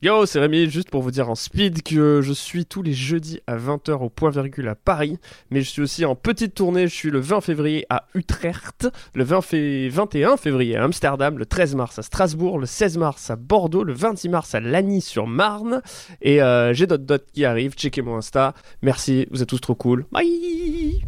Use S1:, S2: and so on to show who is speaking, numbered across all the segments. S1: Yo, c'est Rémi, juste pour vous dire en speed que je suis tous les jeudis à 20h au point virgule à Paris, mais je suis aussi en petite tournée, je suis le 20 février à Utrecht, le 20 fé- 21 février à Amsterdam, le 13 mars à Strasbourg, le 16 mars à Bordeaux, le 26 mars à Lagny-sur-Marne, et euh, j'ai d'autres dates qui arrivent, checkez mon Insta, merci, vous êtes tous trop cool, bye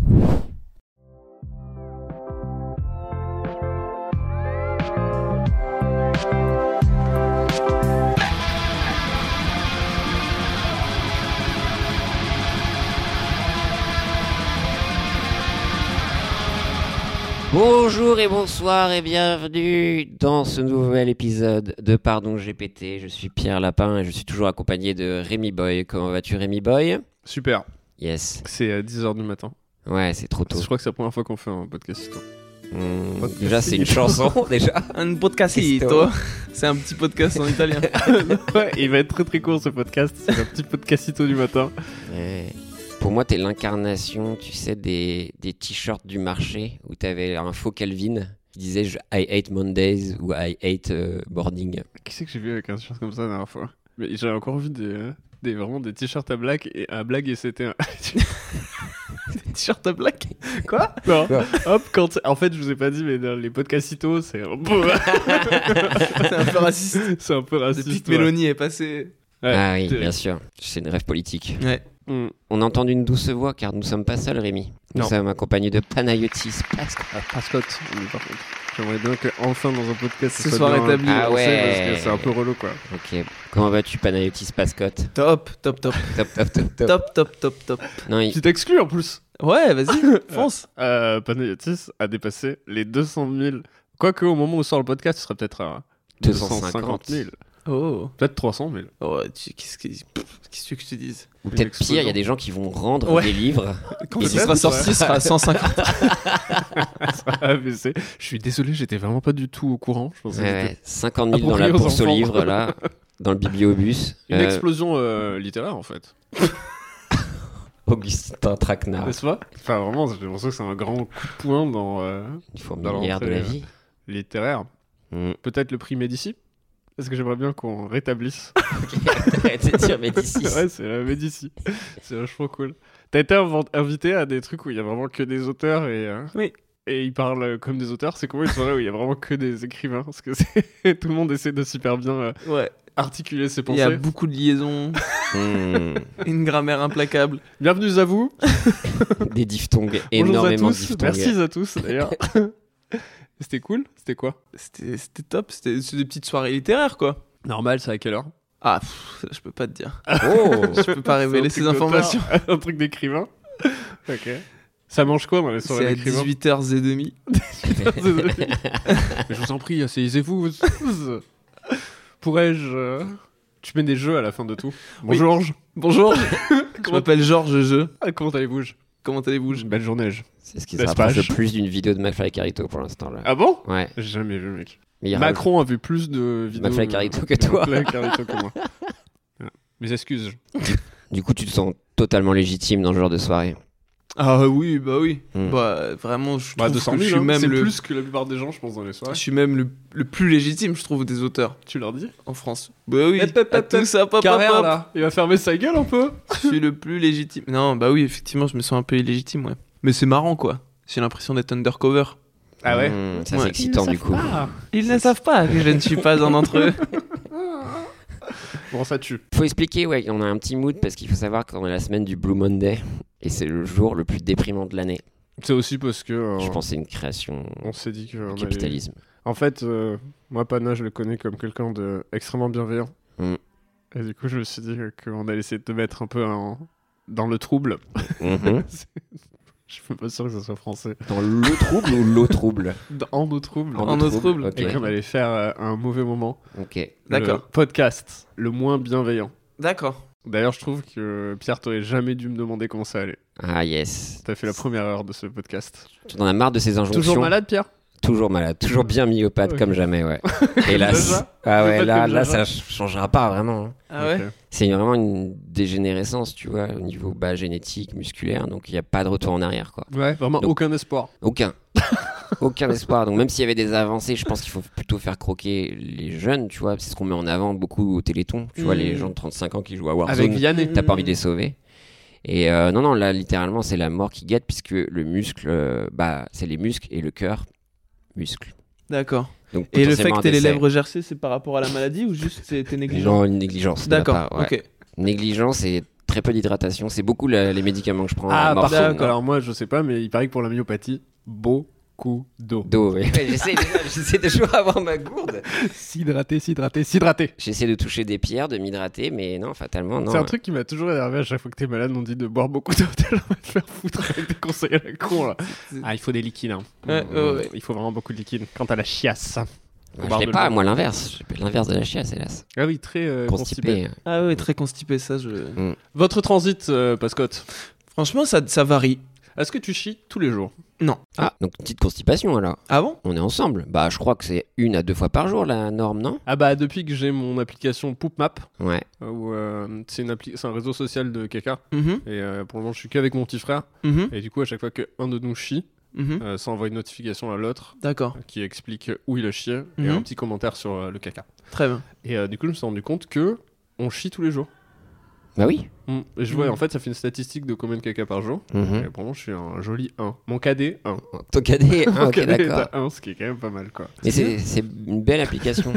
S2: Bonjour et bonsoir et bienvenue dans ce nouvel épisode de Pardon GPT. Je suis Pierre Lapin et je suis toujours accompagné de Rémi Boy. Comment vas-tu Rémi Boy
S1: Super,
S2: Yes.
S1: c'est 10h du matin,
S2: Ouais, c'est trop tôt.
S1: crois que c'est la première fois qu'on fait un podcast.
S2: Hmm,
S1: Podcast.
S2: déjà, c'est une chanson déjà.
S3: Un podcastito. C'est un petit podcast en italien.
S1: ouais, il va être très très court ce podcast, c'est un petit podcastito du matin.
S2: Ouais. Pour moi, t'es l'incarnation, tu sais, des, des t-shirts du marché où t'avais un faux Calvin qui disait je- I hate Mondays ou I hate euh, morning.
S1: Qui c'est que j'ai vu avec un t-shirt comme ça la dernière fois Mais j'avais encore vu des, euh, des vraiment des t-shirts à blague et à blague et c'était un
S3: T-shirt à black.
S1: quoi Non.
S2: Quoi
S1: Hop quand en fait je vous ai pas dit mais dans les podcastitos c'est un peu
S3: C'est un peu raciste.
S1: c'est un peu
S3: Depuis
S1: raciste.
S3: que
S1: ouais.
S3: Mélanie est passée.
S1: Ouais,
S2: ah oui,
S1: terrible.
S2: bien sûr. C'est une rêve politique.
S3: Ouais.
S1: Mm.
S2: On a entendu une douce voix car nous sommes pas seuls, Rémi. Nous
S1: Non.
S2: sommes accompagnés de Panayotis Pascal.
S1: Ah, Pascot, oui, par contre. J'aimerais bien que enfin dans un podcast
S3: Ce soit
S1: bien
S3: rétabli.
S2: Ah
S1: avancé,
S2: ouais.
S1: parce que c'est un peu relou quoi.
S2: Ok. Comment vas-tu, Panayotis Pascotte
S3: Top, top, top,
S2: Top, top, top, top.
S3: top, top, top, top.
S2: Non, il-
S1: Tu t'exclus en plus.
S3: Ouais, vas-y, fonce.
S1: Euh, Panayotis a dépassé les 200 000. Quoique au moment où sort le podcast, ce serait peut-être euh, à
S2: 250
S1: 000.
S3: Oh.
S1: Peut-être 300 000.
S3: Oh, tu- qu'est-ce que pff, qu'est-ce que tu veux que je te dise
S2: Ou
S1: Une
S2: peut-être
S1: explosion.
S2: pire, il y a des gens qui vont rendre
S3: Ouais.
S2: des livres.
S3: Quand
S2: Et
S3: il
S2: c'est
S3: sera
S1: tout,
S3: sorti, ce
S1: ouais.
S3: sera à 150.
S1: Ah, mais c'est- Je suis désolé, j'étais vraiment pas du tout au courant. Je pensais
S2: Ouais,
S1: que
S2: ouais.
S1: c'était
S2: 50 000 dans la
S1: Approprié aux
S2: course aux
S1: enfants.
S2: livres, là, dans le bibliobus.
S1: une
S2: Euh,
S1: explosion euh, littéraire en fait.
S2: Augustin Traquenard,
S1: N'est-ce pas Enfin, vraiment, j'ai l'impression que c'est un grand coup de poing dans euh,
S2: il faut
S1: Dans
S2: milliard de la
S1: l'entrée, euh.
S2: vie.
S1: littéraire.
S2: Mm.
S1: Peut-être le prix Médicis Parce que j'aimerais bien qu'on rétablisse.
S2: Arrêtez de dire Médicis.
S1: ouais, c'est la Médicis. C'est vachement cool. T'as été inv- invité à des trucs où il y a vraiment que des auteurs et. euh,
S3: Oui.
S1: Et ils parlent euh, comme des auteurs, c'est comment ils sont là où il y a vraiment que des écrivains Parce que c'est- tout le monde essaie de super bien euh,
S3: Ouais.
S1: articuler ses
S3: Il
S1: pensées.
S3: y a beaucoup de liaisons,
S2: Hmm.
S3: une grammaire implacable.
S1: Bienvenue à vous.
S2: Des diphtongues,
S1: Bonjour à
S2: énormément de
S1: tous.
S2: diphtongues.
S1: Merci à tous d'ailleurs. C'était cool. C'était quoi
S3: C'était c'était top, c'était c'est des petites soirées littéraires quoi.
S1: Normal, c'est à quelle heure
S3: Ah, pff, je peux pas te dire.
S2: Oh
S3: Je peux pas révéler ces informations.
S1: Un truc d'écrivain. ok. Ça mange quoi dans les
S3: C'est
S1: soirées
S3: à
S1: d'écrivain
S3: 18h30.
S1: Je vous en prie, asseyez-vous. Pourrais-je euh, Tu mets des jeux à la fin de tout. Bonjour Ange.
S3: Bonjour, je m'appelle Georges Je.
S1: Ah, Comment allez-vous je-
S3: Comment allez-vous je-
S1: Une belle journée. je-
S2: C'est ce qui se
S1: N'est-ce
S2: rapproche
S1: Bah, pas,
S2: le plus d'une vidéo de McFly et Carito pour l'instant, là.
S1: Ah bon
S2: Ouais.
S1: J'ai jamais vu mec.
S2: Mais il rajoute-
S1: Macron a vu plus de vidéos.
S2: McFly Carito que toi.
S1: McFly Carito que moi. Voilà. Mes excuses.
S2: Du coup, tu te sens totalement légitime dans ce genre de soirée.
S3: Ah oui, bah oui.
S2: Hmm.
S3: Bah vraiment, je
S1: Bah,
S3: trouve
S1: 200
S3: que je
S1: 000,
S3: suis
S1: hein.
S3: même
S1: c'est
S3: le,
S1: plus que la plupart des gens, je pense, dans les
S3: je
S1: soirées.
S3: suis même le, le plus légitime, je trouve, des auteurs
S1: Tu leur dis
S3: en France. Bah oui.
S1: Hop, hop,
S3: à
S1: hop,
S3: tous, hop, hop,
S1: Carrère,
S3: hop, hop.
S1: là, il va fermer sa gueule un peu
S3: Je suis le plus légitime. Non, bah oui, effectivement, je me sens un peu illégitime, ouais. Mais c'est marrant, quoi. J'ai l'impression d'être undercover.
S1: Ah
S2: Mmh, ça,
S3: Ouais.
S2: c'est excitant, du coup.
S3: Ils ne savent pas que je ne suis pas un d'entre eux.
S1: Bon, ça tue.
S2: Faut expliquer, ouais, on a un petit mood parce qu'il faut savoir qu'on est la semaine du Blue Monday et c'est le jour le plus déprimant de l'année.
S1: C'est aussi parce que. euh,
S2: Je pense que c'est une création
S1: On s'est dit que. on
S2: du
S1: allait-
S2: capitalisme.
S1: En fait, euh, moi, Pana, je le connais comme quelqu'un de extrêmement bienveillant.
S2: Mm.
S1: Et du coup, je me suis dit que- qu'on allait essayer de te mettre un peu en- dans le trouble.
S2: Mhm.
S1: Je suis pas sûr que ce soit français.
S2: Dans le trouble ou l'eau trouble
S1: Dans le trouble.
S3: En nos troubles.
S2: Ok.
S1: Et qu'on allait faire euh, un mauvais moment.
S2: Ok.
S3: D'accord.
S1: Le podcast, le moins bienveillant.
S3: D'accord.
S1: D'ailleurs, je trouve que Pierre, t'aurais jamais dû me demander comment ça allait.
S2: Ah yes.
S1: T'as fait la première heure de ce podcast.
S2: Tu en as marre de ces injonctions.
S1: Toujours malade, Pierre
S2: Toujours malade. Toujours bien myopathe
S1: Ok.
S2: comme jamais, ouais. Hélas.
S1: Jaja.
S2: Ah ouais,
S1: Myopathe
S2: là,
S1: comme
S2: là, ça
S1: Jaja.
S2: ch- changera pas vraiment. hein.
S3: Ah ouais
S1: Ok.
S2: C'est vraiment une dégénérescence, tu vois, au niveau bah, bas génétique, musculaire, donc il n'y a pas de retour en arrière, quoi.
S1: Ouais, vraiment
S2: Donc-
S1: aucun espoir.
S2: Aucun. aucun espoir. Donc même s'il y avait des avancées, je pense qu'il faut plutôt faire croquer les jeunes, tu vois. C'est ce qu'on met en avant beaucoup au Téléthon. Tu vois,
S1: Mm.
S2: les gens de 35 ans qui jouent à Warzone.
S1: Avec Vianney.
S2: T'as pas
S3: Mm.
S2: envie de les sauver. Et euh, non, non, là, littéralement, c'est la mort qui guette, puisque le muscle, euh, bah, c'est les muscles et le cœur, muscle.
S3: D'accord.
S2: Donc,
S3: Et le fait
S2: potentiellement
S3: que
S2: un
S3: t'aies les
S2: décès.
S3: lèvres gercées, c'est par rapport à la maladie ou juste c'est- t'es négligent
S2: Non, une négligence. de ma
S3: D'accord,
S2: part, ouais.
S3: ok.
S2: Négligence et très peu d'hydratation. C'est beaucoup la- les médicaments que je prends.
S1: Ah,
S2: à
S1: par
S2: morphine.
S1: contre, alors moi, je sais pas, mais il paraît que pour la myopathie, beaucoup d'eau.
S2: D'eau, ouais. Ouais, J'essaie j'essaie toujours d'avoir ma gourde.
S1: S'hydrater, s'hydrater, s'hydrater.
S2: J'essaie de toucher des pierres, de m'hydrater, mais non, fatalement, non.
S1: C'est un truc qui m'a toujours énervé à chaque fois que t'es malade, on dit de boire beaucoup d'eau, t'as l'air de te faire foutre avec des conseils à la con là.
S3: C'est-
S1: Ah, il faut des liquides, hein.
S3: Ouais, ouais, ouais.
S1: Il faut vraiment beaucoup de liquides. Quant à la chiasse.
S2: Ouais,
S1: Barbe
S2: je
S1: de
S2: l'ai pas,
S1: l'eau.
S2: moi, l'inverse. J'ai L'inverse de la chiasse, hélas.
S1: Ah oui, très euh, constipé.
S2: Constipé.
S3: Ah ouais, très constipé ça. Je...
S2: Mm.
S1: Votre transit, euh, Pascotte,
S3: Franchement, ça, ça varie.
S1: est-ce que tu chies tous les jours
S2: Ah, donc petite constipation alors.
S3: Ah bon
S2: On est ensemble. Bah, je crois que c'est une à deux fois par jour la norme, non
S1: Ah bah, depuis que j'ai mon application PoopMap,
S2: Ouais.
S1: euh, où, euh, c'est une appli- c'est un réseau social de caca,
S3: Mhm,
S1: et euh, pour le moment, je suis qu'avec mon petit frère,
S3: mhm,
S1: et du coup, à chaque fois qu'un de nous chie,
S3: mhm.
S1: euh, ça envoie une notification à l'autre
S3: D'accord,
S1: euh, qui explique où il a chié, et
S3: Mhm.
S1: un petit commentaire sur euh, le caca.
S3: très bien.
S1: Et euh, du coup, je me suis rendu compte que on chie tous les jours.
S2: Bah oui.
S1: Mm. Et je vois,
S3: Mm.
S1: en fait, ça fait une statistique de combien de caca par jour.
S2: Mhm.
S1: Et pour le moment, je suis un joli 1. Mon cadet, 1.
S2: Ton cadet, ah, ok,
S1: cadet est
S2: d'accord.
S1: à 1, ce qui est quand même pas mal, quoi.
S2: Mais c'est c'est une belle application.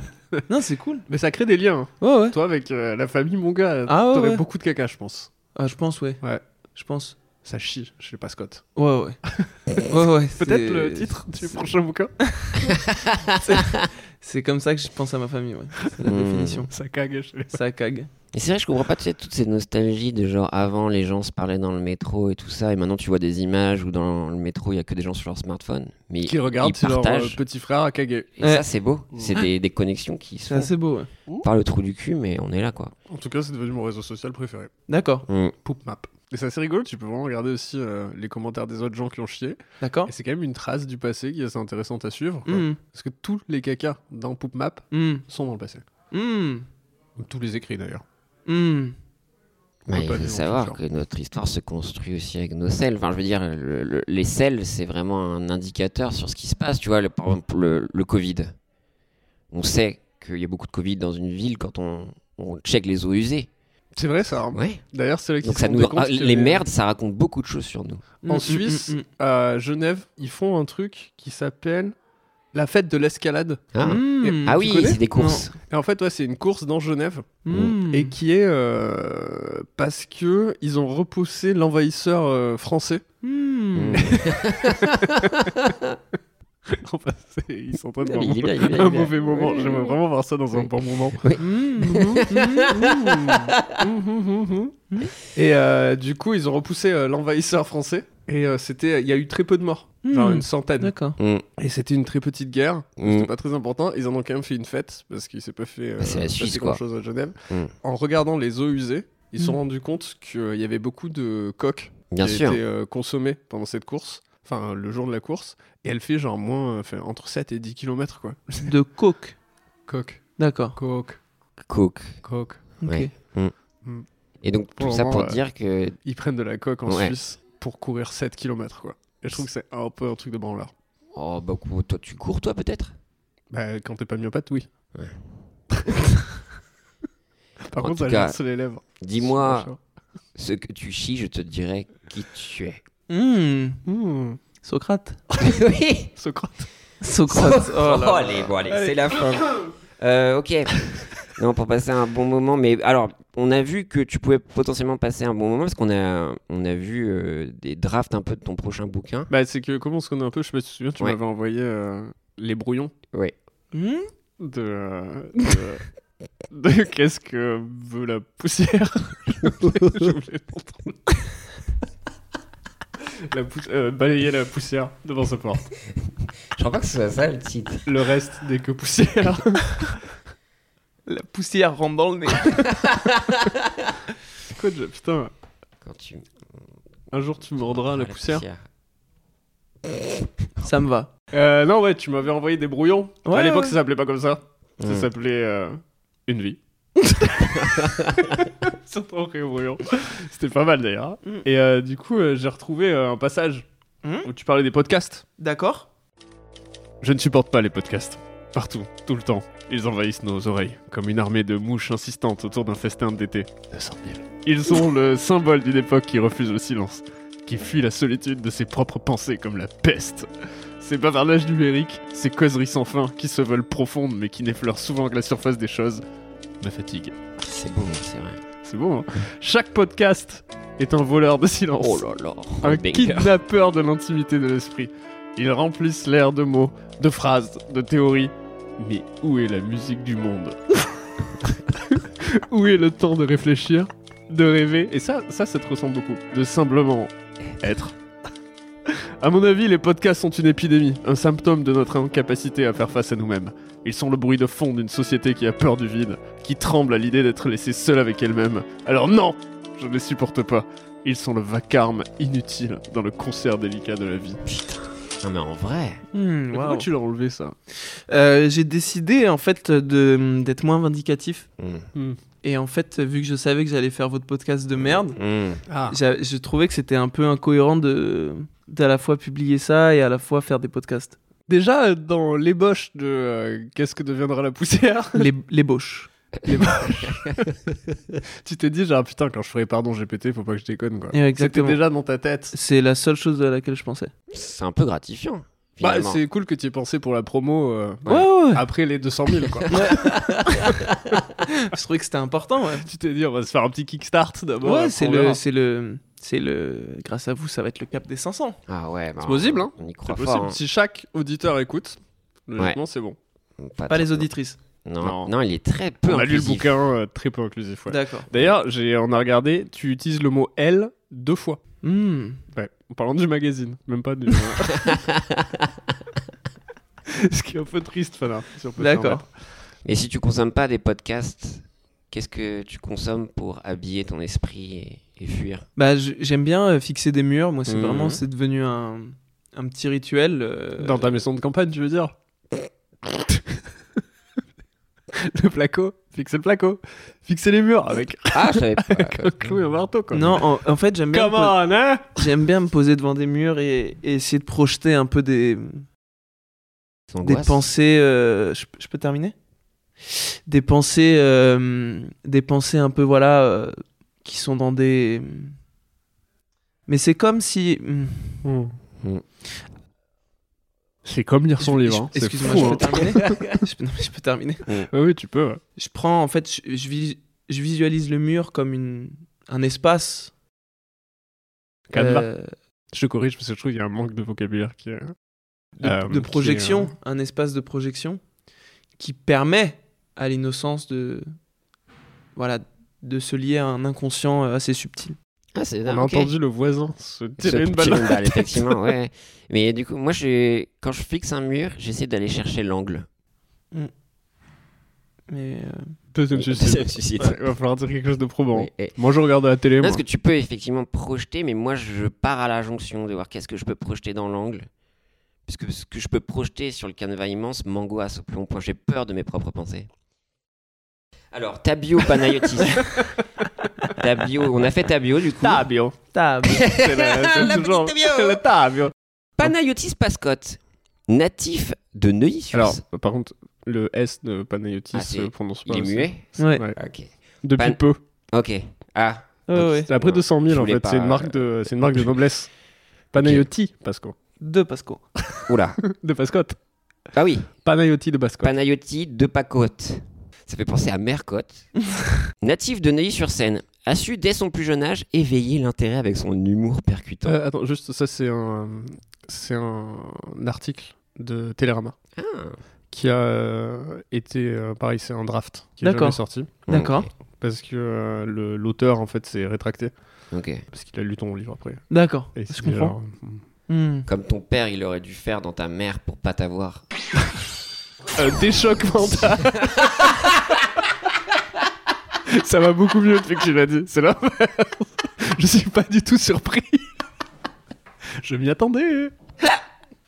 S3: Non, c'est cool.
S1: Mais ça crée des liens. hein.
S3: Ouais, ouais.
S1: Toi, avec euh, la famille, mon gars,
S3: Ah ouais,
S1: t'aurais
S3: ouais.
S1: beaucoup de caca, je pense.
S3: Ah, je pense, ouais.
S1: Ouais.
S3: Je pense.
S1: Ça chie chez les Pascottes.
S3: Ouais, ouais. ouais, ouais. c'est-
S1: Peut-être le titre du
S3: c'est-
S1: prochain bouquin
S3: C'est comme ça que je pense à ma famille, ouais. C'est la
S2: Mm.
S3: définition.
S1: Ça cague chez les
S3: Ça cague.
S2: Et c'est vrai, je comprends pas tu sais, toutes ces nostalgies de genre avant les gens se parlaient dans le métro et tout ça, et maintenant tu vois des images où dans le métro il y a que des gens sur leur smartphone. Mais
S1: Qui regardent
S2: ils
S1: si leur euh,
S2: partagent.
S1: petit frère a cagué.
S2: Et
S3: Ouais.
S2: ça c'est beau, c'est des, des connexions qui se
S3: C'est
S2: font
S3: assez beau, ouais.
S2: par le trou du cul, mais on est là quoi.
S1: En tout cas, c'est devenu mon réseau social préféré.
S3: D'accord,
S2: Mm.
S1: PoopMap. Et c'est assez rigolo, tu peux vraiment regarder aussi euh, les commentaires des autres gens qui ont chié.
S3: d'accord.
S1: Et c'est quand même une trace du passé qui est assez intéressante à suivre. quoi.
S3: Mm,
S1: Parce que tous les cacas dans PoopMap
S3: mm,
S1: sont dans le passé.
S3: mm,
S1: Comme Tous les écrits d'ailleurs.
S3: mm.
S2: Bah,
S1: peut
S2: il
S1: pas
S2: faut
S1: dire en
S2: savoir
S1: futur.
S2: que notre histoire se construit aussi avec nos selles. Enfin, je veux dire, le- le- les selles, c'est vraiment un indicateur sur ce qui se passe. Tu vois, le- par exemple, le, le Covid. On sait qu'il y a beaucoup de Covid dans une ville quand on, on check les eaux usées.
S1: C'est vrai ça. hein.
S2: Ouais.
S1: D'ailleurs, c'est là qu'ils
S2: Donc,
S1: se
S2: ça
S1: rendaient
S2: nous,
S1: compte
S2: ah,
S1: que
S2: les merdes, ça raconte beaucoup de choses sur nous.
S1: En
S3: Mm,
S1: Suisse,
S3: mm,
S1: à Genève, ils font un truc qui s'appelle la fête de l'escalade.
S2: Hein
S3: mm, mm.
S2: ah
S1: tu
S2: oui,
S1: connais
S2: c'est des courses.
S1: Et en fait, ouais, c'est une course dans Genève
S3: Mm.
S1: et qui est euh, parce que ils ont repoussé l'envahisseur euh, français.
S3: Mm.
S2: Mm.
S1: Enfin, c'est- ils sont en train de
S2: Non, mais
S1: voir
S2: il est bien, il est bien,
S1: un
S2: il est bien.
S1: mauvais moment.
S2: Oui,
S1: J'aimerais
S2: oui.
S1: vraiment voir ça dans un
S2: Oui.
S1: bon moment.
S3: Mm.
S1: Et euh, du coup, ils ont repoussé euh, l'envahisseur français. Et euh, c'était, il y a eu très peu de morts, genre
S3: Mm.
S1: une centaine.
S3: D'accord.
S2: Mm.
S1: Et c'était une très petite guerre.
S2: Mm.
S1: C'est pas très important. Ils en ont quand même fait une fête parce qu'il s'est pas fait euh,
S2: Bah, c'est la
S1: passer
S2: Suisse, quoi.
S1: grand-chose à Genève.
S2: Mm.
S1: En regardant les eaux usées, ils se sont
S3: Mm.
S1: rendus compte qu'il y avait beaucoup de coques
S2: Bien
S1: qui
S2: sûr.
S1: étaient euh, consommées pendant cette course, enfin le jour de la course, et elle fait genre moins, euh, enfin, entre 7 et 10 km quoi.
S3: De coke.
S1: Coque,
S3: D'accord.
S1: coque,
S2: Coke.
S1: coque.
S3: Ok.
S2: Ouais. Et donc, tout
S1: Pour
S2: ça
S1: le
S2: pour
S1: moment,
S2: dire que.
S1: Ils prennent de la coque en
S2: Ouais.
S1: Suisse pour courir 7 km quoi. Et je trouve que c'est un peu un truc de branleur.
S2: Oh, bah, toi, tu cours, toi, peut-être
S1: Bah, quand t'es pas myopathe, oui.
S2: Ouais.
S1: Par
S2: En
S1: contre,
S2: tout
S1: ça
S2: cas,
S1: gèle sur les lèvres.
S2: Dis-moi ce que tu chies, je te dirai qui tu es.
S3: Mm.
S1: Mmh,
S3: Socrate.
S2: oui
S1: Socrate.
S3: Socrate.
S2: Oh,
S3: Oh là là.
S2: allez, bon, allez, c'est la fin. Euh, ok. Non, pour passer un bon moment. Mais alors, on a vu que tu pouvais potentiellement passer un bon moment parce qu'on a, on a vu euh, des drafts un peu de ton prochain bouquin.
S1: Bah, c'est que comment on se connaît un peu, je sais pas si tu te souviens, tu
S2: Ouais.
S1: m'avais envoyé euh, les brouillons
S2: Ouais.
S3: Mm.
S1: de. euh, de... de qu'est-ce que veut la poussière J'ai oublié d'entendre. La pouss- euh, balayer la poussière devant sa porte.
S2: Je crois pas que ce soit ça le titre.
S1: Le reste n'est que poussière.
S3: La poussière rentre dans le nez.
S1: C'est quoi déjà Putain,
S2: Quand tu.
S1: un jour tu mordras la
S2: Ah,
S1: poussière.
S3: Ça me va.
S1: Euh, non, ouais, tu m'avais envoyé des brouillons.
S3: Ouais,
S1: à l'époque,
S3: ouais.
S1: ça s'appelait pas comme ça. Ça
S2: Mm.
S1: s'appelait euh, Une vie. C'est trop brouillon. C'était pas mal d'ailleurs.
S3: Mm.
S1: Et euh, du coup, euh, j'ai retrouvé euh, un passage
S3: Mm.
S1: où tu parlais des podcasts.
S3: D'accord
S1: Je ne supporte pas les podcasts. Partout, tout le temps, ils envahissent nos oreilles, comme une armée de mouches insistantes autour d'un festin d'été.
S2: 200 000.
S1: Ils sont le symbole d'une époque qui refuse le silence, qui fuit la solitude de ses propres pensées comme la peste. Ces bavardages numériques, ces causeries sans fin, qui se veulent profondes mais qui n'effleurent souvent que la surface des choses, me fatiguent.
S2: C'est beau, c'est vrai.
S1: C'est bon. hein Chaque podcast est un voleur de silence.
S2: Oh là là.
S1: un
S2: banger.
S1: kidnappeur de l'intimité de l'esprit. Ils remplissent l'air de mots, de phrases, de théories. Mais où est la musique du monde Où est le temps de réfléchir, de rêver Et ça, ça, ça te ressemble beaucoup. De simplement être. À mon avis, les podcasts sont une épidémie, un symptôme de notre incapacité à faire face à nous-mêmes. Ils sont le bruit de fond d'une société qui a peur du vide, qui tremble à l'idée d'être laissée seule avec elle-même. Alors non, je ne les supporte pas. Ils sont le vacarme inutile dans le concert délicat de la vie.
S2: Non, mais en vrai.
S3: Hmm,
S1: Pourquoi
S3: waouh.
S1: tu l'as enlevé ça
S3: Euh, J'ai décidé en fait de- d'être moins vindicatif.
S2: Mm.
S3: Et en fait, vu que je savais que j'allais faire votre podcast de merde,
S2: Mm.
S1: Ah.
S3: j'a- je trouvais que c'était un peu incohérent de d'à la fois publier ça et à la fois faire des podcasts.
S1: Déjà, euh, dans l'ébauche de euh, Qu'est-ce que deviendra la poussière
S3: Les, les bauches.
S1: Tu t'es dit, genre, ah, putain, quand je ferai pardon GPT, faut pas que je déconne, quoi.
S3: Ouais, exactement.
S1: C'était déjà dans ta tête.
S3: C'est la seule chose à laquelle je pensais.
S2: C'est un peu gratifiant.
S1: Bah,
S2: finalement.
S1: c'est cool que tu aies pensé pour la promo euh,
S2: Ouais.
S3: ouais.
S1: après les 200 000, quoi.
S3: Ah, Je trouvais que c'était important, ouais.
S1: tu t'es dit, on va se faire un petit kickstart d'abord.
S3: ouais,
S1: Bah, après,
S3: c'est
S1: on
S3: le,
S1: verra.
S3: c'est le, c'est le. Grâce à vous, ça va être le cap des 500.
S2: Ah ouais, bah,
S1: C'est possible, hein
S2: On y croit
S1: C'est
S2: fort.
S1: possible. Si chaque auditeur écoute, logiquement, c'est bon.
S2: hein.
S3: Pas les
S2: trop-
S3: auditrices.
S2: Non.
S1: Non.
S2: Non. il est très peu
S1: on a lu le
S2: inclusif.
S1: bouquin euh, très peu inclusif, ouais.
S3: D'accord.
S1: D'ailleurs, j'ai- on a regardé, tu utilises le mot elle deux fois.
S3: Hmm.
S1: Ouais, en parlant du magazine, même pas du. Ce qui est un peu triste, voilà. si on peut
S3: D'accord.
S1: se permettre.
S2: Et si tu consommes pas des podcasts, qu'est-ce que tu consommes pour habiller ton esprit et, et fuir
S3: Bah, je- j'aime bien euh, fixer des murs. Moi,
S1: Hmm.
S3: c'est
S2: Mhm.
S3: vraiment, c'est devenu un, un petit rituel. euh,
S1: Dans ta maison de campagne, tu veux dire Le placo, fixer le placo, fixer les murs avec
S2: Ah, je savais pas.
S1: un clou et un marteau, quoi.
S3: Non, en, en fait, j'aime bien,
S1: Come
S3: me po-
S1: on, hein
S3: j'aime bien me poser devant des murs et, et essayer de projeter un peu des, des
S2: angoisses.
S3: pensées. euh, je, je peux terminer Des pensées, euh, des pensées un peu voilà, euh, qui sont dans des. Mais c'est comme si. hmm,
S2: Mm.
S1: C'est comme lire son
S3: je-
S1: livre.
S3: je-
S1: hein. C'est
S3: Excuse-moi,
S1: fou,
S3: je peux
S1: hein.
S3: terminer je, peux- non, mais je peux terminer.
S1: Ouais, oui, tu peux. ouais.
S3: Je prends en fait, je, je vis- je visualise le mur comme une, un espace.
S1: Canva.
S3: euh,
S1: Je te corrige parce que je trouve qu'il y a un manque de vocabulaire qui est.
S3: de,
S1: Euh,
S3: de
S1: qui est,
S3: projection, un espace de projection qui permet à l'innocence de voilà de se lier à un inconscient euh, assez subtil.
S2: Ah, c'est
S1: On
S2: dingue.
S1: a
S2: ok.
S1: entendu le voisin
S2: Ce
S1: se tirer une
S2: petit
S1: balle.
S2: long balle, effectivement, ouais. Mais du coup, moi, je, quand je fixe un mur, j'essaie d'aller chercher l'angle.
S3: Mais euh,
S1: Deuxième suicide.
S2: Deuxième suicide.
S1: Ouais, il va falloir dire quelque chose de probant.
S2: Mais, eh,
S1: Moi, je regarde à la télé.
S2: non,
S1: Moi.
S2: parce que tu peux effectivement projeter, mais moi, je pars à la jonction de voir qu'est-ce que je peux projeter dans l'angle. Parce que ce que je peux projeter sur le canevas immense m'angoisse au plus haut point. J'ai peur de mes propres pensées. Alors, Tabio Panayotis. Tabio, on a fait Tabio du coup.
S1: Tabio.
S3: table.
S1: C'est la- c'est
S2: Le
S1: toujours-
S2: petit Tabio.
S1: c'est le Tabio.
S2: Panayotis Pascotte, natif de
S1: Alors,
S2: Neuilly-sur-Seine.
S1: euh, par contre, le S de Panayotis
S2: Ah,
S1: se
S2: c'est-
S1: prononce pas.
S2: Il est
S1: aussi.
S2: muet
S3: Ouais.
S1: Ouais.
S2: Ok.
S1: Depuis
S2: Pan-
S1: peu.
S2: Ok. Ah,
S3: Ouais,
S2: Donc,
S3: ouais.
S1: C'est après
S2: Ouais.
S1: 200
S2: Je
S1: 000, en
S2: voulais
S1: fait.
S2: pas-
S1: C'est une, marque de... c'est une marque de noblesse. Panayoti, Pasco.
S3: De Pasco.
S2: oula.
S1: De Pascotte.
S2: Ah oui,
S1: Panayoti de Pascotte.
S2: Panayoti de Pacote. Ça fait penser à Mercotte. Natif de Neuilly-sur-Seine, a su dès son plus jeune âge éveiller l'intérêt avec son humour percutant.
S1: Euh, attends, juste, ça, c'est un... C'est un article de Télérama
S2: Ah.
S1: qui a euh, été... euh, pareil, c'est un draft qui est
S3: D'accord.
S1: jamais sorti.
S3: D'accord.
S1: Parce que euh, le- l'auteur, en fait, s'est rétracté.
S2: Ok.
S1: Parce qu'il a lu ton livre après.
S3: D'accord.
S1: Et
S3: Je
S1: c'est
S3: comprends.
S1: genre, euh,
S3: Hmm.
S2: Comme ton père, il aurait dû faire dans ta mère pour pas t'avoir.
S1: Euh, des chocs mentaux. Ça va beaucoup mieux depuis que tu l'as dit. C'est l'inverse. Je suis pas du tout surpris. Je m'y attendais.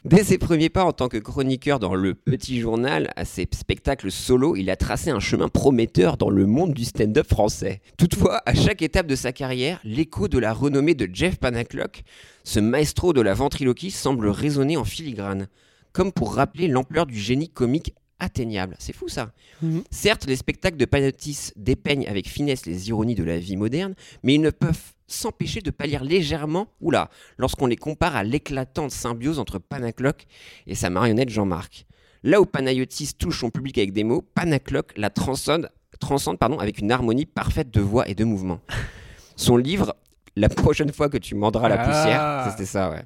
S2: Dès ses premiers pas en tant que chroniqueur dans le Petit Journal, à ses spectacles solo, il a tracé un chemin prometteur dans le monde du stand-up français. Toutefois, à chaque étape de sa carrière, l'écho de la renommée de Jeff Panaclock, ce maestro de la ventriloquie, semble résonner en filigrane, comme pour rappeler l'ampleur du génie comique atteignable. C'est fou ça.
S1: Mhm.
S2: Certes, les spectacles de Panayotis dépeignent avec finesse les ironies de la vie moderne, mais ils ne peuvent s'empêcher de pâlir légèrement, oula, lorsqu'on les compare à l'éclatante symbiose entre Panacloc et sa marionnette Jean-Marc. Là où Panayotis touche son public avec des mots, Panacloc la transcende, transcende pardon, avec une harmonie parfaite de voix et de mouvement. Son livre, La prochaine fois que tu mordras la
S3: Ah.
S2: poussière, c'était ça, ouais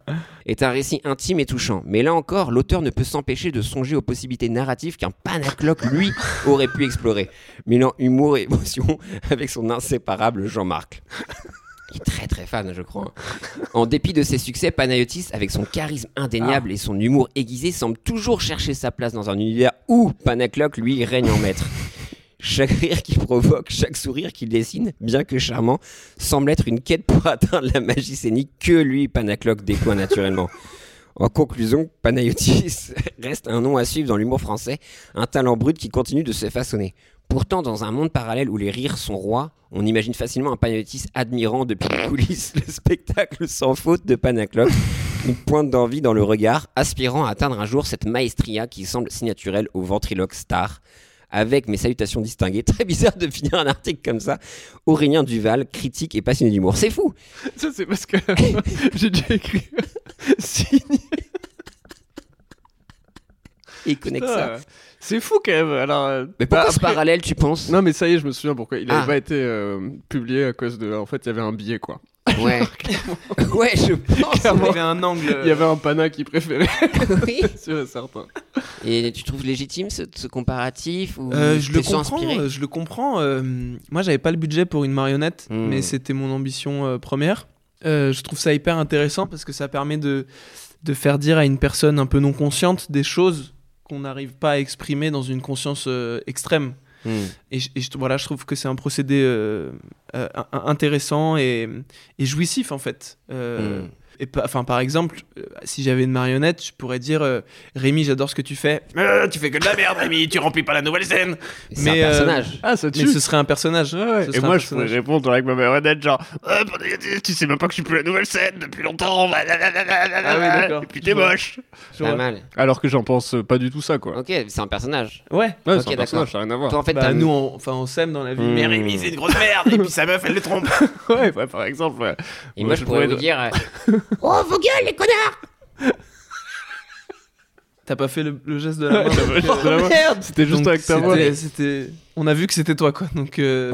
S2: est un récit intime et touchant. Mais là encore, l'auteur ne peut s'empêcher de songer aux possibilités narratives qu'un panacloc, lui, aurait pu explorer, mêlant humour et émotion avec son inséparable Jean-Marc. Il est très très fan, je crois. En dépit de ses succès, Panayotis, avec son charisme indéniable et son humour aiguisé, semble toujours chercher sa place dans un univers où Panacloc, lui, règne en maître. Chaque rire qu'il provoque, chaque sourire qu'il dessine, bien que charmant, semble être une quête pour atteindre la magie scénique que lui, Panacloc, déploie naturellement. En conclusion, Panayotis reste un nom à suivre dans l'humour français, un talent brut qui continue de se façonner. Pourtant, dans un monde parallèle où les rires sont rois, on imagine facilement un Panayotis admirant depuis les coulisses le spectacle sans faute de Panacloc, une pointe d'envie dans le regard, aspirant à atteindre un jour cette maestria qui semble si naturelle au ventriloque star. Avec mes salutations distinguées, très bizarre de finir un article comme ça, Aurélien Duval, critique et passionné d'humour. C'est fou
S3: Ça, c'est parce que j'ai déjà écrit signé.
S2: Il connecte ça.
S1: Ah, C'est fou quand même. Alors, euh,
S2: Mais pourquoi
S1: bah,
S2: ce
S1: après-
S2: parallèle, tu penses
S1: Non mais ça y est, je me souviens pourquoi. Il n'avait
S2: Ah.
S1: pas été euh, publié à cause de. En fait, il y avait un billet quoi.
S2: Ouais. ouais, je pense.
S3: Il avait un angle. euh,
S1: Il y avait un pana qui préférait,
S2: oui.
S1: c'est certain.
S2: Et tu trouves légitime ce, ce comparatif ou
S3: Euh, je,
S2: t'es
S3: le
S2: sans
S3: comprends,
S2: inspiré
S3: euh, je le comprends. euh, moi, j'avais pas le budget pour une marionnette,
S2: Hmm.
S3: mais c'était mon ambition euh, première. Euh, je trouve ça hyper intéressant parce que ça permet de, de faire dire à une personne un peu non consciente des choses qu'on n'arrive pas à exprimer dans une conscience euh, extrême.
S2: Hmm.
S3: Et, je- et je- voilà, je trouve que c'est un procédé euh, euh, un- un- intéressant et, et jouissif en fait. Euh,
S2: Hmm.
S3: et pa- enfin, par exemple, euh, si j'avais une marionnette, je pourrais dire euh, Rémi, j'adore ce que tu fais. Euh, tu fais que de la merde, Rémi, tu remplis pas la nouvelle scène.
S2: C'est
S3: Mais,
S2: un
S3: euh,
S2: personnage.
S1: Ah, ça
S3: Mais ce serait un personnage.
S1: Ouais, ouais.
S3: Ce
S1: Et
S3: serait
S1: moi,
S3: un
S1: je pourrais
S3: personnage.
S1: répondre avec ma marionnette, genre, Ah, tu sais même pas que je suis plus la nouvelle scène depuis longtemps.
S3: d'accord.
S1: Et puis t'es
S3: Je vois.
S1: moche.
S2: Pas mal.
S1: Alors que j'en pense euh, pas du tout ça, quoi.
S2: Ok, c'est un personnage.
S3: Ouais.
S1: Ouais,
S2: Ok,
S1: c'est un
S2: d'accord.
S1: personnage, ça n'a rien à voir.
S2: Toi, en fait,
S3: Bah,
S2: t'as-
S3: nous, on, enfin, on s'aime dans la vie.
S2: Hmm.
S3: Mais Rémi, c'est une grosse merde. Et puis sa meuf, elle le trompe.
S1: ouais, ouais, par exemple. ouais.
S2: Et moi, je pourrais vous dire. euh, oh, vos gueules, les connards
S3: T'as pas fait le, le geste de la main.
S1: Le
S2: Oh,
S1: geste de la main.
S3: merde.
S1: C'était juste
S3: Donc,
S1: avec ta
S3: c'était-
S1: voix.
S3: C'était. On a vu que c'était toi, quoi. Donc. euh,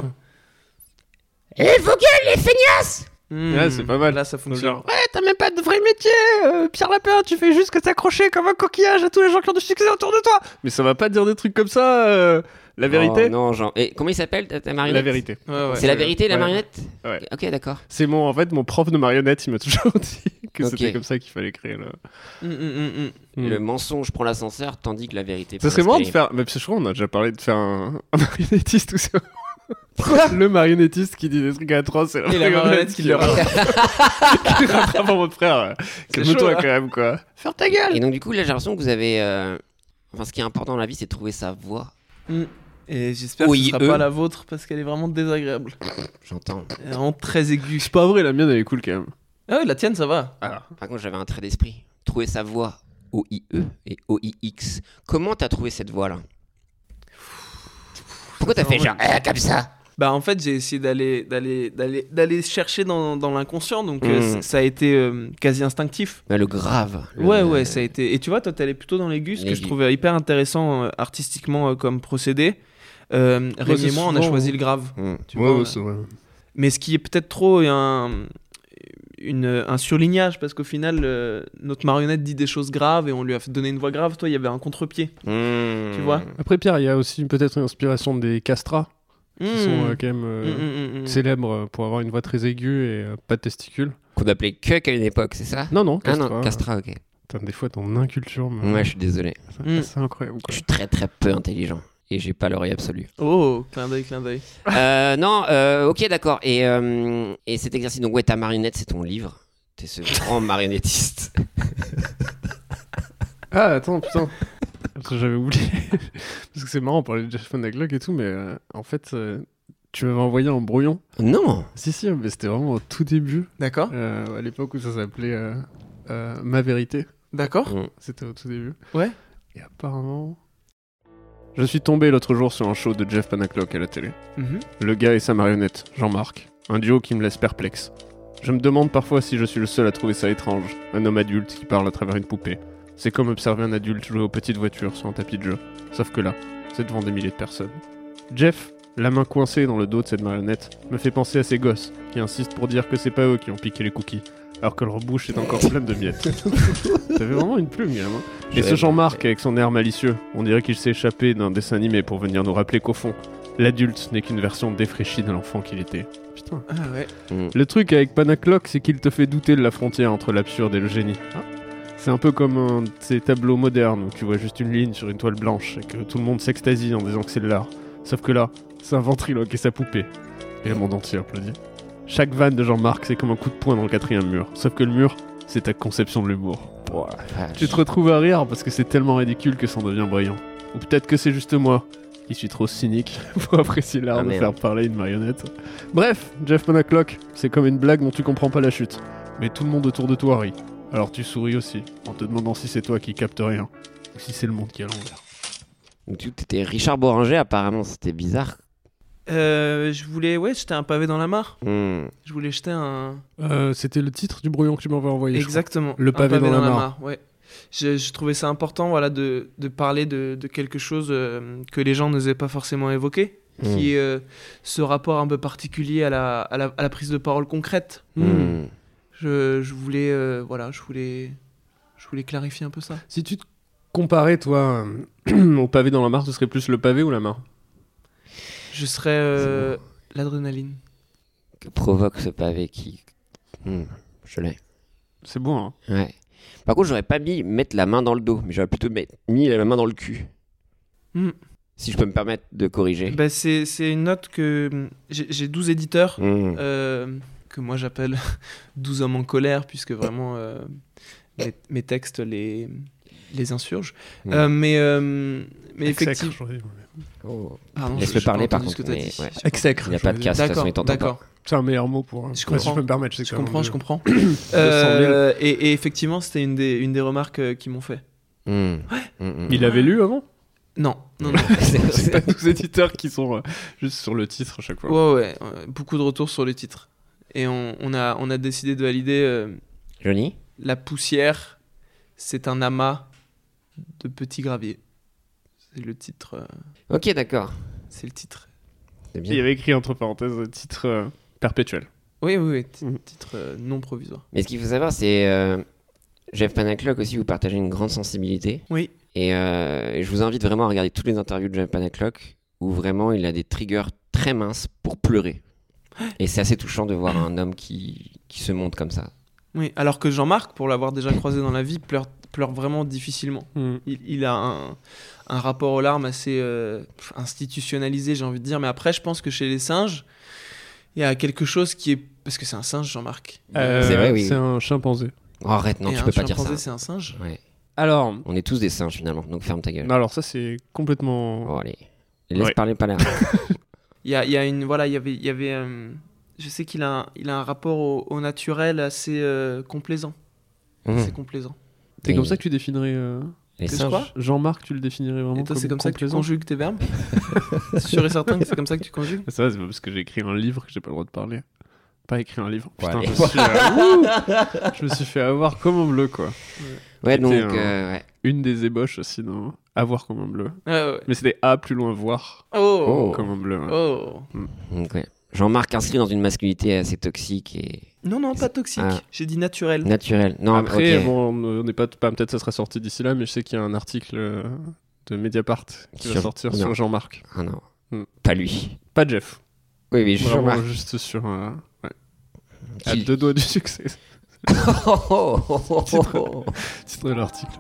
S2: Eh, vos gueules, les feignasses
S3: hmm.
S1: Ouais, c'est pas mal.
S3: Là, ça fonctionne.
S1: Genre,
S4: Ouais, t'as même pas de vrai métier, euh, Pierre Lapin, tu fais juste que t'accrocher comme un coquillage à tous les gens qui ont du succès autour de toi.
S1: Mais ça va pas dire des trucs comme ça. euh, La
S2: Oh,
S1: vérité
S2: Non, genre. Et comment il s'appelle ta, ta marionnette
S1: La vérité.
S3: Ouais, ouais.
S2: C'est la vérité, la
S1: Ouais.
S2: marionnette
S1: Ouais.
S2: Ok, d'accord.
S1: C'est mon, en fait, mon prof de marionnette, il m'a toujours dit que
S2: Ok.
S1: c'était comme ça qu'il fallait créer. Là.
S3: Hmm, hmm, hmm, hmm.
S1: Mm.
S2: Le mensonge prend l'ascenseur, tandis que la vérité.
S1: Ça
S2: prend
S1: serait marrant de
S2: l'escalier.
S1: faire. Mais je crois qu'on a déjà parlé de faire un, un marionnettiste tout ça. le marionnettiste qui dit des trucs atroces et la
S3: Et la marionnette qui le rattrape.
S1: qui rattrape en mode frère.
S3: chaud,
S1: Calme-toi
S3: là.
S1: quand même quoi.
S4: Ferme ta gueule.
S2: Et donc, du coup, là, j'ai l'impression que vous avez. euh, Enfin, ce qui est important dans la vie, c'est de trouver sa voix.
S3: Et j'espère
S2: Oui,
S3: que ce
S2: eux.
S3: sera pas la vôtre parce qu'elle est vraiment désagréable.
S2: J'entends.
S3: Elle est vraiment très aiguë.
S1: C'est pas vrai, la mienne elle est cool quand même.
S3: Ah ouais, la tienne, ça va.
S2: Par contre, j'avais un trait d'esprit. Trouver sa voix. OIE et OIX. Comment t'as trouvé cette voix-là Pourquoi t'as fait genre eh, comme ça
S3: Bah en fait j'ai essayé d'aller d'aller d'aller d'aller chercher dans, dans l'inconscient donc euh,
S2: Mm.
S3: c- ça a été euh, quasi instinctif.
S2: Mais Le grave. le-
S3: Ouais ouais ça a été et tu vois toi t'es allé plutôt dans l'aigu ce que je
S2: L'aigu.
S3: trouvais hyper intéressant euh, artistiquement euh, comme procédé. Euh, Rémi
S1: c'est
S3: et moi on a
S1: souvent-
S3: choisi le grave.
S2: Hmm.
S3: Tu vois,
S1: vrai.
S3: mais ce qui est peut-être trop un, une- un surlignage, parce qu'au final, euh, notre marionnette dit des choses graves et on lui a donné une voix grave. Toi, il y avait un contre-pied.
S2: Hmm.
S3: Tu vois
S1: Après, Pierre, il y a aussi peut-être une inspiration des castras
S3: Hmm.
S2: Mmh.
S1: qui sont euh, quand même euh,
S3: Mm, mm, mm, mm.
S1: célèbres euh, pour avoir une voix très aiguë et euh, pas de testicules.
S2: Qu'on appelait Cuck à une époque, c'est ça
S1: Non, non,
S2: Ah
S1: castras.
S2: non, Castra, ok.
S1: Putain, des fois, ton inculture, me-
S2: Ouais, Mmh. je suis désolé.
S3: Mm.
S1: c'est incroyable
S2: Je
S1: quoi.
S2: suis très très peu intelligent. Et j'ai pas l'oreille absolue.
S3: Oh, clin d'œil, clin d'œil.
S2: Euh, non, euh, ok, d'accord. Et, euh, et cet exercice, donc ouais, ta marionnette, c'est ton livre. T'es ce grand marionnettiste.
S1: Ah, attends, putain. Parce que J'avais oublié. Parce que c'est marrant, on parlait de Jeff Panaclock et tout, mais euh, en fait, euh, tu m'avais envoyé un brouillon.
S2: Non
S1: Si, si, mais c'était vraiment au tout début,
S3: D'accord.
S1: euh, à l'époque où ça s'appelait euh, euh, Ma Vérité.
S3: D'accord.
S2: Mm.
S1: C'était au tout début.
S3: Ouais.
S1: Et apparemment. Je suis tombé l'autre jour sur un show de Jeff Panaclock à la télé.
S3: Mhm.
S1: Le gars et sa marionnette, Jean-Marc. Un duo qui me laisse perplexe. Je me demande parfois si je suis le seul à trouver ça étrange. Un homme adulte qui parle à travers une poupée. C'est comme observer un adulte jouer aux petites voitures sur un tapis de jeu. Sauf que là, c'est devant des milliers de personnes. Jeff, la main coincée dans le dos de cette marionnette, me fait penser à ces gosses qui insistent pour dire que c'est pas eux qui ont piqué les cookies, alors que leur bouche est encore pleine de miettes. T'avais vraiment une plume, gamin. Et ce Jean-Marc avec son air malicieux, on dirait qu'il s'est échappé d'un dessin animé pour venir nous rappeler qu'au fond, l'adulte n'est qu'une version défraîchie de l'enfant qu'il était. Putain.
S3: Ah ouais.
S1: Le truc avec Panaclock, c'est qu'il te fait douter de la frontière entre l'absurde et le génie. C'est un peu comme un de ces tableaux modernes où tu vois juste une ligne sur une toile blanche et que tout le monde s'extasie en disant que c'est de l'art. Sauf que là, c'est un ventriloque et sa poupée. Et le monde entier applaudit. Chaque vanne de Jean-Marc, c'est comme un coup de poing dans le quatrième mur. Sauf que le mur, c'est ta conception de l'humour. Tu te retrouves à rire parce que c'est tellement ridicule que ça en devient brillant. Ou peut-être que c'est juste moi qui suis trop cynique pour apprécier l'art
S2: Ah,
S1: de
S2: merde.
S1: faire parler une marionnette. Bref, Jeff Panaclock, c'est comme une blague dont tu comprends pas la chute. Mais tout le monde autour de toi rit. Alors tu souris aussi, en te demandant si c'est toi qui capte rien, ou si c'est le monde qui est à l'envers.
S2: Donc, tu étais Richard Boringer, apparemment, c'était bizarre.
S3: Euh, je voulais, ouais, jeter un pavé dans la mare.
S2: Hmm.
S3: Je voulais jeter un.
S1: Euh, C'était le titre du brouillon que tu m'avais envoyé.
S3: Exactement.
S1: Le
S3: un
S1: pavé dans la mare.
S3: ouais. Je, je trouvais ça important, voilà, de, de parler de, de quelque chose euh, que les gens n'osaient pas forcément évoquer,
S1: Hmm.
S2: Mm.
S3: qui est euh, ce rapport un peu particulier à la, à la, à la prise de parole concrète.
S1: Mmh.
S2: Hmm.
S3: Je, je voulais, euh, voilà, je voulais, je voulais clarifier un peu ça.
S1: Si tu te comparais, toi, euh, au pavé dans la mare, ce serait plus le pavé ou la mare
S3: Je serais euh, l'adrénaline.
S2: Que provoque ce pavé qui. Hmm. Je l'ai.
S1: C'est bon, hein
S2: Ouais. Par contre, j'aurais pas mis mettre la main dans le dos, mais j'aurais plutôt met- mis la main dans le cul.
S3: Hmm.
S2: Si je peux me permettre de corriger.
S3: Bah, c'est c'est une note que hum, j'ai j'ai 12 éditeurs
S2: Hmm.
S3: euh, que moi j'appelle 12 hommes en colère, puisque vraiment euh, mes, mes textes les, les insurgent.
S2: Ouais.
S3: Euh, mais euh, mais effectivement. euh,
S2: Oh.
S3: Pardon,
S2: Laisse-le
S3: j'ai pas
S2: parler, par
S3: entendu ce que
S2: contre,
S3: t'as
S2: mais
S3: dit.
S2: ouais.
S3: Je-
S1: Exècre.
S2: Il n'y a pas de cas, de toute façon, il
S3: D'accord,
S2: t'entend pas.
S3: d'accord.
S1: C'est un meilleur mot pour.
S3: Je
S1: Ouais, si
S3: comprends.
S1: je peux me permettre, c'est euh,
S3: Je
S1: quand même
S3: comprends, je
S1: mieux.
S3: comprends.
S1: 200 000.
S3: Euh, et, et effectivement, c'était une des, une des remarques euh, qu'ils m'ont fait.
S2: Hmm. Hmm, hmm.
S1: Il avait lu avant
S3: Non, non, non.
S2: C'est-
S1: C'est
S2: c'est-
S1: pas tous éditeurs qui sont euh, juste sur le titre à chaque fois.
S3: Ouais, ouais, euh, beaucoup de retours sur le titre. Et on, on a, on a décidé de valider euh,
S2: Johnny
S3: La poussière, c'est un amas de petits graviers. C'est le titre. euh,
S2: Ok, d'accord.
S3: c'est le titre.
S2: C'est bien.
S1: Il y avait écrit entre parenthèses le titre euh, perpétuel.
S3: Oui, oui, oui. ti-
S1: Mhm.
S3: Titre euh, non provisoire.
S2: Mais ce qu'il faut savoir, c'est. euh, Jeff Panaclock aussi, vous partagez une grande sensibilité.
S3: Oui.
S2: Et, euh, et je vous invite vraiment à regarder toutes les interviews de Jeff Panaclock où vraiment il a des triggers très minces pour pleurer. Et c'est assez touchant de voir un homme qui, qui se montre comme ça.
S3: Oui, alors que Jean-Marc, pour l'avoir déjà croisé dans la vie, pleure, pleure vraiment difficilement.
S1: Hmm.
S3: Il, il a un, un rapport aux larmes assez euh, pff, institutionnalisé, j'ai envie de dire. Mais après, je pense que chez les singes, il y a quelque chose qui est. Parce que c'est un singe, Jean-Marc.
S2: c'est vrai, oui.
S1: Euh, C'est un chimpanzé.
S2: Oh, arrête, Euh, non,
S3: Et
S2: tu
S3: un
S2: peux pas dire
S3: chimpanzé,
S2: ça.
S3: c'est un singe.
S2: Ouais.
S1: Alors,
S2: On est tous des singes finalement, donc ferme ta gueule.
S1: alors ça c'est complètement.
S2: Bon, allez. Laisse
S1: Ouais.
S2: parler pas là.
S3: Il y a, il y a une. Voilà, il y avait. Il y avait euh, je sais qu'il a, un- il a un rapport au, au naturel assez euh, complaisant. C'est complaisant.
S1: C'est
S2: Mmh. Et
S1: comme ça que tu définirais. euh,
S2: Les
S3: que Mhm. je
S2: singes.
S3: crois.
S1: Jean-Marc, tu le définirais vraiment
S3: Et toi,
S1: comme,
S3: c'est comme ça que tu
S1: complaisant
S3: conjugues tes verbes C'est sûr et certain que c'est comme ça que tu conjugues
S1: Ah, Ça va, c'est pas parce que j'ai écrit un livre que j'ai pas le droit de parler. Pas écrit un livre.
S2: Ouais,
S1: Putain,
S2: allez.
S1: je, me suis, euh, ouh, je me suis fait avoir comme un bleu quoi.
S2: Ouais, donc.
S1: C'était un-
S2: euh, ouais.
S1: Une des ébauches aussi dans avoir comme un bleu.
S3: Ouais, ouais.
S1: Mais c'était A plus loin voir
S3: Oh,
S1: comme un bleu. ouais.
S3: Oh.
S2: Donc, ouais. Jean-Marc inscrit dans une masculinité assez toxique et
S3: Non, non, pas toxique.
S2: Ah.
S3: J'ai dit
S1: Mmh.
S3: naturel.
S2: naturelle. Non,
S1: Après,
S2: ok.
S1: bon, on n'est pas, pas- peut-être ça sera sorti d'ici là, mais je sais qu'il y a un article euh, de Mediapart qui va
S2: Sur-
S1: sortir
S2: non.
S1: sur Jean-Marc.
S2: Ah non.
S1: Hmm.
S2: Pas lui.
S1: Pas Jeff.
S2: Oui, mais
S1: Vraiment
S2: Jean-Marc.
S1: juste sur. euh, ouais.
S2: Qui-
S1: À deux doigts du succès.
S2: Oh, oh, oh, oh, oh.
S1: Titre de l'article.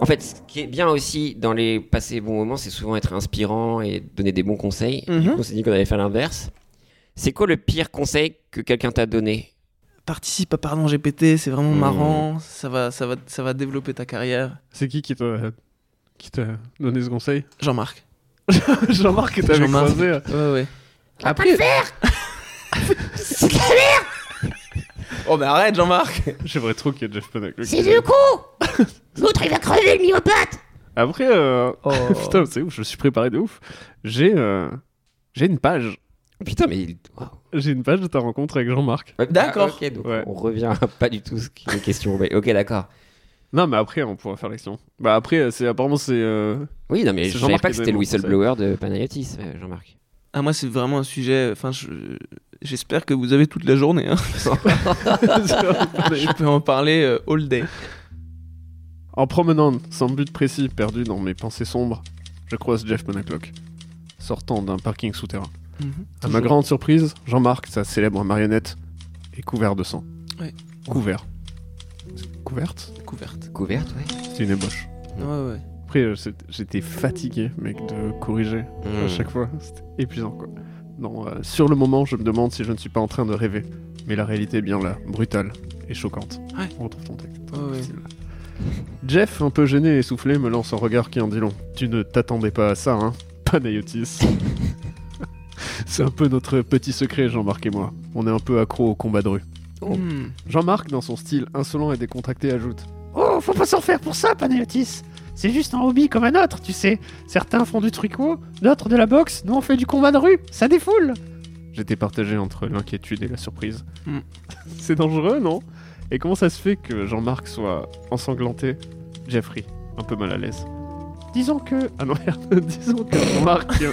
S2: En fait, ce qui est bien aussi dans les passés bons moments, c'est souvent être inspirant et donner des bons conseils. Du
S1: Mmh.
S3: Mhm.
S2: coup, on s'est dit qu'on allait faire l'inverse. C'est quoi le pire conseil que quelqu'un t'a donné
S3: Participe à Pardon GPT, c'est vraiment
S2: Mm.
S3: marrant. Ça va, ça, va, ça va développer ta carrière.
S1: C'est qui qui t'a qui t'a donné ce conseil
S3: Jean-Marc.
S1: Jean-Marc que t'avais
S3: Jean-Marc.
S1: croisé.
S3: Ouais, ouais.
S1: Après,
S2: C'est
S3: Oh, mais arrête, Jean-Marc
S1: J'aimerais trop qu'il y ait Jeff Pennock. le
S5: C'est
S1: gars.
S5: du coup L'autre, il va crever, le myopathe
S1: Après, euh,
S3: Oh.
S1: putain, c'est ouf, je suis préparé de ouf. J'ai euh, j'ai une page.
S2: Putain, mais il- waouh.
S1: J'ai une page de ta rencontre avec Jean-Marc.
S2: Ouais,
S3: D'accord.
S2: ah, ok, donc
S1: Ouais.
S2: on revient à pas du tout ce qui est question. Mais ok, d'accord.
S1: Non, mais après, on pourra faire l'action. Bah, après, euh, c'est apparemment, c'est. euh,
S2: Oui, non, mais
S1: C'est
S2: je savais
S1: Jean-Marc
S2: pas
S1: qui
S2: que
S1: est
S2: c'était le
S1: bon, ça.
S2: whistleblower de Panayotis, euh, Jean-Marc.
S3: Ah, moi, c'est vraiment un sujet. Enfin, je- j'espère que vous avez toute la journée. hein. je peux en parler euh, all day.
S1: En promenant, sans but précis, perdu dans mes pensées sombres, je croise Jeff Monaclock, sortant d'un parking souterrain.
S3: Mhm.
S1: À ma grande surprise, Jean-Marc, sa célèbre marionnette, est couvert de sang.
S3: Ouais.
S1: Couvert. C'est Couverte
S3: Couverte.
S2: Couverte, ouais.
S1: C'est une ébauche.
S3: Ouais, ouais.
S1: Après, euh, c'est- j'étais fatigué, mec, de corriger à
S2: Hmm.
S1: chaque fois. C'était épuisant, quoi. Non, euh, sur le moment, je me demande si je ne suis pas en train de rêver. Mais la réalité est bien là, brutale et choquante.
S3: Ouais.
S1: On retrouve ton texte.
S3: Ouais, ouais.
S1: Jeff, un peu gêné et soufflé, me lance un regard qui en dit long. Tu ne t'attendais pas à ça, hein Panayotis. C'est un peu notre petit secret, Jean-Marc et moi. On est un peu accro au combat de rue.
S2: Oh.
S3: Hmm.
S1: Jean-Marc, dans son style insolent et décontracté, ajoute
S6: Oh, faut pas s'en faire pour ça, Panayotis. C'est juste un hobby comme un autre, tu sais. Certains font du tricot, d'autres de la boxe. Nous, on fait du combat de rue. Ça défoule.
S1: J'étais partagé entre l'inquiétude et la surprise.
S3: Mm.
S1: C'est dangereux, non Et comment ça se fait que Jean-Marc soit ensanglanté Jeffrey, un peu mal à l'aise. Disons que. Ah non, merde, disons que Jean-Marc. euh,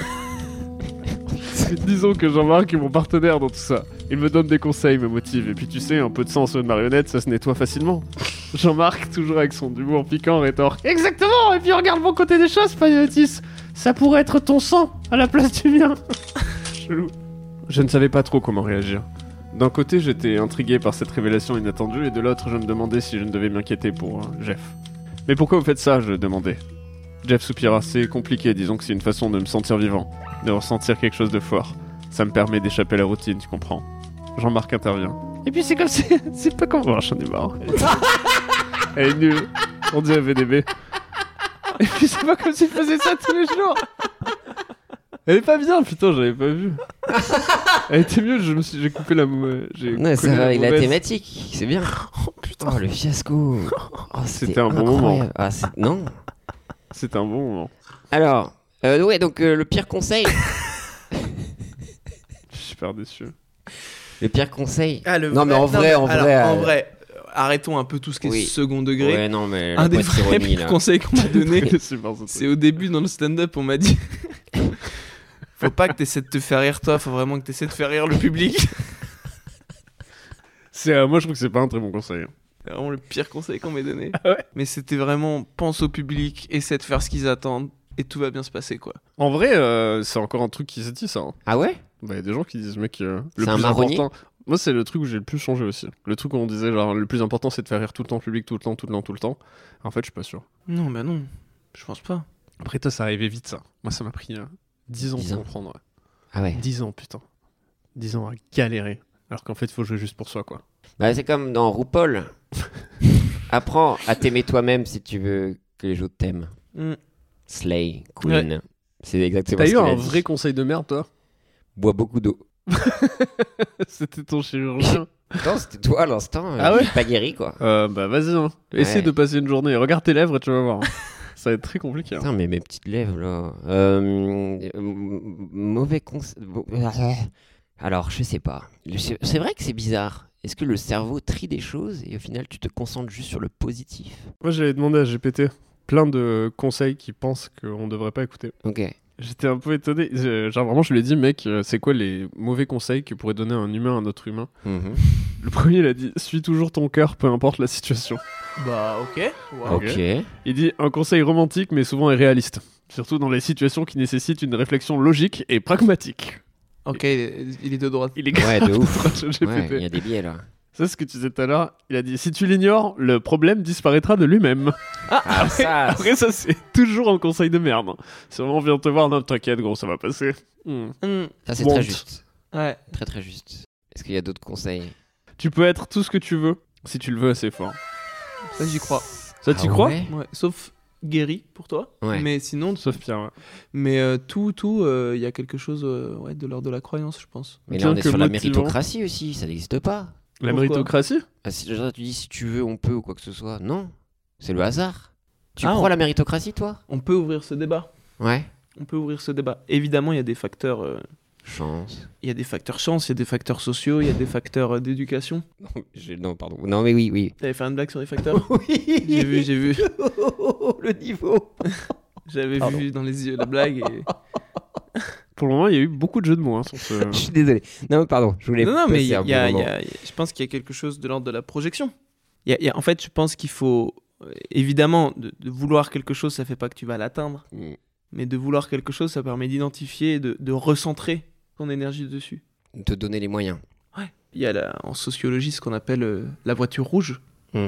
S1: disons que Jean-Marc est mon partenaire dans tout ça. Il me donne des conseils, me motive. Et puis tu sais, un peu de sang en saut de marionnette, ça se nettoie facilement. Jean-Marc, toujours avec son humour piquant, rétorque
S6: Exactement. Et puis regarde mon côté des choses, Panayotis. Ça pourrait être ton sang à la place du mien.
S1: Chelou. Je ne savais pas trop comment réagir. D'un côté, j'étais intrigué par cette révélation inattendue, et de l'autre, je me demandais si je ne devais m'inquiéter pour euh, Jeff. Mais pourquoi vous faites ça je demandais. Jeff soupira. C'est compliqué, disons que c'est une façon de me sentir vivant, de ressentir quelque chose de fort. Ça me permet d'échapper à la routine, tu comprends. Jean-Marc intervient.
S6: Et puis c'est comme c'est, c'est pas comme.
S1: Oh, j'en ai marre. Elle est nulle. On dirait VDB.
S6: Et puis c'est pas comme s'il faisait ça tous les jours.
S1: Elle est pas bien, putain, j'avais pas vu. Elle était mieux, je me suis, j'ai coupé la mou- euh, j'ai
S2: Ouais, ça
S1: collé
S2: va avec la
S1: mauvaise.
S2: thématique, c'est bien. Oh putain. le fiasco. Oh,
S1: C'était un bon moment.
S2: incroyable. Ah, c'est- non.
S1: C'était un bon moment.
S2: Alors, euh, ouais, donc euh, le pire conseil.
S1: Je suis super déçu.
S2: le pire conseil.
S3: Ah, le
S2: Non, mais en vrai, en
S3: alors,
S2: vrai,
S3: en
S2: euh,
S3: vrai, euh, arrêtons un peu tout ce qui est
S2: Oui.
S3: second degré.
S2: Ouais, non, mais.
S3: un
S2: la
S3: des
S2: pointe
S3: vrais
S2: ironie, là.
S3: conseils qu'on m'a donné,
S1: Très déçu par ce truc.
S3: c'est au début dans le stand-up, on m'a dit Faut pas que t'essaies de te faire rire toi, faut vraiment que t'essaies de faire rire le public.
S1: C'est, euh, moi, je trouve que c'est pas un très bon conseil. hein.
S3: C'est vraiment le pire conseil qu'on m'ait donné.
S1: ouais
S3: Mais c'était vraiment pense au public, essaie de faire ce qu'ils attendent et tout va bien se passer quoi.
S1: En vrai, euh, c'est encore un truc qui se dit, ça. hein.
S2: Ah ouais
S1: Bah, il y a des gens qui disent, mec, euh, le
S2: C'est un
S1: plus
S2: marronnier
S1: important. Moi, c'est le truc où j'ai le plus changé aussi. Le truc où on disait, genre, le plus important, c'est de faire rire tout le temps, public, tout le temps, tout le temps, tout le temps. En fait, je suis pas sûr.
S3: Non, bah non, je pense pas.
S1: Après, toi, ça arrivait vite, ça. Moi, ça m'a pris euh, 10 ans
S2: Dix
S1: pour
S2: ans.
S1: comprendre. ouais.
S2: Ah ouais.
S1: 10 ans, putain. 10 ans à galérer. Alors qu'en fait, faut jouer juste pour soi, quoi.
S2: Bah, c'est comme dans RuPaul. Apprends à t'aimer toi-même si tu veux que les autres t'aiment.
S3: Hmm.
S2: Slay, Queen. C'est exactement
S1: T'as
S2: ce
S1: eu
S2: qu'il a
S1: un
S2: dit.
S1: vrai conseil de merde, toi
S2: Bois beaucoup d'eau.
S1: C'était ton chirurgien.
S2: Non, c'était toi à l'instant. euh,
S1: Ah ouais
S2: j'ai Pas guéri, quoi.
S1: euh, bah, vas-y, hein. Essaye
S2: Ouais.
S1: de passer une journée. Regarde tes lèvres et tu vas voir. hein. ça va être très compliqué. hein.
S2: Putain, mais mes petites lèvres, là. Euh, euh, m- mauvais conseil. Alors, je sais pas. Je sais- C'est vrai que c'est bizarre. Est-ce que le cerveau trie des choses et au final, tu te concentres juste sur le positif
S1: Moi, j'avais demandé à GPT plein de conseils qu'il pense qu'on devrait pas écouter.
S2: Ok.
S1: J'étais un peu étonné. Euh, Genre, vraiment, je lui ai dit, mec, euh, c'est quoi les mauvais conseils que pourrait donner un humain à un autre humain
S2: Mhm.
S1: Le premier, il a dit Suis toujours ton cœur, peu importe la situation.
S3: Bah ok.
S1: Ok.
S2: ok.
S1: Il dit Un conseil romantique, mais souvent irréaliste. Surtout dans les situations qui nécessitent une réflexion logique et pragmatique.
S3: Ok, il est, il est de droite.
S1: Il est
S2: Ouais, de ouf.
S1: grave, GPT.
S2: Ouais, il y a des biais là.
S1: Ça, c'est ce que tu disais tout à l'heure. Il a dit Si tu l'ignores, le problème disparaîtra de lui-même.
S2: Ah, ça,
S1: Après, ça, c'est toujours un conseil de merde. Si on vient te voir, non, t'inquiète, gros, ça va passer. Hmm.
S3: Hmm,
S2: ça, c'est
S1: Won't.
S2: très juste.
S3: Ouais.
S2: Très très juste. Est-ce qu'il y a d'autres conseils
S1: Tu peux être tout ce que tu veux, si tu le veux assez fort.
S3: Ça, j'y crois.
S2: Ah
S1: Ça, tu y crois
S2: ouais
S3: Ouais, sauf guéri pour toi.
S2: Ouais.
S3: Mais sinon,
S1: Sauf Pierre, ouais.
S3: mais euh, tout, tout, euh, il y a quelque chose euh, ouais, de l'ordre de la croyance, je pense.
S2: Mais
S1: Bien
S2: là, on est
S1: que
S2: sur la
S1: motivant.
S2: méritocratie aussi, ça n'existe pas.
S1: La
S3: Pourquoi
S1: méritocratie
S2: Ah, si, genre, tu dis si tu veux, on peut ou quoi que ce soit. Non, c'est le hasard. Tu
S3: Ah,
S2: crois
S3: on-
S2: à la méritocratie, toi
S3: On peut ouvrir ce débat.
S2: Ouais.
S3: On peut ouvrir ce débat. Évidemment, il y a des facteurs. euh,
S2: Chance.
S3: il y a des facteurs chance, il y a des facteurs sociaux, il y a des facteurs euh, d'éducation.
S2: Oh, Non, pardon. Non, mais oui, oui.
S3: T'avais fait une blague sur les facteurs
S2: Oui
S3: J'ai vu, j'ai vu. oh,
S2: le niveau
S3: J'avais
S2: Pardon.
S3: vu dans les yeux la blague. et-
S1: Pour le moment, il y a eu beaucoup de jeux de mots hein, sur ce.
S2: Je suis désolé. Non, mais pardon, je voulais
S3: Non, non, mais il
S2: passer
S3: y a-
S2: un
S3: il y a-
S2: bon
S3: il y
S2: moment.
S3: a- je pense qu'il y a quelque chose de l'ordre de la projection. Il y a- il y a- en fait, je pense qu'il faut. euh, Évidemment, de, de vouloir quelque chose, ça fait pas que tu vas l'atteindre.
S2: Mm.
S3: Mais de vouloir quelque chose, ça permet d'identifier et de, de recentrer ton énergie dessus.
S2: Mm, Te donner les moyens.
S3: Il y a la- en sociologie ce qu'on appelle euh, la voiture rouge.
S2: Mm.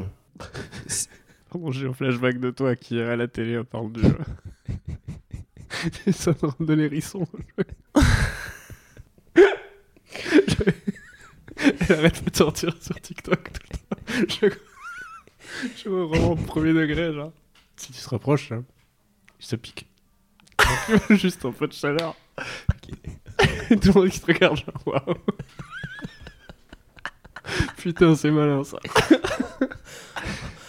S1: Pardon, j'ai un flashback de toi qui à la télé on parle du jeu. Et ça me rend de l'hérisson. Je- Elle arrête de sortir sur TikTok tout le temps. Je, je vois vraiment au premier degré, genre. Si tu te rapproches, là, il se pique. Juste un peu de chaleur. Et tout le monde qui te regarde, genre, waouh. Putain, c'est malin ça.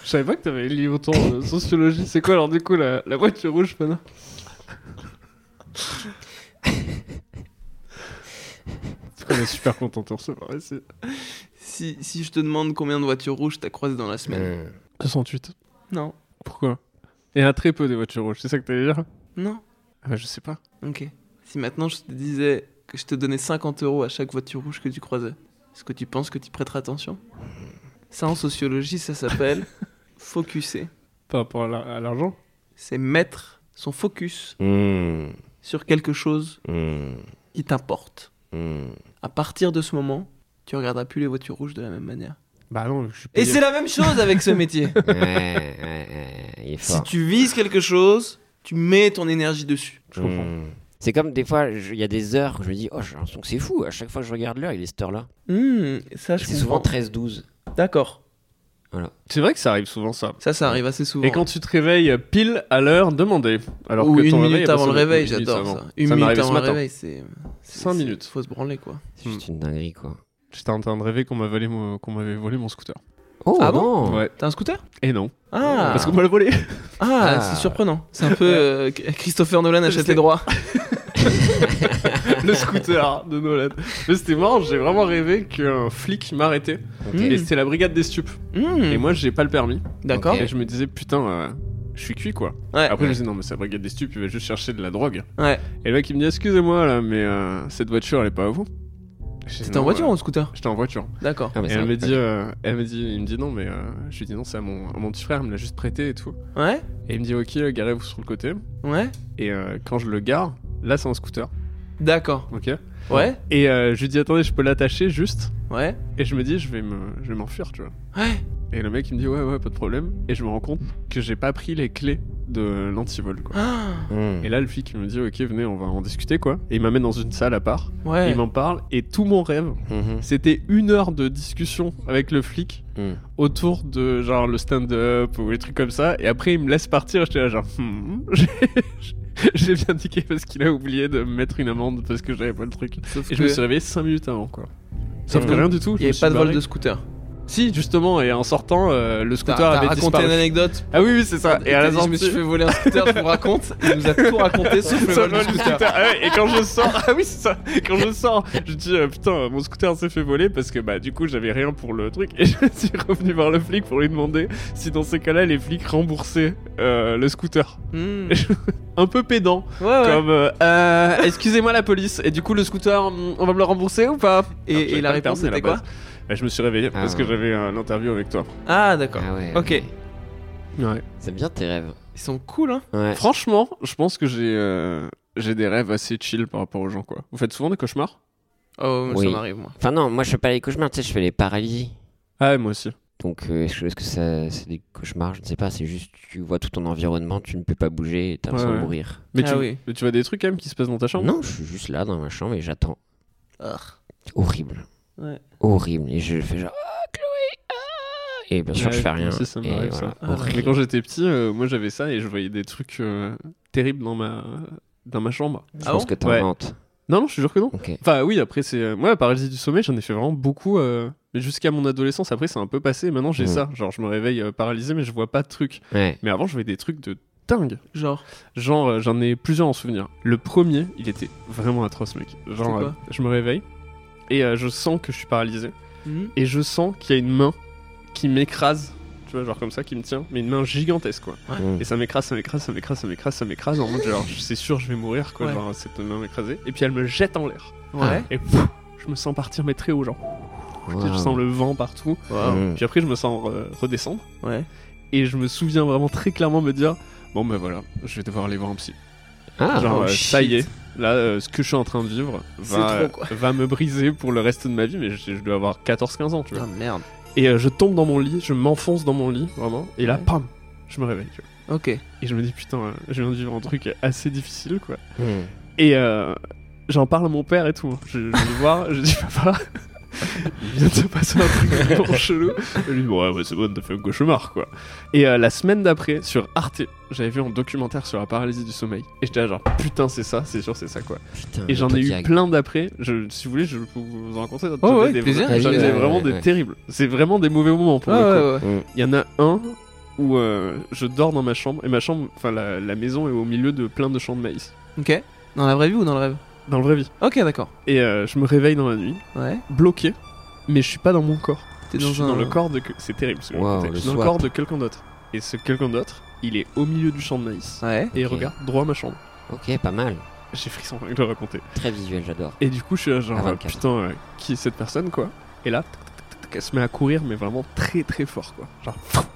S1: Je savais pas que t'avais lié autant de sociologie. C'est quoi alors du coup la, la voiture rouge, Pana C'est qu'on est super content de recevoir ici.
S3: Si, si je te demande combien de voitures rouges t'as croisé dans la semaine.
S2: Mm.
S1: 68.
S3: Non,
S1: Pourquoi Et à très peu des voitures rouges, c'est ça que t'allais dire
S3: non,
S1: ah bah, Je sais pas.
S3: ok. Si maintenant je te disais que je te donnais 50 euros à chaque voiture rouge que tu croisais, est-ce que tu penses que tu prêteras attention Ça en sociologie, ça s'appelle focuser.
S1: Par rapport à la- à l'argent
S3: C'est mettre son focus
S2: Mm.
S3: sur quelque chose
S2: Mm.
S3: qui t'importe.
S2: Mm.
S3: À partir de ce moment, tu regarderas plus les voitures rouges de la même manière.
S1: Bah non, je suis
S3: Et c'est la même chose avec ce métier.
S2: Ouais, ouais, ouais, il est
S3: si
S2: fort.
S3: tu vises quelque chose, tu mets ton énergie dessus.
S1: Je comprends.
S2: Mm. C'est comme des fois, je- il y a des heures où je me dis, oh, j'ai l'impression que c'est fou. À chaque fois que je regarde l'heure, il est cette heure-là.
S3: Hum, ça, je
S2: C'est souvent
S3: comprends.
S2: 13-12.
S3: D'accord.
S1: C'est vrai que ça arrive souvent ça.
S3: Ça, ça arrive assez souvent.
S1: Et quand tu te réveilles pile à l'heure demandée. Alors
S3: Ou
S1: que ton
S3: une
S1: réveil
S3: minute
S1: est
S3: avant le
S1: passé-
S3: réveil,
S1: une minute
S3: j'adore
S1: avant.
S3: ça. Une
S1: m'est
S3: minute
S1: arrivé ce
S3: avant le
S1: matin.
S3: réveil, c'est. c'est-
S1: Cinq
S3: c'est-
S1: minutes.
S3: Faut se branler, quoi.
S2: C'est
S1: Hmm.
S2: juste une dinguerie, quoi.
S1: J'étais en train de rêver qu'on m'avait volé mon- qu'on m'avait volé mon scooter.
S2: Oh,
S3: Ah bon
S2: non
S1: Ouais.
S3: T'as un scooter
S1: Et non.
S3: Ah
S1: Parce qu'on m'a le volé.
S3: Ah,
S2: Ah.
S3: c'est surprenant. C'est un peu euh, Christopher Nolan achète les droits.
S1: le scooter de Nolan. Mais c'était marrant, j'ai vraiment rêvé qu'un flic m'arrêtait.
S2: Ok.
S3: Mm.
S1: Et c'était la brigade des stupes.
S3: Hmm,
S1: Et moi, j'ai pas le permis.
S3: D'accord.
S2: Ok.
S1: Et je me disais, putain, euh, je suis cuit quoi.
S3: Ouais.
S1: Après, je me disais, non, mais c'est la brigade des stupes, il va juste chercher de la drogue.
S3: Ouais.
S1: Et le mec, il me dit, excusez-moi là, mais euh, cette voiture, elle est pas à vous. J'ai dit,
S3: T'étais en
S1: non,
S3: voiture
S1: euh,
S3: ou en scooter
S1: J'étais en voiture.
S3: D'accord.
S2: Ah, mais
S1: Et
S2: ça
S1: elle
S2: va.
S1: me dit, euh, elle me dit, il me dit non, mais euh, je lui dis non, c'est à mon, à mon petit frère, il me l'a juste prêté et tout.
S3: Ouais
S1: Et il me dit, ok, euh, garez-vous sur le côté.
S3: Ouais
S1: Et euh, quand je le gare, là, c'est en scooter.
S3: D'accord.
S1: Ok.
S3: Ouais
S1: Et euh, je lui dis, attendez, je peux l'attacher juste.
S3: Ouais
S1: Et je me dis, je vais me- je vais m'enfuir, tu vois.
S3: Ouais
S1: Et le mec il me dit ouais ouais pas de problème et je me rends compte que j'ai pas pris les clés de l'antivol quoi.
S3: Ah,
S2: Mm.
S1: Hmm. Et là le flic il me dit ok venez on va en discuter quoi et il m'amène dans une salle à part,
S3: Ouais
S1: il m'en parle et tout mon rêve
S2: Mhm.
S1: c'était une heure de discussion avec le flic
S2: Mm.
S1: autour de genre le stand-up ou les trucs comme ça et après il me laisse partir et j'étais là genre Hmm, j'ai- j'ai bien indiqué parce qu'il a oublié de me mettre une amende parce que j'avais pas le truc.
S3: Sauf
S1: Et
S3: que
S1: je me suis réveillé 5 minutes avant quoi. Sauf que
S3: donc,
S1: rien du tout. je
S3: il n'y
S1: me
S3: avait
S1: suis
S3: pas de vol
S1: barré.
S3: de scooter.
S1: Si justement et en sortant euh, le
S3: T'as
S1: scooter
S3: t'as
S1: avait
S3: raconté
S1: disparu.
S3: une anecdote.
S1: Ah oui, oui, c'est ça. Et à la
S3: T'as dit, je me
S1: sortie,
S3: suis fait voler un scooter, je vous raconte. Il nous a tout raconté sauf le
S1: ça
S3: vol
S1: vole
S3: du
S1: le
S3: scooter.
S1: scooter. Ah ouais, et quand je sors, ah oui, c'est ça. Quand je sors, je dis euh, putain, euh, mon scooter s'est fait voler parce que bah du coup j'avais rien pour le truc et je suis revenu voir le flic pour lui demander si dans ces cas-là les flics remboursaient euh, le scooter.
S3: Hmm.
S1: Un peu pédant,
S3: Ouais, ouais.
S1: comme euh, Euh, excusez-moi la police. Et du coup le scooter, hum, on va me le rembourser ou pas
S3: Et-
S1: Alors,
S3: et
S1: j'avais
S3: la
S1: pas le
S3: réponse,
S1: permis à la
S3: c'était quoi
S1: base. Bah, Je me suis réveillé
S2: Ah.
S1: parce que j'avais euh, l'interview avec toi.
S3: Ah, d'accord.
S2: Ah ouais.
S3: Ok.
S1: Ouais.
S2: C'est bien tes rêves.
S3: Ils sont cool, hein
S2: Ouais.
S1: Franchement, je pense que j'ai euh, j'ai des rêves assez chill par rapport aux gens quoi. Vous faites souvent des cauchemars
S3: Oh,
S2: Oui.
S3: ça m'arrive, moi.
S2: Enfin, non, moi je fais pas les cauchemars, tu sais, je fais les paralysies.
S1: Ah moi aussi.
S2: Donc, euh, est-ce que- est-ce que ça, c'est des cauchemars Je ne sais pas, c'est juste tu vois tout ton environnement, tu ne peux pas bouger et t'as
S1: Ouais,
S2: l'impression
S1: ouais.
S2: de mourir.
S1: Mais,
S3: Ah
S1: tu,
S3: oui.
S1: mais tu vois des trucs quand même qui se passent dans ta chambre
S2: Non, je suis juste là dans ma chambre et j'attends.
S3: Ah.
S2: Horrible.
S3: Ouais.
S2: Horrible. Et je fais genre, ah, Chloé, ah et bien sûr
S1: Ouais,
S2: je fais rien.
S1: aussi, ça
S2: Et
S1: m'arrive,
S2: voilà.
S1: ça. Mais quand j'étais petit, euh, moi j'avais ça et je voyais des trucs euh, terribles dans ma, dans ma chambre.
S2: Je
S3: Ah
S2: pense
S3: bon
S2: que t'inventes.
S1: Non, non, je te jure que non.
S2: Ok.
S1: Enfin, oui, après, c'est. euh, Moi, la paralysie du sommeil, j'en ai fait vraiment beaucoup. euh, Mais jusqu'à mon adolescence, après, c'est un peu passé. Maintenant, j'ai
S2: Mhm.
S1: ça. Genre, je me réveille euh, paralysé, mais je vois pas de trucs.
S2: Ouais.
S1: Mais avant, je voyais des trucs de dingue.
S3: Genre,
S1: Genre, euh, j'en ai plusieurs en souvenir. Le premier, il était vraiment atroce, mec.
S3: C'est
S1: Genre,
S3: quoi
S1: euh, je me réveille et euh, je sens que je suis paralysé.
S3: hmm,
S1: Et je sens qu'il y a une main qui m'écrase. Tu vois, genre comme ça, qui me tient. Mais une main gigantesque, quoi.
S2: Mm.
S1: Et ça m'écrase, ça m'écrase, ça m'écrase, ça m'écrase, ça m'écrase. En mode, genre, c'est sûr, je vais mourir, quoi.
S3: Ouais.
S1: Genre, cette main m'écraser. Et puis, elle me jette en l'air.
S2: Ah.
S3: ouais.
S1: Et pff, je me sens partir, mais très haut, genre. Tu sais, Je
S2: Wow.
S1: sens le vent partout.
S2: Mm.
S1: Puis après, je me sens euh, redescendre.
S3: Ouais.
S1: Et je me souviens vraiment très clairement me dire Bon, ben voilà, je vais devoir aller voir un psy.
S2: Ah,
S1: Genre,
S3: oh,
S1: euh, ça
S3: shit.
S1: y est, là, euh, ce que je suis en train de vivre va,
S3: trop, quoi.
S1: va me briser pour le reste de ma vie. Mais je, je dois avoir 14-15 ans, tu vois.
S3: Ah merde.
S1: Et euh, je tombe dans mon lit, je m'enfonce dans mon lit, vraiment. Et là,
S3: Ouais.
S1: pam, je me réveille. tu vois.
S3: Ok.
S1: Et je me dis Putain, euh, je viens de vivre un truc assez difficile, quoi.
S2: Mm.
S1: Et euh, j'en parle à mon père et tout. hein. Je, je vais le voir, je dis papa, il vient de se passer un truc vraiment chelou. Et lui, bon, ouais, ouais, c'est bon, t'as fait un cauchemar quoi. Et euh, la semaine d'après, sur Arte, j'avais vu un documentaire sur la paralysie du sommeil. Et j'étais là, genre putain, c'est ça, c'est sûr, c'est ça quoi.
S2: Putain,
S1: Et
S2: le
S1: j'en ai eu
S2: Euh, Pontiac.
S1: plein d'après. Je, si vous voulez, je peux vous en raconter.
S3: Oh, ouais,
S1: J'en ai
S3: avec
S1: des
S3: plaisir.
S1: vrais- J'en ai
S2: Vas-y, ouais,
S1: vraiment
S2: ouais,
S1: des
S2: ouais.
S1: terribles. C'est vraiment des mauvais moments pour
S3: Ah
S1: le coup.
S3: ouais, ouais.
S2: Mm.
S1: Il y en a un où euh, je dors dans ma chambre et ma chambre, enfin la, la maison est au milieu de plein de champs de maïs.
S3: Ok. Dans la vraie vie ou dans le rêve
S1: Dans le vrai vie.
S3: Ok, d'accord.
S1: Et euh, je me réveille dans la nuit,
S3: Ouais.
S1: bloqué, mais je suis pas dans mon corps.
S3: T'es
S1: je
S3: dans
S1: suis
S3: un.
S1: dans le corps de. que- C'est terrible. ce
S2: Wow,
S1: contexte.
S2: le
S1: Je suis dans le
S2: swap.
S1: corps de quelqu'un d'autre. Et ce quelqu'un d'autre, il est au milieu du champ de maïs.
S3: Ouais.
S1: Et il
S2: Ah, Ok.
S1: regarde droit à ma chambre.
S2: Ok, pas mal.
S1: J'ai frisson rien que de le raconter.
S2: Très visuel, j'adore.
S1: Et du coup, je suis là,
S3: Ah,
S1: genre,
S2: À
S1: euh,
S2: 24.
S1: putain, euh, qui est cette personne, quoi Et là, tac, tac, tac, tac, elle se met à courir, mais vraiment très très fort, quoi. Genre,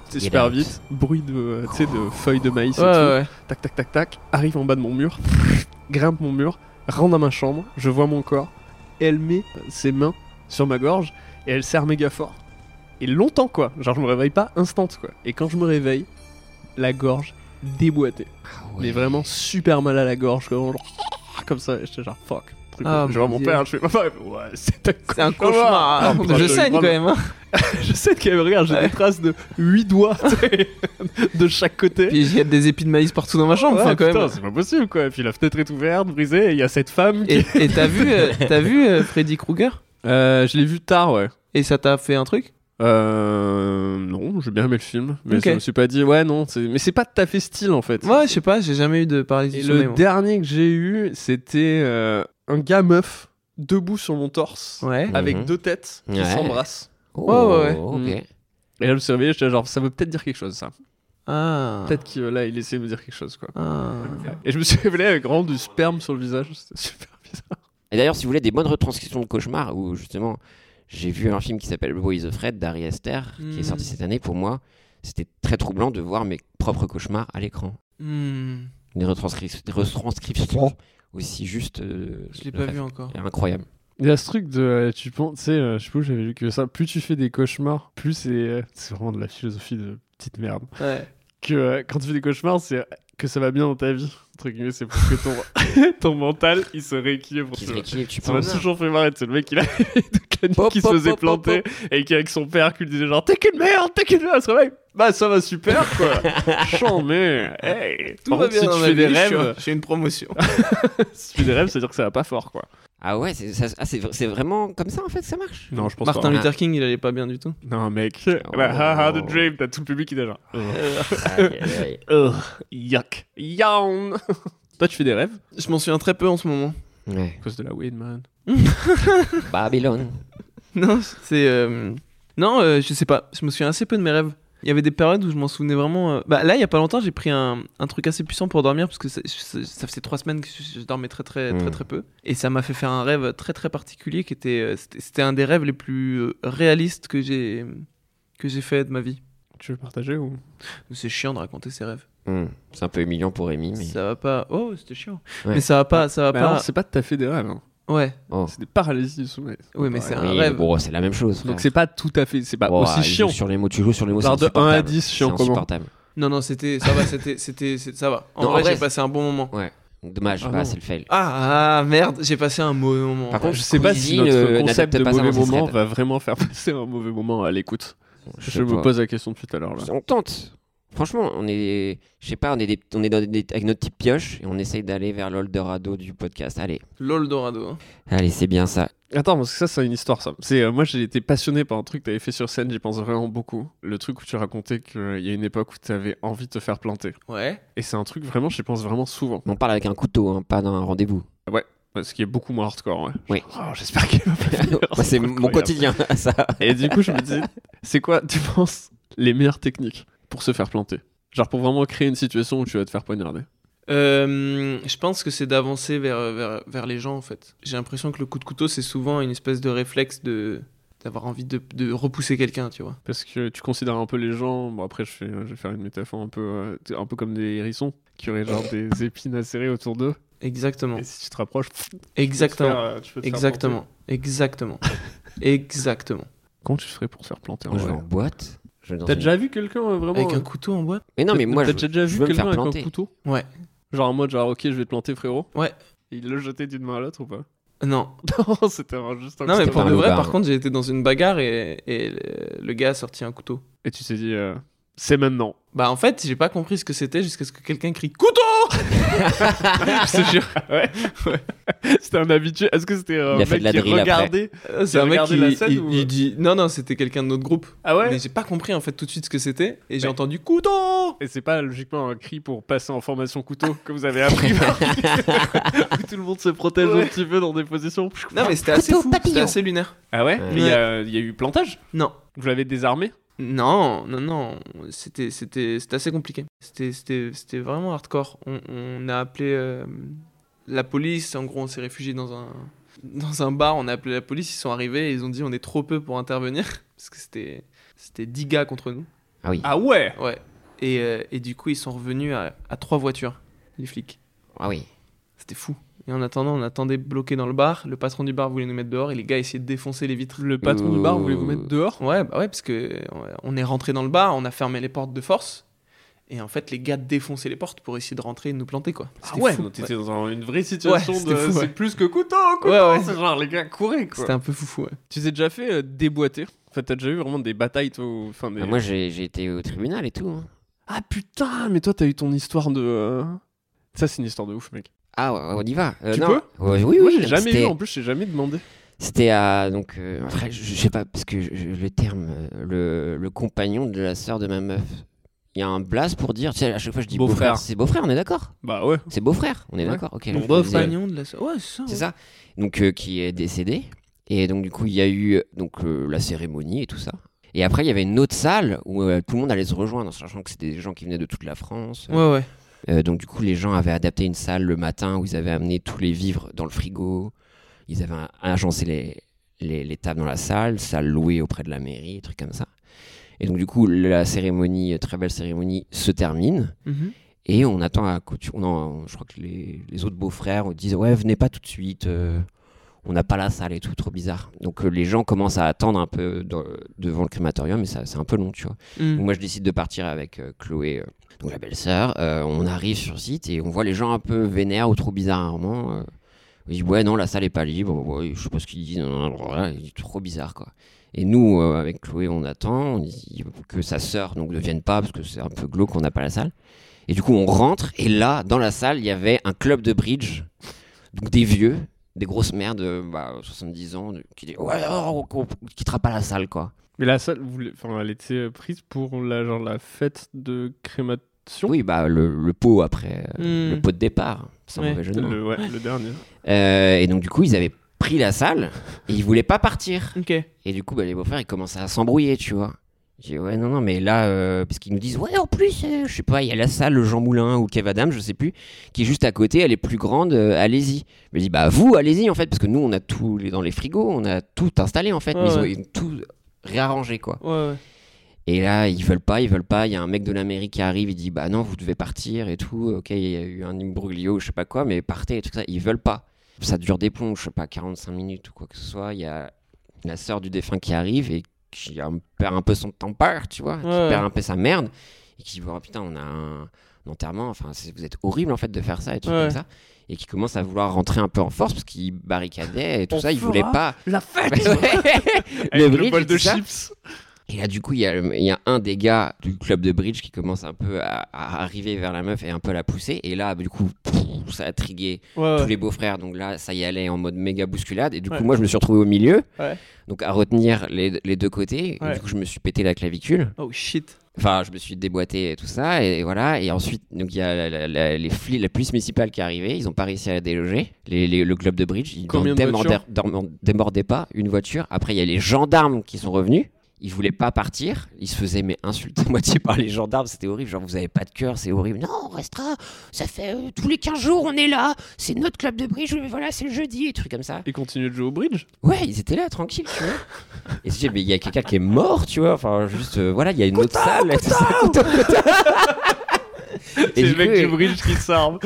S1: c'est
S2: Il
S1: super
S2: est
S1: vite, bruit de, euh, tu sais, de feuilles de maïs
S3: Oh. Ouais,
S1: et tout.
S3: ouais.
S1: Tac, tac, tac, tac, arrive en bas de mon mur, grimpe mon mur, rentre dans ma chambre, je vois mon corps, elle met ses mains sur ma gorge et elle serre méga fort. Et longtemps quoi, genre je me réveille pas instant quoi. Et quand je me réveille, la gorge déboîtée.
S2: Ah
S1: Mais
S2: ouais.
S1: vraiment super mal à la gorge, quoi, genre, comme ça, et j'étais genre fuck. Truc,
S3: Ah,
S1: je vois
S3: mon
S1: mon
S3: Dieu.
S1: père, je fais papa, il fait, ouais, c'est un
S3: C'est un cauchemar. hein.
S1: putain,
S3: je
S1: je
S3: saigne
S1: crois-
S3: quand même. hein.
S1: je sais qu'il y avait, regarde, j'ai des traces de 8 doigts tu sais, de chaque côté.
S3: Puis il y a des épis de maïs partout dans ma chambre.
S1: Ouais,
S3: enfin, quand
S1: putain,
S3: même.
S1: c'est pas possible quoi. Et puis la fenêtre est ouverte, brisée, et il y a cette femme qui.
S3: Et et t'as vu, euh, t'as vu euh, Freddy Krueger
S1: Euh, je l'ai vu tard, ouais.
S3: Et ça t'a fait un truc
S1: Euh. Non, j'ai bien aimé le film. Mais
S3: Ok.
S1: je me suis pas dit, ouais, non. c'est- Mais c'est pas tout à fait style en fait.
S3: Ouais, je sais pas. J'ai jamais eu de paralysie
S1: Et
S3: du
S1: le
S3: sommeil. moi.
S1: dernier que j'ai eu, c'était euh, un gars meuf, debout sur mon torse,
S3: Ouais.
S1: avec
S2: Mhm.
S1: deux têtes, qui
S2: Ouais.
S1: s'embrassent.
S2: Oh,
S3: ouais, ouais.
S2: Ok.
S1: Mmh. Et là, je surveillais, j'étais genre, ça veut peut-être dire quelque chose, ça.
S3: Ah.
S1: Peut-être qu'il là, il essayait de me dire quelque chose, quoi.
S3: Ah.
S1: Et je me suis révélé avec vraiment du sperme sur le visage. C'était super bizarre.
S2: Et d'ailleurs, si vous voulez des bonnes retranscriptions de cauchemars, où justement, j'ai vu un film qui s'appelle Boys of Fred d'Ari Aster, qui
S3: Mm.
S2: est
S1: Mmh.
S2: sorti cette année. Pour moi, c'était très troublant de voir mes propres cauchemars à l'écran.
S3: Hmm,
S2: Des retranscri- des retranscriptions aussi juste. euh,
S3: Je l'ai
S2: de
S3: pas
S2: rêve.
S3: vu encore.
S2: Incroyable.
S1: Il y a ce truc de, euh, tu penses, tu sais, euh, je sais pas où j'avais lu que ça, plus tu fais des cauchemars, plus c'est euh, c'est vraiment de la philosophie de petite merde.
S3: Ouais.
S1: que euh, quand tu fais des cauchemars, c'est que ça va bien dans ta vie. Entre guillemets, c'est pour que ton, ton mental il se rééquilibre.
S2: Qui
S1: tu
S2: se
S1: vois.
S2: rééquilibre, tu
S1: Ça m'a
S2: penses
S1: toujours fait marrer, c'est le mec il a toute la nuit
S2: Pop,
S1: qui se
S2: pop,
S1: faisait
S2: pop, pop,
S1: planter et qui avec son père qui lui disait genre t'es qu'une merde, t'es qu'une merde, elle se réveille. Bah ça va super quoi. Chant mais hey.
S3: Tout
S1: Par
S3: va
S1: contre,
S3: bien
S1: si
S3: dans
S1: tu
S3: ma
S1: fais des
S3: vie, je suis-
S1: rêves,
S3: J'ai une promotion.
S1: si tu fais des rêves, ça veut dire que ça va pas fort quoi.
S2: Ah ouais, c'est ça- ah, c'est vr- c'est vraiment comme ça en fait que ça marche
S1: Non, je pense
S3: Martin
S2: pas.
S3: Luther King, il allait pas bien du tout.
S1: Non mec,
S2: Oh.
S1: bah, haha, the dream, t'as tout le public qui est genre.
S2: Aïe, aïe, aïe.
S1: Ugh, yuck, yawn. Toi tu fais des rêves
S3: Je m'en souviens très peu en ce moment.
S2: Ouais.
S1: À cause de la weed man.
S2: Babylone.
S3: Non, c'est. euh, Non, euh, je sais pas. Je me souviens assez peu de mes rêves. Il y avait des périodes où je m'en souvenais vraiment. euh, Bah là, il y a pas longtemps, j'ai pris un, un truc assez puissant pour dormir parce que ça, ça- ça faisait trois semaines que je, je dormais très très très
S2: Mm.
S3: très peu et ça m'a fait faire un rêve très très particulier qui était euh, c'était c'était un des rêves les plus euh, réalistes que j'ai que j'ai fait de ma vie.
S1: Tu veux partager ou
S3: C'est chiant de raconter ses rêves.
S2: Hmm. C'est un peu humiliant pour Rémi, mais.
S3: Ça va pas. Oh, c'était chiant.
S2: Ouais.
S3: Mais ça va pas, ça va
S1: Bah
S3: pas.
S1: alors, c'est pas tout à fait des rêves, hein.
S3: Ouais.
S2: Oh.
S1: c'est des paralysies du sommeil.
S3: Oui, mais c'est un
S2: Oui,
S3: rêve.
S2: bon, c'est la même chose. frère.
S1: Donc c'est pas tout à fait, c'est pas
S2: Oh, ah,
S1: aussi
S2: il joue
S1: chiant.
S2: Sur les mots, tu joues sur les mots. c'est
S1: Barre de 1 à
S2: insupportable.
S1: 10, chiant,
S2: C'est
S1: comment
S2: insupportable.
S3: Non, non, c'était. Ça va, c'était. c'était c'est- ça va. En
S2: Non, en
S3: vrai,
S2: vrai,
S3: j'ai passé un bon moment.
S2: Dommage,
S1: Ah
S2: bah,
S1: non.
S2: c'est le fail.
S3: Ah, ah, merde, j'ai passé un mauvais moment.
S2: Par contre,
S1: Je sais euh, pas si
S2: Squeezie
S1: notre
S2: ne-
S1: concept
S2: n'adapte
S1: de
S2: pas ça
S1: mauvais
S2: dans ses
S1: moment
S2: threads.
S1: va vraiment faire passer un mauvais moment à l'écoute.
S2: Je
S1: Je
S2: sais
S1: me
S2: pas.
S1: pose la question depuis tout à l'heure là.
S2: On tente. Franchement, on est, je sais pas, on est, des- on est dans des- avec notre petite pioche et on essaye d'aller vers l'Eldorado du podcast. Allez,
S3: L'Oldorado. hein.
S2: allez, c'est bien ça.
S1: Attends, parce que ça, c'est une histoire, ça. C'est, euh, moi, j'ai été passionné par un truc que t'avais fait sur scène, j'y pense vraiment beaucoup. Le truc où tu racontais qu'il y a une époque où t'avais envie de te faire planter.
S3: Ouais.
S1: Et c'est un truc, vraiment, j'y pense vraiment souvent.
S2: Mais On parle avec un couteau, hein, pas d'un rendez-vous.
S1: Ce qui est beaucoup moins hardcore, ouais.
S2: Oui.
S1: Oh, j'espère qu'il va pas finir,
S2: Moi, c'est mon
S1: incroyable.
S2: quotidien, ça.
S1: Et du coup, je me disais, c'est quoi, tu penses, les meilleures techniques pour se faire planter Genre pour vraiment créer une situation où tu vas te faire poignarder.
S3: Euh, je pense que c'est d'avancer vers, vers, vers les gens en fait. J'ai l'impression que le coup de couteau c'est souvent une espèce de réflexe de d'avoir envie de, de repousser quelqu'un, tu vois.
S1: Parce que tu considères un peu les gens, bon après je, fais, je vais faire une métaphore un peu, euh, t'es un peu comme des hérissons, qui auraient genre des épines acérées autour d'eux.
S3: Exactement.
S1: Et si tu te rapproches, pff, tu peux te faire,
S3: Exactement.
S1: euh, tu peux te faire
S3: Exactement. Exactement. Exactement.
S1: planter. Comment tu ferais pour te faire planter en
S2: Moi, je vais
S1: vrai
S2: en boîte. Je vais dans
S1: T'as
S2: une-
S1: déjà vu quelqu'un euh, vraiment
S3: Avec
S1: euh,
S3: un couteau en boîte
S2: Mais non, mais
S1: t'as-
S2: moi, je,
S1: T'as déjà
S2: je
S1: vu
S2: veux me
S1: quelqu'un
S2: faire
S1: avec
S2: planter.
S1: un couteau
S3: Ouais.
S1: Genre en mode genre ok je vais te planter frérot
S3: Ouais.
S1: Et il le jetait d'une main à l'autre ou pas
S3: Non.
S1: Non c'était un- juste un
S3: Non mais
S1: couteau.
S3: pour
S2: un
S3: de vrai,
S2: loupard.
S3: par contre, j'ai été dans une bagarre et, et le- le gars a sorti un couteau.
S1: Et tu t'es dit euh, c'est maintenant.
S3: Bah en fait, j'ai pas compris ce que c'était jusqu'à ce que quelqu'un crie couteau.
S1: Je te jure. Ouais. C'était un habitué. Est-ce que c'était un
S2: Il a fait
S1: mec
S2: de la
S1: qui
S2: drill après.
S1: regardait
S3: Euh, C'est un mec
S1: regardé
S3: qui
S1: la scène
S3: il-
S1: ou-
S3: il dit non non, c'était quelqu'un de notre groupe.
S1: Ah ouais
S3: Mais j'ai pas compris en fait tout de suite ce que c'était et j'ai
S1: Ouais.
S3: entendu couteau.
S1: Et c'est pas logiquement un cri pour passer en formation couteau que vous avez appris. par- Où tout le monde se protège un petit peu dans des positions.
S3: Non mais c'était assez
S7: Couteau
S3: fou,
S7: papillon.
S3: c'était assez lunaire.
S1: Ah ouais
S2: Ouais.
S1: Mais il y, a il y a eu plantage.
S3: Non.
S1: Vous l'avez désarmé.
S3: Non, non, non, c'était, c'était, c'était assez compliqué. C'était, c'était, c'était vraiment hardcore. On, on a appelé euh, la police, en gros on s'est réfugié dans un, dans un bar, on a appelé la police, ils sont arrivés, et ils ont dit on est trop peu pour intervenir, parce que c'était, c'était 10 gars contre nous.
S2: Ah oui.
S1: Ah ouais.
S3: Ouais. Et, euh, et du coup ils sont revenus à, à trois voitures, les flics.
S2: Ah oui.
S3: C'était fou. Et en attendant, on attendait bloqué dans le bar, le patron du bar voulait nous mettre dehors, et les gars essayaient de défoncer les vitres.
S1: Le patron du bar voulait vous mettre
S2: Ouh.
S1: dehors.
S3: Ouais, bah ouais, parce que euh, on est rentré dans le bar, on a fermé les portes de force, et en fait les gars défonçaient les portes pour essayer de rentrer et de nous planter quoi.
S1: Ah
S3: C'était
S1: ouais.
S3: fou,
S1: donc
S3: ouais.
S1: T'étais dans un- une vraie situation
S3: Ouais,
S1: de.
S3: c'était fou,
S1: C'est
S3: ouais.
S1: plus que couteau. Couteau.
S3: Ouais, ouais.
S1: C'est genre les gars couraient quoi.
S3: C'était un peu foufou. Ouais.
S1: Tu t'es déjà fait euh, déboîter. En fait, t'as déjà eu vraiment des batailles, toi, ou- enfin, des-
S2: Ah, moi, j'ai j'ai été au tribunal et tout. hein.
S1: Ah putain, mais toi t'as eu ton histoire de. euh, Ça c'est une histoire de ouf, mec.
S2: Ah, ouais, ouais, on y va. Euh,
S1: Tu
S2: non.
S1: peux
S2: Ouais, Oui, oui.
S1: Moi j'ai jamais
S2: c'était-
S1: eu, en plus j'ai jamais demandé.
S2: C'était à donc euh, après, je, je sais pas parce que je- je- le terme euh, le, le compagnon de la sœur de ma meuf. Il y a un blase pour dire, tu sais, à chaque fois je dis
S1: Beau-frère.
S2: beau-frère, c'est beau-frère, on est d'accord
S1: Bah ouais.
S2: C'est beau-frère, on est
S1: Ouais.
S2: d'accord OK.
S1: Mon
S2: je me disais-
S3: Compagnon de la so- Ouais, c'est ça.
S2: C'est
S3: ouais.
S2: ça. Donc euh, qui est décédé et donc du coup, il y a eu euh, donc euh, la cérémonie et tout ça. Et après, il y avait une autre salle où euh, tout le monde allait se rejoindre, sachant que c'était des gens qui venaient de toute la France.
S3: Ouais, ouais.
S2: Euh, donc du coup, les gens avaient adapté une salle le matin où ils avaient amené tous les vivres dans le frigo. Ils avaient agencé les, les, les tables dans la salle, salle louée auprès de la mairie, trucs comme ça. Et donc du coup, la cérémonie, euh, très belle cérémonie, se termine.
S3: Mhm.
S2: Et on attend à... Coutu- on en- je crois que les, les autres beaux-frères disent, ouais, venez pas tout de suite. euh, on n'a pas la salle et tout, trop bizarre. Donc euh, les gens commencent à attendre un peu dans- devant le crématorium, mais ça- c'est un peu long, tu vois. Donc
S3: Mhm.
S2: Moi, je décide de partir avec euh, Chloé, euh, donc la belle-sœur. Euh, on arrive sur site et on voit les gens un peu vénères ou trop bizarrement. Euh, ils disent ouais non la salle est pas libre, Ouais, je sais pas ce qu'ils disent, Non, non, non, voilà, ils disent, trop bizarre quoi. Et nous euh, avec Chloé on attend, on dit que sa sœur donc ne vienne pas parce que c'est un peu glauque on n'a pas la salle. Et du coup on rentre et là dans la salle il y avait un club de bridge, donc des vieux, des grosses mères de bah, 70 ans de- qui disent ouais oh, on, on quittera pas la salle quoi.
S1: Mais la salle, vous l'avez- enfin, elle était euh, prise pour la, genre, la fête de crémation.
S2: Oui, bah le, le pot après, euh,
S3: Hmm.
S2: le pot de départ, c'est un
S3: Ouais.
S2: mauvais jeu de mots.
S1: Le, ouais, le dernier.
S2: Euh, et donc du coup, ils avaient pris la salle et ils voulaient pas partir.
S3: Ok.
S2: Et du coup, bah, les beaux-frères, ils commençaient à s'embrouiller, tu vois. J'ai dit, ouais, non, non, mais là, euh, parce qu'ils nous disent, ouais, en plus, euh, je sais pas, il y a la salle, le Jean Moulin ou Kev Adam, je sais plus, qui est juste à côté, elle est plus grande, euh, allez-y. Je dis, bah, vous, allez-y, en fait, parce que nous, on a tout les- dans les frigos, on a tout installé, en fait,
S3: Ouais,
S2: mais ils ont,
S3: ouais.
S2: ils ont tout réarrangé, quoi.
S3: Ouais, ouais.
S2: Et là, ils veulent pas, ils veulent pas. Il y a un mec de la mairie qui arrive, il dit Bah non, vous devez partir et tout. Ok, il y a eu un imbroglio, je sais pas quoi, mais partez et tout ça. Ils veulent pas. Ça dure des plombs, je sais pas, 45 minutes ou quoi que ce soit. Il y a la sœur du défunt qui arrive et qui un- perd un peu son temper, tu vois, qui
S3: Ouais.
S2: perd un peu sa merde et qui dit Oh, Putain, on a un, un enterrement, enfin, c'est- vous êtes horrible en fait de faire ça et tout
S3: Ouais.
S2: comme ça. Et qui commence à vouloir rentrer un peu en force parce qu'il barricadait et tout
S8: On
S2: ça, il
S8: fera
S2: voulait pas.
S8: La fête
S2: le
S1: Avec
S2: bridge
S1: bol
S2: et
S1: de
S2: tout ça.
S1: chips.
S2: Et là, du coup, il y, a le- il y a un des gars du club de bridge qui commence un peu à, à arriver vers la meuf et un peu à la pousser. Et là, du coup, pff, ça a trigué
S3: Ouais,
S2: tous
S3: ouais.
S2: les beaux-frères. Donc là, ça y allait en mode méga bousculade. Et du coup,
S3: Ouais.
S2: moi, je me suis retrouvé au milieu.
S3: Ouais.
S2: Donc à retenir les, les deux côtés. Et
S3: Ouais.
S2: du coup, je me suis pété la clavicule.
S3: Oh shit.
S2: Enfin, je me suis déboîté et tout ça. Et voilà. Et ensuite, donc il y a la, la- la- les flics, la police municipale qui est arrivée. Ils ont pas réussi à la déloger. Les- les- le club de bridge, ils
S3: Combien
S2: n'en
S3: de
S2: démordaient,
S3: voitures
S2: dorm- démordaient pas une voiture. Après, il y a les gendarmes qui sont revenus. Ils voulaient pas partir. Ils se faisaient mais insulter à moitié par les gendarmes. C'était horrible. Genre, vous avez pas de cœur, c'est horrible.
S7: Non, on restera. Ça fait euh, tous les 15 jours, on est là. C'est notre club de bridge. mais Voilà, c'est le jeudi, et
S2: Des
S7: trucs
S2: trucs comme ça.
S1: Et continuer de jouer au bridge
S2: Ouais, ils étaient là, tranquilles, tu vois. Et je dis, mais il y a quelqu'un qui est mort, tu vois. Enfin, juste, euh, voilà, il y a une autre salle. et tout ça. Couteau, couteau. et,
S1: C'est
S2: du
S1: le mec du
S2: coup,
S1: bridge qui s'arme.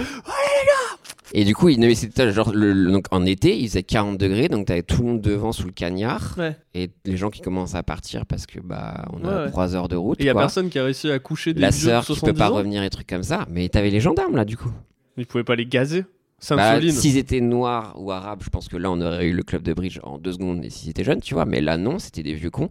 S2: et du coup, il ne c'était genre, le- le- donc, en été, il faisait 40 degrés, donc t'avais tout le monde devant sous le cagnard.
S3: Ouais.
S2: Et les gens qui commencent à partir parce que, bah, on a
S3: Ouais, ouais.
S2: 3 heures de route.
S1: Et il y a
S2: quoi.
S1: personne qui a réussi à coucher des
S2: La
S1: vieux de
S2: sœur qui peut
S1: 70
S2: pas
S1: ans.
S2: revenir et trucs comme ça. Mais t'avais les gendarmes, là, du coup.
S1: Ils pouvaient pas les gazer.
S2: Bah,
S1: Sainte-Soline.
S2: s'ils étaient noirs ou arabes, je pense que là, on aurait eu le club de bridge en deux secondes. Et s'ils étaient jeunes, tu vois. Mais là, non, c'était des vieux cons.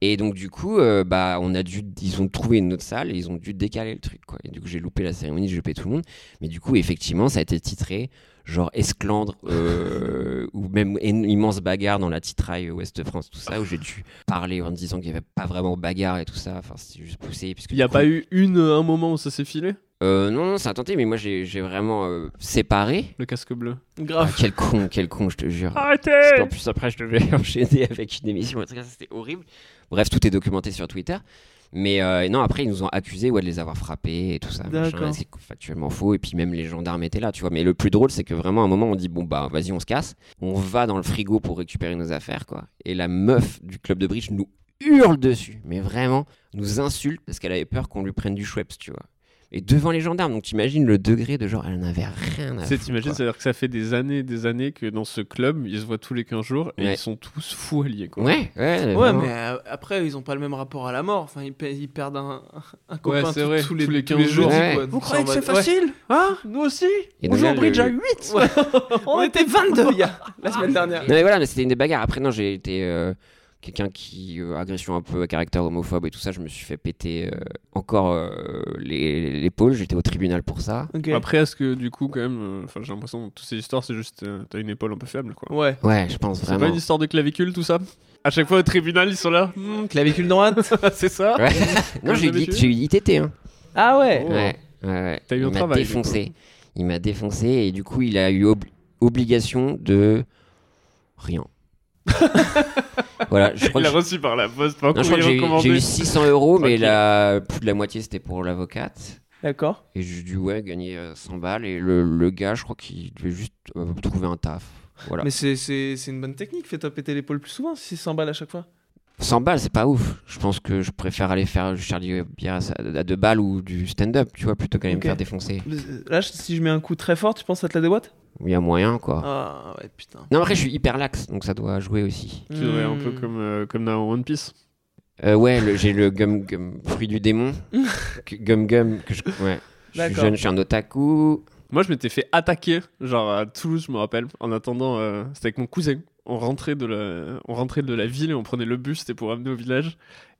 S2: Et donc, du coup, euh, bah, on a dû, ils ont trouvé une autre salle et ils ont dû décaler le truc, quoi. Et du coup, j'ai loupé la cérémonie, j'ai loupé tout le monde. Mais du coup, effectivement, ça a été titré genre Esclandre euh, ou même une immense bagarre dans la titraille Ouest-France, tout ça, où j'ai dû parler en disant qu'il n'y avait pas vraiment bagarre et tout ça. Enfin, c'était juste poussé. puisque
S1: Il
S2: du
S1: n'y a
S2: coup,
S1: pas eu une, un moment où ça s'est filé
S2: euh, non, non, ça a tenté, mais moi, j'ai j'ai vraiment euh, séparé.
S1: Le casque bleu.
S2: Ah,
S3: Grave.
S2: quel con, quel con, je te jure. Parce
S1: Arrêtez
S2: qu'en plus, après, je devais enchaîner avec une émission. En tout cas, c'était horrible. Bref, tout est documenté sur Twitter. Mais euh, non, après, ils nous ont accusés ouais, de les avoir frappés et tout ça. machin.
S3: D'accord.
S2: C'est factuellement faux. Et puis, même les gendarmes étaient là, tu vois. Mais le plus drôle, c'est que vraiment, à un moment, on dit bon, bah, vas-y, on se casse. On va dans le frigo pour récupérer nos affaires, quoi. Et la meuf du club de bridge nous hurle dessus. Mais vraiment, nous insulte parce qu'elle avait peur qu'on lui prenne du Schweppes, tu vois. Et devant les gendarmes. Donc, t'imagines le degré de genre, elle n'avait rien à
S1: C'est,
S2: foutre.
S1: t'imagines,
S2: Ah, quoi.
S1: c'est-à-dire que ça fait des années et des années que dans ce club, ils se voient tous les 15 jours et
S2: Ouais.
S1: ils sont tous fous alliés, quoi.
S2: Ouais, ouais,
S3: Ouais,
S2: vraiment.
S3: mais euh, après, ils ont pas le même rapport à la mort. Enfin, ils, pe- ils perdent un, un copain
S1: c'est
S3: tout-
S1: vrai,
S3: tous, les,
S1: tous les
S3: 15 jours.
S2: Ouais.
S3: quoi. Donc, en mode- ouais.
S1: facile Hein Nous aussi
S2: Et euh, donc là, le-
S3: On était 22 gars, la semaine dernière.
S2: Non mais voilà, mais c'était une des bagarres. Après non, j'ai été euh, quelqu'un qui euh, agression un peu à caractère homophobe et tout ça. Je me suis fait péter euh, encore euh, les- l'épaule. J'étais au tribunal pour ça.
S3: Ok.
S1: Après, est-ce que du coup, quand même, euh, enfin, j'ai l'impression que toutes ces histoires, c'est juste, euh, t'as une épaule un peu faible, quoi.
S3: Ouais.
S2: Ouais, je pense
S1: C'est pas
S2: vraiment.
S1: une histoire de clavicule, tout ça À chaque fois au tribunal, ils sont là. Hmm,
S3: Clavicule droite.
S1: c'est ça
S2: Ouais. non,
S1: Comme
S2: j'ai eu,
S1: d'habitude.
S2: dit- j'ai eu ITT. Hein.
S3: Ah ouais.
S1: Oh.
S2: Ouais, ouais, ouais.
S1: T'as eu
S2: il
S1: un
S2: m'a
S1: travail, du
S2: défoncé. Il m'a défoncé et du coup, il a eu ob- obligation de rien. voilà, je crois
S1: Il
S2: que
S1: l'a reçu par la poste, pas
S2: Non, je crois
S1: courrier
S2: que j'ai eu- j'ai
S1: recommandé.
S2: eu 600 euros, mais
S1: Ok.
S2: la, plus de la moitié c'était pour l'avocate.
S3: D'accord.
S2: Et j'ai dû ouais, gagner euh, 100 balles. Et le, le gars, je crois qu'il devait juste euh, trouver un taf. Voilà.
S3: Mais c'est- c'est c'est une bonne technique. Fais-toi péter l'épaule plus souvent si c'est 100 balles à chaque fois.
S2: 100 balles, c'est pas ouf. Je pense que je préfère aller faire du Charlie Bias à, à deux balles ou du stand-up, tu vois, plutôt qu'aller
S3: Ok.
S2: me faire défoncer.
S3: Là, je- Euh, si je mets un coup très fort, tu penses que ça te la déboîte
S2: Il y a moyen, quoi.
S3: Ah ouais, putain.
S2: Non, après, je suis hyper lax, donc ça doit jouer aussi.
S1: Tu devrais un peu
S3: Hmm.
S1: comme, euh, comme dans One Piece.
S2: Euh, ouais, le- j'ai le gum gum fruit du démon. Que- gum gum. Que je, ouais. Je suis
S3: D'accord.
S2: jeune, je suis un otaku.
S1: Moi, je m'étais fait attaquer, genre à Toulouse, je me rappelle, en attendant, euh, c'était avec mon cousin. On rentrait, de la, on rentrait de la ville et on prenait le bus, c'était pour ramener au village.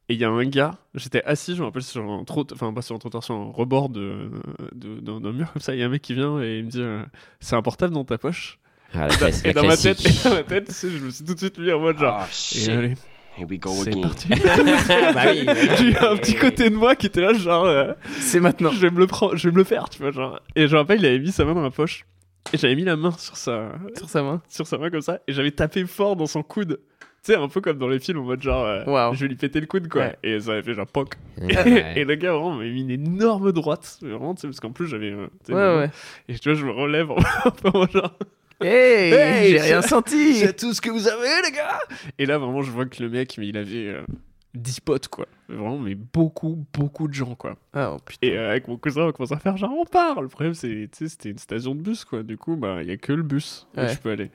S1: Et il y a un gars, j'étais assis, je me rappelle, sur un trottoir, enfin pas sur un trottoir, sur un rebord de, de- d'un d'un mur comme ça. Il y a un mec qui vient et il me dit euh, C'est un portable dans ta poche
S2: Ah, la classe-
S1: Et
S2: la
S1: dans ma tête,
S2: classique.
S1: et dans ma tête tu sais, je me suis tout de suite mis en mode genre.
S9: Ah,
S1: et
S9: shit.
S1: allez,
S9: Here we go
S1: c'est
S9: again.
S1: parti.
S2: Ah, bah
S1: J'ai eu un petit côté de moi qui était là, genre. euh,
S3: C'est maintenant.
S1: je vais me le prendre, je vais me le faire, tu vois. Genre. Et je me rappelle, il avait mis sa main dans ma poche. Et j'avais mis la main sur sa,
S3: Sur sa main.
S1: sur sa main comme ça. Et j'avais tapé fort dans son coude. Tu sais, un peu comme dans les films, en mode genre, euh,
S3: Waouh.
S1: je vais lui péter le coude, quoi.
S3: Ouais.
S1: Et ça avait fait genre poc.
S2: Ouais.
S1: Et le gars, vraiment, m'avait mis une énorme droite. Mais Vraiment, tu sais, parce qu'en plus, j'avais. euh, tu sais,
S3: Ouais,
S1: vraiment-
S3: ouais.
S1: Et tu vois, je me relève en en genre.
S3: Hey,
S1: Hey,
S3: j'ai
S1: c'est-
S3: rien senti.
S1: tout ce que vous avez, les gars Et là, vraiment, je vois que le mec, mais il avait euh, 10 potes, quoi. Vraiment, mais beaucoup, beaucoup de gens, quoi.
S3: Ah, oh, putain.
S1: Et euh, avec mon cousin, on commence à faire genre on part. Le problème, c'est, tu sais, c'était une station de bus, quoi. Du coup, bah, il y a que le bus où
S3: Ouais.
S1: je peux aller.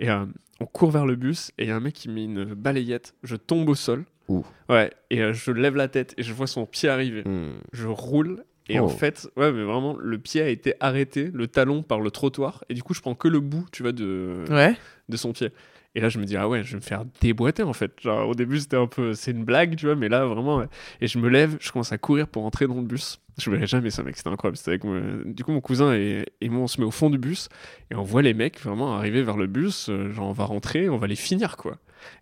S1: Et euh, on court vers le bus et il y a un mec qui met une balayette. Je tombe au sol.
S2: Ouh.
S1: Ouais. Et euh, je lève la tête et je vois son pied arriver.
S2: Hmm.
S1: Je roule. Et en
S2: Oh.
S1: fait, ouais, mais vraiment, le pied a été arrêté, le talon par le trottoir. Et du coup, je prends que le bout, tu vois, de,
S3: Ouais.
S1: de son pied. Et là, je me dis, ah ouais, je vais me faire déboîter en fait. Genre, au début, c'était un peu, c'est une blague, tu vois, mais là, vraiment. ouais. Et je me lève, je commence à courir pour entrer dans le bus. Je verrai jamais ça, mec, c'était incroyable. C'était avec mon- Du coup, mon cousin et, et moi, on se met au fond du bus et on voit les mecs vraiment arriver vers le bus. euh, Genre, on va rentrer, on va les finir, quoi.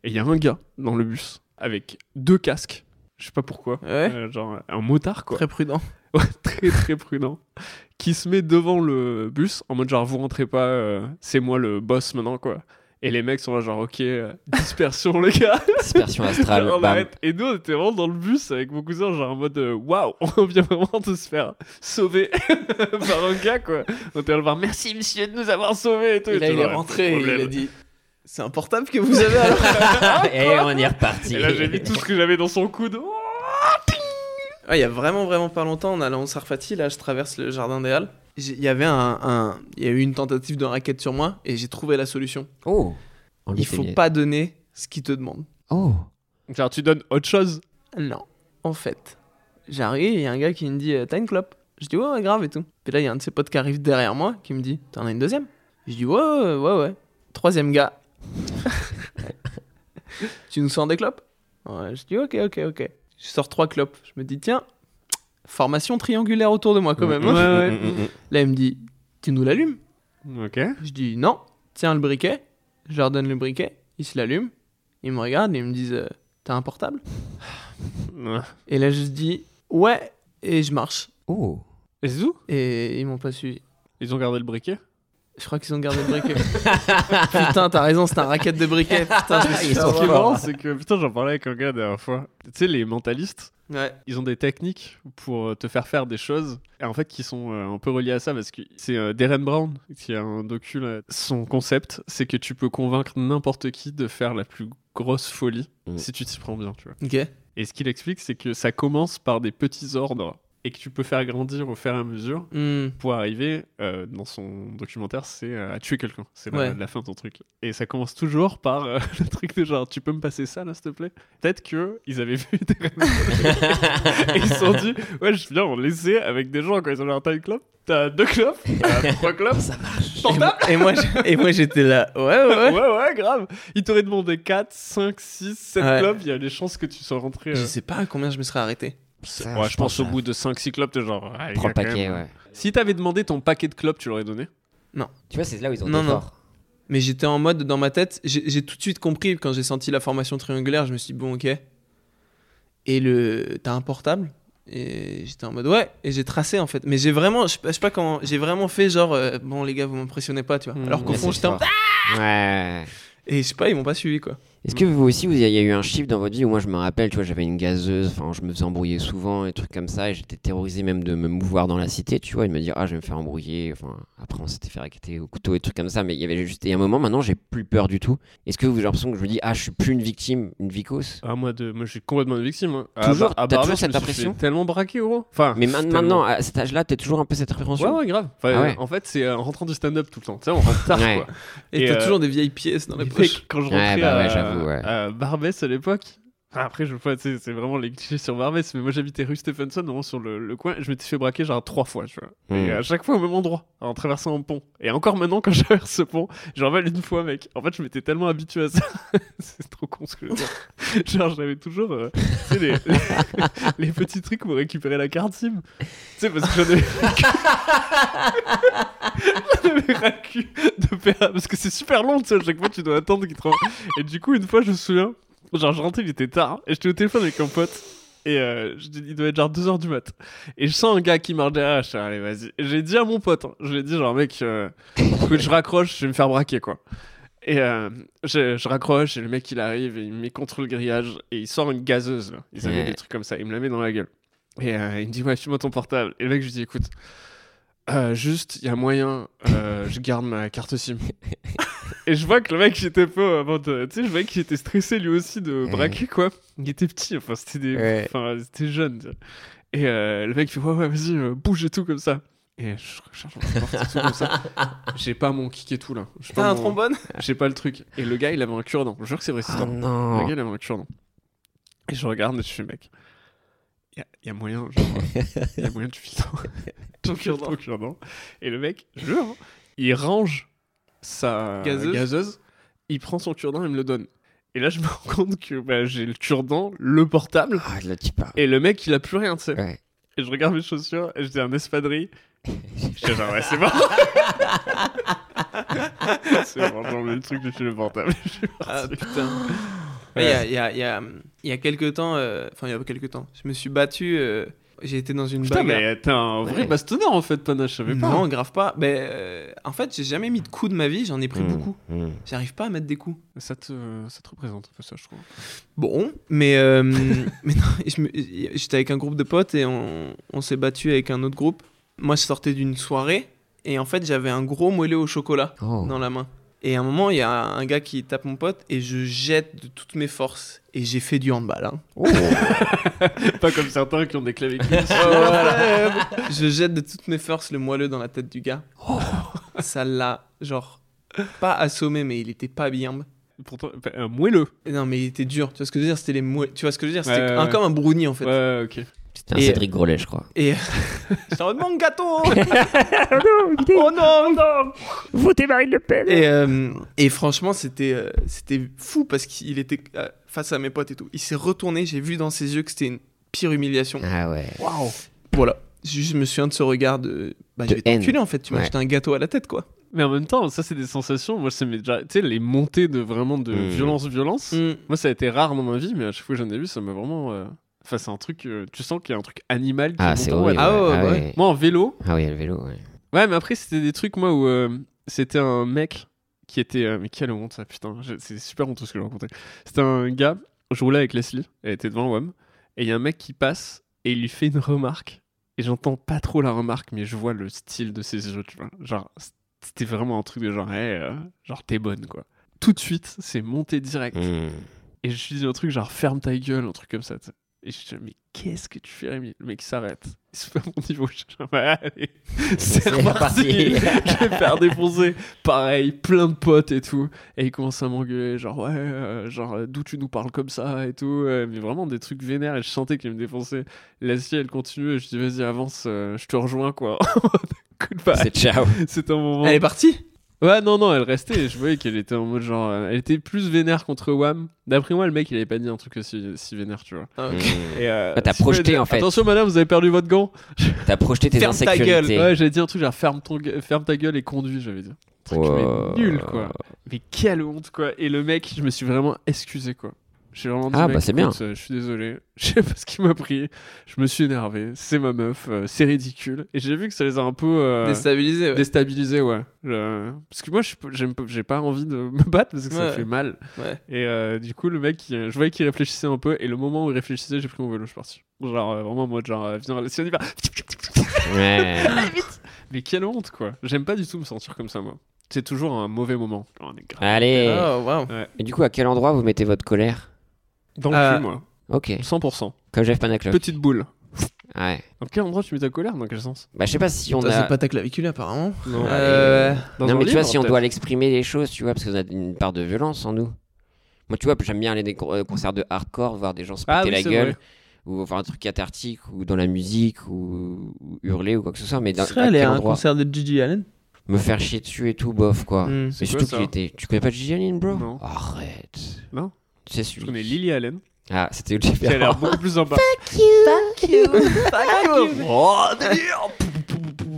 S1: Et il y a un gars dans le bus avec deux casques, je sais pas pourquoi.
S3: Ouais.
S1: Euh, genre, un motard, quoi.
S3: Très prudent.
S1: Ouais, très très prudent, qui se met devant le bus en mode genre vous rentrez pas, euh, c'est moi le boss maintenant quoi. Et les mecs sont là genre ok, euh, dispersion les gars,
S2: Dispersion astrale,
S1: on
S2: bam.
S1: arrête. Et nous on était vraiment dans le bus avec mon cousin genre en mode euh, waouh, on vient vraiment de se faire sauver par un gars quoi. On était allé le voir, merci monsieur de nous avoir sauvés et tout.
S3: Et
S1: Et
S3: là,
S1: tout,
S3: il est
S1: ouais,
S3: rentré et il
S1: problème.
S3: a dit C'est un portable que vous avez alors
S2: Et on est reparti.
S1: Et là j'ai mis tout ce que j'avais dans son coude. Oh
S3: Ouais, Il y a vraiment, vraiment pas longtemps, on allant en Sarfati, là, je traverse le jardin des Halles. J'ai- Il y avait un, un- Il y a eu une tentative de raquette sur moi et j'ai trouvé la solution.
S2: Oh On lui
S3: Il
S2: fait
S3: faut
S2: une-
S3: pas donner ce qu'ils te demandent.
S2: Oh
S1: genre tu donnes autre chose.
S3: Non. En fait, j'arrive, il y a un gars qui me dit euh, T'as une clope Je dis Ouais, ouais, grave et tout. Puis là, il y a un de ses potes qui arrive derrière moi qui me dit T'en as une deuxième Je dis Ouais, ouais, ouais, ouais. Troisième gars. tu nous sors des clopes Ouais, je dis Ok, ok, ok. Je sors trois clopes. Je me dis Tiens, formation triangulaire autour de moi quand même. hein. Là, il me dit Tu nous l'allumes
S1: Ok.
S3: Je dis Non, tiens le briquet. Je leur donne le briquet, ils se l'allument. Ils me regardent et ils me disent euh, T'as un portable et là, je dis ouais, et je marche.
S2: Oh
S1: Et c'est tout
S3: Et ils m'ont pas suivi.
S1: Ils ont gardé le briquet
S3: Je crois qu'ils ont gardé le briquet. putain, t'as raison, c'est un racket de briquet. Putain, je me suis
S2: Ils
S3: fait
S2: sont
S1: Ce qui est
S3: avoir.
S1: marrant, c'est que putain, j'en parlais avec un gars la dernière fois. Tu sais, les mentalistes,
S3: Ouais.
S1: ils ont des techniques pour euh, te faire faire des choses, et en fait, qui sont euh, un peu reliées à ça, parce que c'est euh, Darren Brown qui a un docu. là. Son concept, c'est que tu peux convaincre n'importe qui de faire la plus grosse folie
S2: Mm.
S1: si tu t'y prends bien, tu vois.
S3: Ok.
S1: Et ce qu'il explique, c'est que ça commence par des petits ordres et que tu peux faire grandir au fur et à mesure
S3: Hmm.
S1: pour arriver, euh, dans son documentaire, c'est euh, à tuer quelqu'un. C'est la,
S3: Ouais.
S1: la fin de ton truc. Et ça commence toujours par euh, le truc de genre, tu peux me passer ça là, s'il te plaît Peut-être que ils avaient vu des Et ils se sont dit, ouais, je viens en laisser avec des gens quand ils ont leur taille clope. T'as deux clopes, t'as trois clopes,
S2: Ça marche
S3: Et moi, je- et moi, j'étais là. Ouais, ouais.
S1: ouais,
S3: ouais.
S1: ouais, grave. Ils t'auraient demandé 4, 5, 6, 7
S3: Ouais.
S1: clopes, il y a des chances que tu sois rentré. euh,
S3: Je sais pas à combien je me serais arrêté.
S2: Ça,
S1: Ouais, je, pense, au
S2: à-
S1: bout de 5, 6 clopes, t'es genre. ah, les
S2: Prends
S1: gars,
S2: le
S1: quand
S2: paquet,
S1: même.
S2: ouais.
S1: Si t'avais demandé ton paquet de clopes, tu l'aurais donné
S2: Tu vois, c'est là où ils ont
S3: Non,
S2: des
S3: non.
S2: forts.
S3: Mais j'étais en mode dans ma tête, j'ai j'ai tout de suite compris quand j'ai senti la formation triangulaire, je me suis dit bon ok. Et le, t'as un portable Et j'étais en mode ouais. Et j'ai tracé en fait. Mais j'ai vraiment, je sais pas- je sais pas comment, j'ai vraiment fait genre euh, bon les gars vous m'impressionnez pas tu vois.
S1: Mmh.
S3: Alors qu'au
S2: Ouais,
S3: fond
S2: c'est
S3: j'étais en
S2: fort. Ouais.
S3: et je sais pas ils m'ont pas suivi quoi.
S2: Est-ce que vous aussi, vous- il y, a- il y a eu un chiffre dans votre vie où moi je me rappelle, tu vois, j'avais une gazeuse, enfin, je me faisais embrouiller souvent, et trucs comme ça, et j'étais terrorisé même de me mouvoir dans la cité, tu vois, et de me dire, ah, je vais me faire embrouiller, enfin, après on s'était fait raqueter au couteau et trucs comme ça, mais il y avait juste, et à un moment, maintenant, j'ai plus peur du tout. Est-ce que vous avez l'impression que je me dis, ah, je suis plus une victime, une vicose
S1: Ah, moi, de... moi, je suis complètement une victime. hein. À
S2: Toujours
S1: Bar- à
S2: T'as
S1: Barbès,
S2: toujours
S1: je
S2: cette
S1: me suis
S2: impression
S1: fait tellement braqué, gros. Enfin,
S2: Mais ma-
S1: tellement-
S2: maintenant, à cet âge-là, t'es toujours un peu cette
S1: Ouais,
S2: appréhension.
S1: ouais, grave. Enfin,
S2: Ah ouais.
S1: En fait, c'est euh, en rentrant du stand-up tout le temps. Tu sais, on rentre tard,
S2: Ouais.
S1: quoi.
S3: Et,
S1: Et,
S3: t'as
S1: euh,
S3: toujours des vieilles pièces dans les
S1: Mais
S3: poches.
S1: mec, quand
S2: Ouais,
S1: je rentrais
S2: bah ouais,
S1: à-
S2: j'avoue, ouais.
S1: à, Barbès à l'époque, enfin, après, je vois, tu sais, c'est vraiment les clichés sur Barbès, mais moi j'habitais rue Stephenson, vraiment sur le, le coin, et je m'étais fait braquer genre trois fois, tu vois. Et
S2: Mm.
S1: à chaque fois au même endroit, en traversant un pont. Et encore maintenant, quand je traverse ce pont, j'en rappelle une fois, mec. En fait, je m'étais tellement habitué à ça. c'est trop con ce que je veux dire. genre, j'avais toujours, euh, tu sais, les, les- les petits trucs pour récupérer la carte SIM. Tu sais, parce que j'en avais. J'avais ras le cul de PA parce que c'est super long, tu sais, à chaque fois tu dois attendre qu'il te rend- Et du coup, une fois, je me souviens, genre, je rentrais, il était tard, et j'étais au téléphone avec un pote, et euh, je dis, il doit être genre 2h du mat. Et je sens un gars qui marche derrière, je fais, allez, vas-y. Et J'ai dit à mon pote, hein, je lui ai dit, genre, mec, euh, écoute, je raccroche, je vais me faire braquer, quoi. Et euh, je, je raccroche, et le mec, il arrive, et il me met contre le grillage, et il sort une gazeuse, là. Ils avaient
S2: Ouais.
S1: des trucs comme ça, il me la met dans la gueule. Et euh, il me dit, ouais, file-moi ton portable. Et le mec, je lui dis, écoute, euh, juste, il y a moyen, euh, je garde ma carte SIM. Et je vois que le mec, j'étais pas avant de- Tu sais, je voyais qu'il était stressé lui aussi de braquer, quoi. Il était petit, enfin, c'était des.
S2: Ouais.
S1: Enfin, c'était jeune. tu vois. Et euh, le mec fait Ouais, ouais, vas-y, euh, bouge et tout comme ça. Et je recharge mon porte et tout comme ça. J'ai pas mon kick et tout là. J'ai
S3: T'as
S1: pas,
S3: un
S1: mon-
S3: trombone
S1: j'ai pas le truc. Et le gars, il avait un cure-dent. Je jure que c'est vrai, c'est
S2: Ah
S1: Le gars,
S2: non
S1: il avait un cure-dent. Et je regarde et je fais Mec, il y, a- y a moyen, genre, y a moyen, tu files ton- ton cure-dent. Et le mec, je jure, hein, il range sa
S3: Gazeuse.
S1: gazeuse il prend son cure-dent et me le donne. Et là, je me rends compte que bah, j'ai le cure-dent, le portable,
S2: Ah, là, tu parles.
S1: et le mec, il a plus rien, tu sais.
S2: Ouais.
S1: Et je regarde mes chaussures, et j'étais un espadrille. J'étais genre, ouais, c'est bon. c'est bon, j'ai enlevé le truc de chez le portable. Je suis
S3: Ah
S1: parti.
S3: putain. Il y, a, il y a- il y a- il y a quelques temps, euh, enfin il y a quelques temps, je me suis battu, euh, j'ai été dans une
S1: Putain,
S3: bagarre.
S1: mais t'es un vrai
S2: Ouais.
S1: bastonneur en fait, Panache, je savais pas.
S3: Non, grave pas. Mais, euh, en fait, j'ai jamais mis de coups de ma vie, j'en ai pris
S2: Mmh,
S3: beaucoup.
S2: mmh.
S3: J'arrive pas à mettre des coups.
S1: Ça te, ça te représente un peu ça, je trouve.
S3: Bon, mais, euh, mais non, je me- j'étais avec un groupe de potes et on, on s'est battu avec un autre groupe. Moi, je sortais d'une soirée et en fait, j'avais un gros moelleux au chocolat
S2: Oh.
S3: dans la main. Et à un moment, il y a un gars qui tape mon pote et je jette de toutes mes forces. Et j'ai fait du handball. hein.
S2: Oh.
S1: pas comme certains qui ont des clavicules.
S3: Je jette de toutes mes forces le moelleux dans la tête du gars. Ça l'a, genre, pas assommé, mais il était pas bien.
S1: Pourtant, enfin, un moelleux.
S3: Non, mais il était dur. Tu vois ce que je veux dire C'était les moelleux. Tu vois ce que je veux dire C'était
S1: Ouais, ouais,
S3: un-
S1: ouais.
S3: comme un brownie en fait.
S1: Ouais, ok.
S2: C'était un
S3: Et-
S2: Cédric Grolet, je crois.
S3: Et euh, j'étais en mode mon gâteau
S1: hein.
S8: Oh non, non Votez Marine Le Pen
S3: et, euh, et franchement, c'était euh, c'était fou parce qu'il était euh, face à mes potes et tout. Il s'est retourné, j'ai vu dans ses yeux que c'était une pire humiliation.
S2: Ah ouais.
S3: Voilà. Je, je me souviens de ce regard de. Bah,
S2: De
S3: je vais t'enculer
S2: haine.
S3: en fait, tu m'as
S2: Ouais.
S3: jeté un gâteau à la tête quoi.
S1: Mais en même temps, ça, c'est des sensations. Moi, ça m'est déjà. Tu sais, les montées de vraiment de
S2: Mm.
S1: violence, violence.
S3: Mm.
S1: Moi, ça a été rare dans ma vie, mais à chaque fois que j'en ai vu, ça m'a vraiment. euh, Enfin, c'est un truc. euh, Tu sens qu'il y a un truc animal qui
S2: Ah,
S1: monte
S2: c'est
S1: en moi.
S2: horrible.
S3: Ah ouais,
S2: Ah
S3: ouais.
S2: ouais.
S1: Moi, en vélo.
S2: Ah oui, le vélo, ouais.
S1: Ouais, mais après, c'était des trucs, moi, où euh, c'était un mec qui était. euh, mais quelle honte, ça, putain. Je- C'est super honteux ce que j'ai raconté. C'était un gars. Je roulais avec Leslie. Elle était devant WAM. Et il y a un mec qui passe et il lui fait une remarque. Et j'entends pas trop la remarque, mais je vois le style de ses yeux, tu vois. Genre, c'était vraiment un truc de genre, hey, euh, genre, t'es bonne, quoi. Tout de suite, c'est monté direct.
S2: Mmh.
S1: Et je lui dis un truc genre ferme ta gueule, un truc comme ça. tu sais. Et je dis mais qu'est-ce que tu fais Rémi Le mec s'arrête. C'est pas mon niveau. Je suis genre, bah, allez, c'est
S2: C'est
S1: reparti.
S2: parti.
S1: je vais me faire défoncer. Pareil, plein de potes et tout. Et il commence à m'engueuler genre ouais, euh, genre euh, d'où tu nous parles comme ça et tout. euh, mais vraiment des trucs vénères. Et je sentais qu'il me défonçait. La scie elle continue. Et je dis vas-y avance, euh, je te rejoins quoi. Goodbye.
S2: C'est ciao.
S1: C'est un moment.
S3: Elle est partie
S1: Ouais, non, non, elle restait. et Je voyais qu'elle était en mode genre. euh, Elle était plus vénère contre Wam. D'après moi, le mec, il avait pas dit un truc aussi, si vénère, tu vois.
S3: Ah, ok.
S2: Mmh.
S1: Et, euh,
S2: Ah, t'as
S1: si vous voulez
S2: projeté,
S1: dire,
S2: en fait.
S1: Attention, madame, vous avez perdu votre gant.
S2: T'as projeté tes
S3: Ferme ta
S2: insécurités.
S1: Ouais, j'avais dit un truc genre ferme, ton gue- ferme ta gueule et conduis, j'avais dit. Un Truc,
S2: Wow.
S1: mais nul, quoi. Mais quelle honte, quoi. Et le mec, je me suis vraiment excusé, quoi. J'ai vraiment dit,
S2: Ah,
S1: mec,
S2: bah, c'est bien.
S1: écoute, euh, je suis désolé. Je sais pas ce qui m'a pris. Je me suis énervé. C'est ma meuf. euh, c'est ridicule. Et j'ai vu que ça les a un peu. euh,
S3: Déstabilisée. ouais.
S1: déstabilisé ouais Je- parce que moi je suis pas- j'aime pas- j'ai pas envie de me battre parce que ça
S3: Ouais.
S1: fait mal
S3: Ouais.
S1: et euh, du coup le mec il- je voyais qu'il réfléchissait un peu et le moment où il réfléchissait j'ai pris mon vélo je suis parti genre euh, vraiment en mode genre euh, viens si on y va
S2: Ouais.
S1: mais quelle honte quoi j'aime pas du tout me sentir comme ça moi c'est toujours un mauvais moment Genre, on est grave
S2: Allez.
S3: Oh, waouh.
S2: Et du coup, à quel endroit vous mettez votre colère
S1: dans le
S3: Euh,
S1: cul moi
S2: Ok.
S1: 100%
S2: Comme Jeff Panaclock.
S1: petite boule
S2: Ouais.
S1: dans quel endroit tu mets ta colère dans quel sens
S2: Bah, je sais pas si on
S3: Toi,
S2: a.
S3: c'est pas ta clavicule apparemment.
S1: non,
S3: Euh,
S1: Dans
S2: non,
S1: un
S2: mais tu vois,
S1: livre,
S2: si on
S1: peut-être.
S2: doit l'exprimer les choses, tu vois, parce qu'on a une part de violence en nous. Moi, tu vois, j'aime bien aller des gros- euh, concerts de hardcore, voir des gens se péter
S1: Ah oui,
S2: la
S1: c'est
S2: gueule,
S1: vrai.
S2: ou voir un truc cathartique, ou dans la musique, ou, ou hurler, ou quoi que ce soit. Mais
S3: Tu
S2: dans
S3: serais
S2: à
S3: allé
S2: quel
S3: à un
S2: endroit
S3: concert de Gigi Allen
S2: Me faire chier dessus et tout, bof, quoi.
S3: Mm.
S2: Mais
S1: C'est quoi,
S2: surtout qu'il
S1: ça
S2: était. Tu connais pas Gigi Allen, bro
S1: Non.
S2: Arrête.
S1: Non.
S2: Tu sais
S1: je
S2: celui.
S1: connais Lily Allen
S2: Ah, c'était où le
S1: qui a l'air beaucoup plus sympa Ah,
S3: Ah,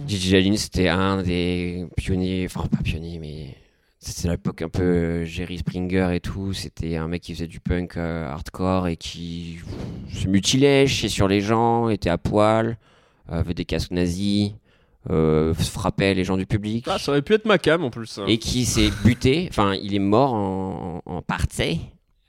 S2: Gigi Jalin, c'était un des pionniers, enfin pas pionnier, mais c'était l'époque un peu euh, Jerry Springer et tout. C'était un mec qui faisait du punk euh, hardcore et qui se mutilait, chiait sur les gens, était à poil, euh, avait des casques nazis, euh, frappait les gens du public.
S1: ah, ça aurait pu être ma cam en plus hein.
S2: et qui s'est buté, enfin il est mort en, en partie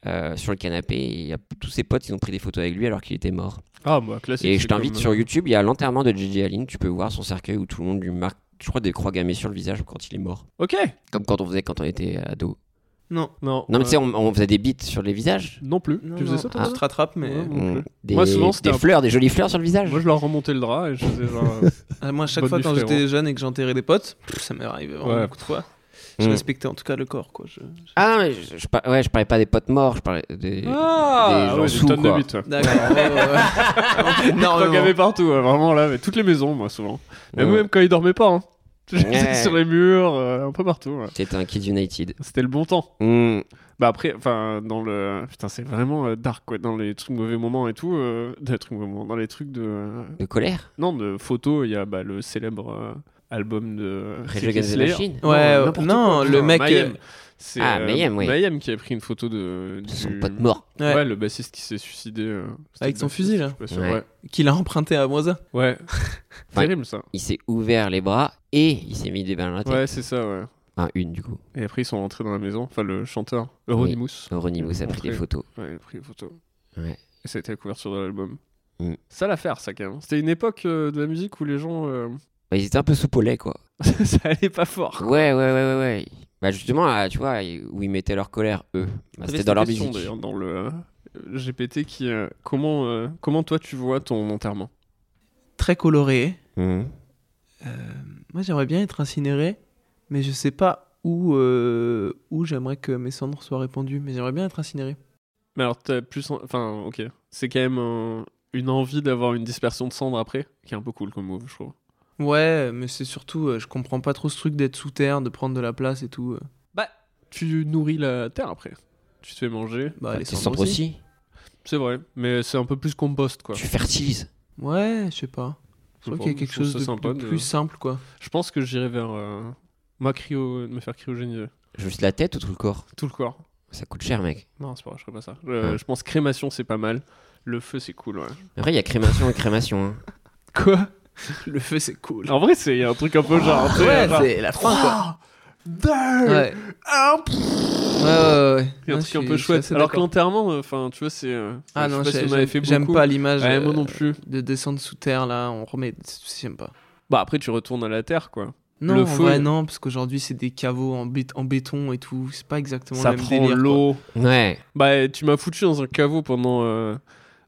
S2: euh, sur le canapé. Et il y a tous ses potes, ils ont pris des photos avec lui alors qu'il était mort.
S1: ah moi classique
S2: Et
S1: c'est
S2: je t'invite
S1: comme- euh,
S2: sur YouTube, il y a l'enterrement de Gigi Allen, tu peux voir son cercueil où tout le monde lui marque, je crois, des croix gammées sur le visage quand il est mort.
S1: ok
S2: Comme quand on faisait quand on était ado.
S3: Non.
S1: non
S2: Non, mais tu sais,
S1: euh,
S2: on, on faisait des bites sur les visages.
S1: non plus
S3: Non,
S1: tu faisais
S3: non.
S1: ça toi
S2: Ah.
S3: Tu te rattrapes, mais.
S1: Ouais, non plus.
S2: Des,
S1: Mmh. Moi, souvent, c'était
S2: des
S1: un-
S2: fleurs, des jolies fleurs sur le visage.
S1: Moi, je leur remontais le drap et je faisais genre. euh,
S3: Ah, Moi, à chaque
S1: Bonne
S3: fois,
S1: nuit,
S3: quand
S1: frérot.
S3: j'étais jeune et que j'enterrais des potes, pff, ça m'est arrivé vraiment
S1: Ouais.
S3: beaucoup de fois. Je
S2: Mm.
S3: respectais en tout cas le corps, quoi. Je- je-
S2: Ah non, mais je, je par- ouais, je parlais pas des potes morts, je parlais des.
S1: Ah,
S2: des gens sous,
S1: tonnes de
S2: quoi.
S1: bite. ouais.
S3: D'accord. ouais, ouais.
S1: T'en
S3: Énormément.
S1: gavais partout, ouais, vraiment là, mais toutes les maisons, moi, souvent.
S2: Ouais,
S1: Même, même quand ils dormaient pas. hein. J'étais
S2: Ouais.
S1: sur les murs, euh, un peu partout. ouais.
S2: T'étais un Kids United.
S1: C'était le bon temps.
S2: Mm.
S1: Bah après, enfin, dans le. Putain, c'est vraiment euh, dark, quoi. Dans les trucs mauvais moments et tout. euh, Dans les trucs mauvais moments. Dans les trucs de. euh,
S2: De colère
S1: Non, de photos, il y a bah, le célèbre euh, album de.
S2: Rage
S1: Rick
S2: Against the
S1: Slayer.
S2: Machine
S3: Ouais, euh,
S1: n'importe
S3: non,
S1: quoi,
S3: le
S1: putain,
S3: mec,
S1: Mayhem.
S3: euh,
S1: C'est,
S2: Ah,
S1: euh,
S2: Mayhem, oui.
S1: Mayhem qui a pris une photo de.
S2: Ils sont
S1: du-
S2: pas de mort.
S1: Ouais.
S3: Ouais.
S1: le bassiste qui s'est suicidé. euh, c'était
S3: Avec
S1: le
S3: son
S1: bassiste,
S3: fusil, là.
S1: je suis pas sûr,
S2: Ouais.
S1: Ouais.
S3: Qu'il a emprunté à Moisa.
S1: Ouais. Terrible ça.
S2: Il s'est ouvert les bras et il s'est mis des balles dans la tête.
S1: Ouais, c'est ça, ouais.
S2: Enfin, une du coup.
S1: Et après, ils sont rentrés dans la maison. Enfin, le chanteur, Euronymous.
S2: Euronymous a pris des
S1: Rentré.
S2: photos.
S1: Ouais, il a pris des photos.
S2: Ouais.
S1: Et ça a été la couverture de l'album.
S2: Mm.
S1: Ça l'affaire, ça quand même. C'était une époque euh, de la musique où les gens. euh,
S2: Bah, ils étaient un peu sous au lait, quoi.
S1: ça allait pas fort.
S2: Ouais, ouais, ouais, ouais, ouais. Bah justement, là, tu vois, où ils mettaient leur colère, eux. Bah,
S1: J'avais
S2: c'était
S1: cette
S2: dans leur
S1: question,
S2: musique.
S1: d'ailleurs, dans le euh, GPT qui. euh, comment, euh, comment toi tu vois ton enterrement
S3: Très coloré. Euh,
S2: Mhm.
S3: Moi, j'aimerais bien être incinéré, mais je sais pas où, euh, où j'aimerais que mes cendres soient répandues. Mais j'aimerais bien être incinéré.
S1: Mais alors, t'as plus. en- Enfin, ok. C'est quand même euh, une envie d'avoir une dispersion de cendres après, qui est un peu cool comme move, je trouve.
S3: Ouais, mais c'est surtout, euh, je comprends pas trop ce truc d'être sous terre, de prendre de la place et tout. euh.
S1: Tu nourris la terre après. Tu te fais manger.
S2: Bah,
S3: Bah, les
S2: t'es
S3: cendres,
S2: sombre
S3: aussi.
S2: aussi.
S1: C'est vrai, mais c'est un peu plus compost, quoi.
S2: Tu fertilises.
S3: Ouais, je sais pas. Je
S1: Je
S3: crois qu'il y a
S1: pense-
S3: quelque
S1: je trouve
S3: chose
S1: ça
S3: de,
S1: sympa
S3: de
S1: de-
S3: plus simple, quoi.
S1: Je pense que j'irai vers. euh, ma cryo... me faire cryogéniser.
S2: Juste la tête ou tout le corps
S1: Tout le corps.
S2: Ça coûte cher, mec.
S1: Non, c'est pas vrai, je ferai pas ça. Euh,
S2: Ouais.
S1: Je pense crémation, c'est pas mal. Le feu, c'est cool, ouais.
S2: Après, il y a crémation et crémation. hein.
S3: Quoi Le feu, c'est cool.
S1: En vrai, c'est il y a un truc un peu genre. tu sais,
S3: Ah Ouais,
S1: genre, Ah,
S3: c'est la fin, quoi.
S1: Deux
S3: Ouais. Ouais, ouais, ouais.
S1: Il y
S3: Non,
S1: a un truc
S3: je
S1: un
S3: suis-
S1: peu
S3: je suis
S1: chouette.
S3: assez
S1: Alors que
S3: d'accord.
S1: l'enterrement, euh, enfin, tu vois, c'est. euh,
S3: Ah
S1: je sais
S3: non,
S1: pas si
S3: j'ai-
S1: on avait fait
S3: j'aime j'aime
S1: beaucoup.
S3: pas l'image
S1: Ouais,
S3: euh,
S1: moi non plus.
S3: de descendre sous terre là, on remet j'aime pas.
S1: Bah, après, tu retournes à la terre, quoi.
S3: Non,
S1: Le
S3: en
S1: faux,
S3: vrai,
S1: il-
S3: non, parce qu'aujourd'hui c'est des caveaux en, bét- en béton et tout, c'est pas exactement
S1: Ça
S3: le même
S1: prend
S3: délire, quoi.
S1: l'eau.
S2: Ouais.
S1: Bah, tu m'as foutu dans un caveau pendant. euh,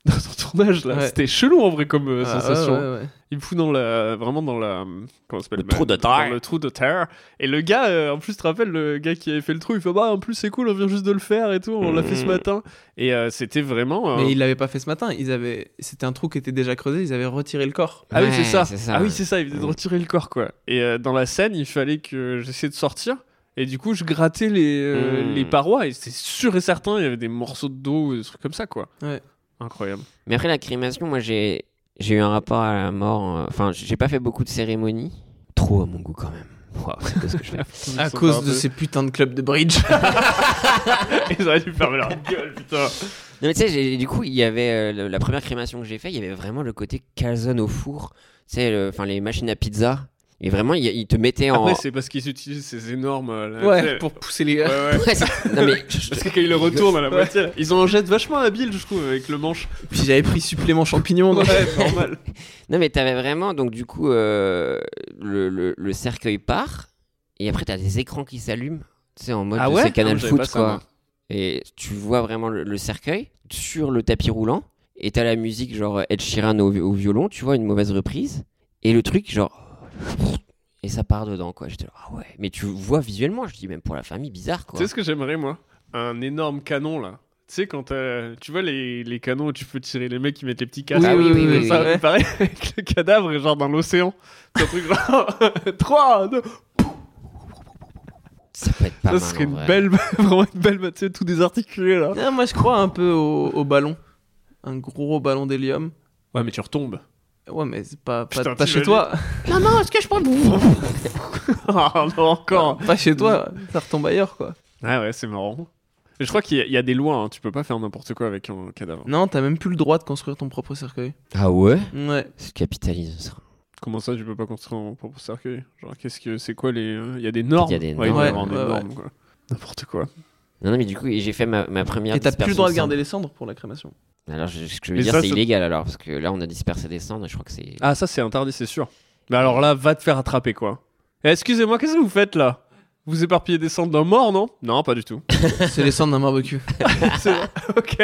S1: Dans ton tournage là,
S3: Ouais.
S1: c'était chelou en vrai comme euh,
S3: Ah, ouais,
S1: sensation.
S3: ouais, ouais.
S1: Il me fout dans la, vraiment dans la, hum, comment ça s'appelle
S2: Le trou de terre.
S1: Dans le trou de terre. Et le gars, euh, en plus, tu te rappelles le gars qui avait fait le trou, il fait bah en plus c'est cool, on vient juste de le faire et tout, on l'a
S2: Mmh.
S1: fait ce matin. Et euh, c'était vraiment. euh,
S3: Mais ils l'avaient pas fait ce matin, ils avaient c'était un trou qui était déjà creusé, ils avaient retiré le corps.
S1: Ah oui,
S2: Ouais,
S1: c'est ça.
S2: c'est
S1: Ah oui, c'est ça. Il
S3: Mmh.
S1: venait de retirer le corps, quoi. Et euh, dans la scène, il fallait que j'essaie de sortir. Et du coup, je grattais les, euh,
S2: Mm.
S1: les parois. Et c'est sûr et certain, il y avait des morceaux de dos ou des trucs comme ça, quoi.
S3: Ouais.
S1: Incroyable.
S2: Mais après la crémation, moi j'ai j'ai eu un rapport à la mort. euh, Enfin, j'ai pas fait beaucoup de cérémonies. Trop à mon goût quand même. Ouah, c'est pas ce que je fais.
S3: À cause de ces putains de clubs de bridge.
S1: Ils auraient dû fermer leur gueule, putain.
S2: Non mais tu sais, j'ai- du coup, il y avait euh, le- la première crémation que j'ai fait, il y avait vraiment le côté calzone au four. Tu sais, le- enfin les machines à pizza. Et vraiment, ils ils te mettaient en.
S1: Après, Ah c'est parce qu'ils utilisent ces énormes. euh, là, tu
S3: ouais,
S1: sais.
S3: pour pousser les
S1: Ouais, ouais.
S2: Ouais, c'est- non mais
S1: Parce que quand ils le retournent à la moitié, là, ils ont un jet vachement habile, je trouve, avec le manche.
S3: Puis j'avais pris supplément champignons. donc-
S1: Ouais, normal.
S2: Non, mais t'avais vraiment, donc du coup, euh, le, le- le cercueil part, et après t'as des écrans qui s'allument, tu sais, en mode
S1: Ah
S2: de
S1: ouais
S2: ces canal
S1: Ah, j'avais pas
S2: foot,
S1: ça, moi.
S2: quoi. Et tu vois vraiment le, le cercueil sur le tapis roulant, et t'as la musique, genre Ed Sheeran au, au violon, tu vois, une mauvaise reprise, et le truc, genre. Et ça part dedans, quoi. J'étais là, ah ouais. Mais tu vois visuellement, je dis, même pour la famille, bizarre,
S1: Tu
S2: quoi.
S1: sais ce que j'aimerais, moi Un énorme canon, là. Tu sais, quand euh, tu vois les, les canons où tu peux tirer les mecs qui mettent les petits casques.
S2: Ah oui, oui, oui, oui,
S1: ça,
S3: oui.
S1: Pareil avec le cadavre, et genre dans l'océan. C'est un truc genre 3, 2.
S2: Ça peut être pas
S1: Ça
S2: mal.
S1: serait
S2: en
S1: une
S2: vrai.
S1: belle, vraiment une belle tu sais, tout désarticulé là.
S3: Ah, moi je crois un peu au, au ballon. Un gros ballon d'hélium.
S1: Ouais, mais tu retombes.
S3: Ouais, mais c'est pas, pas,
S1: Putain,
S3: pas chez toi.
S7: Maman, est-ce que je prends.
S1: Ah non, encore.
S3: Pas chez toi, ça retombe ailleurs quoi.
S1: Ouais, Ah ouais, c'est marrant. Et je crois qu'il y, a- il y a des lois, hein. tu peux pas faire n'importe quoi avec un cadavre.
S3: Non, t'as même plus le droit de construire ton propre cercueil.
S2: Ah ouais
S3: Ouais.
S2: C'est capitalisme, ça.
S1: Comment ça, tu peux pas construire ton propre cercueil Genre, qu'est-ce que c'est quoi les. euh, Il y a des normes.
S2: Il y a des
S1: Ouais,
S3: normes.
S1: y avoir des
S3: Ouais, ouais,
S1: normes, quoi. N'importe quoi.
S2: Non, non, mais du coup, j'ai fait ma, ma première.
S3: Et t'as plus le
S2: dispersion
S3: droit de
S2: sans-
S3: garder les cendres pour la crémation.
S2: Alors, je- ce que je veux
S1: Mais
S2: dire,
S1: ça,
S2: c'est
S1: ça-
S2: illégal alors, parce que là, on a dispersé des cendres et je crois que c'est.
S1: Ah, ça, c'est interdit, c'est sûr. Mais alors là, va te faire attraper, quoi. Eh, Excusez-moi, qu'est-ce que vous faites là Vous éparpillez des cendres d'un mort, non Non, pas du tout.
S3: C'est les cendres d'un barbecue.
S1: C'est- ok,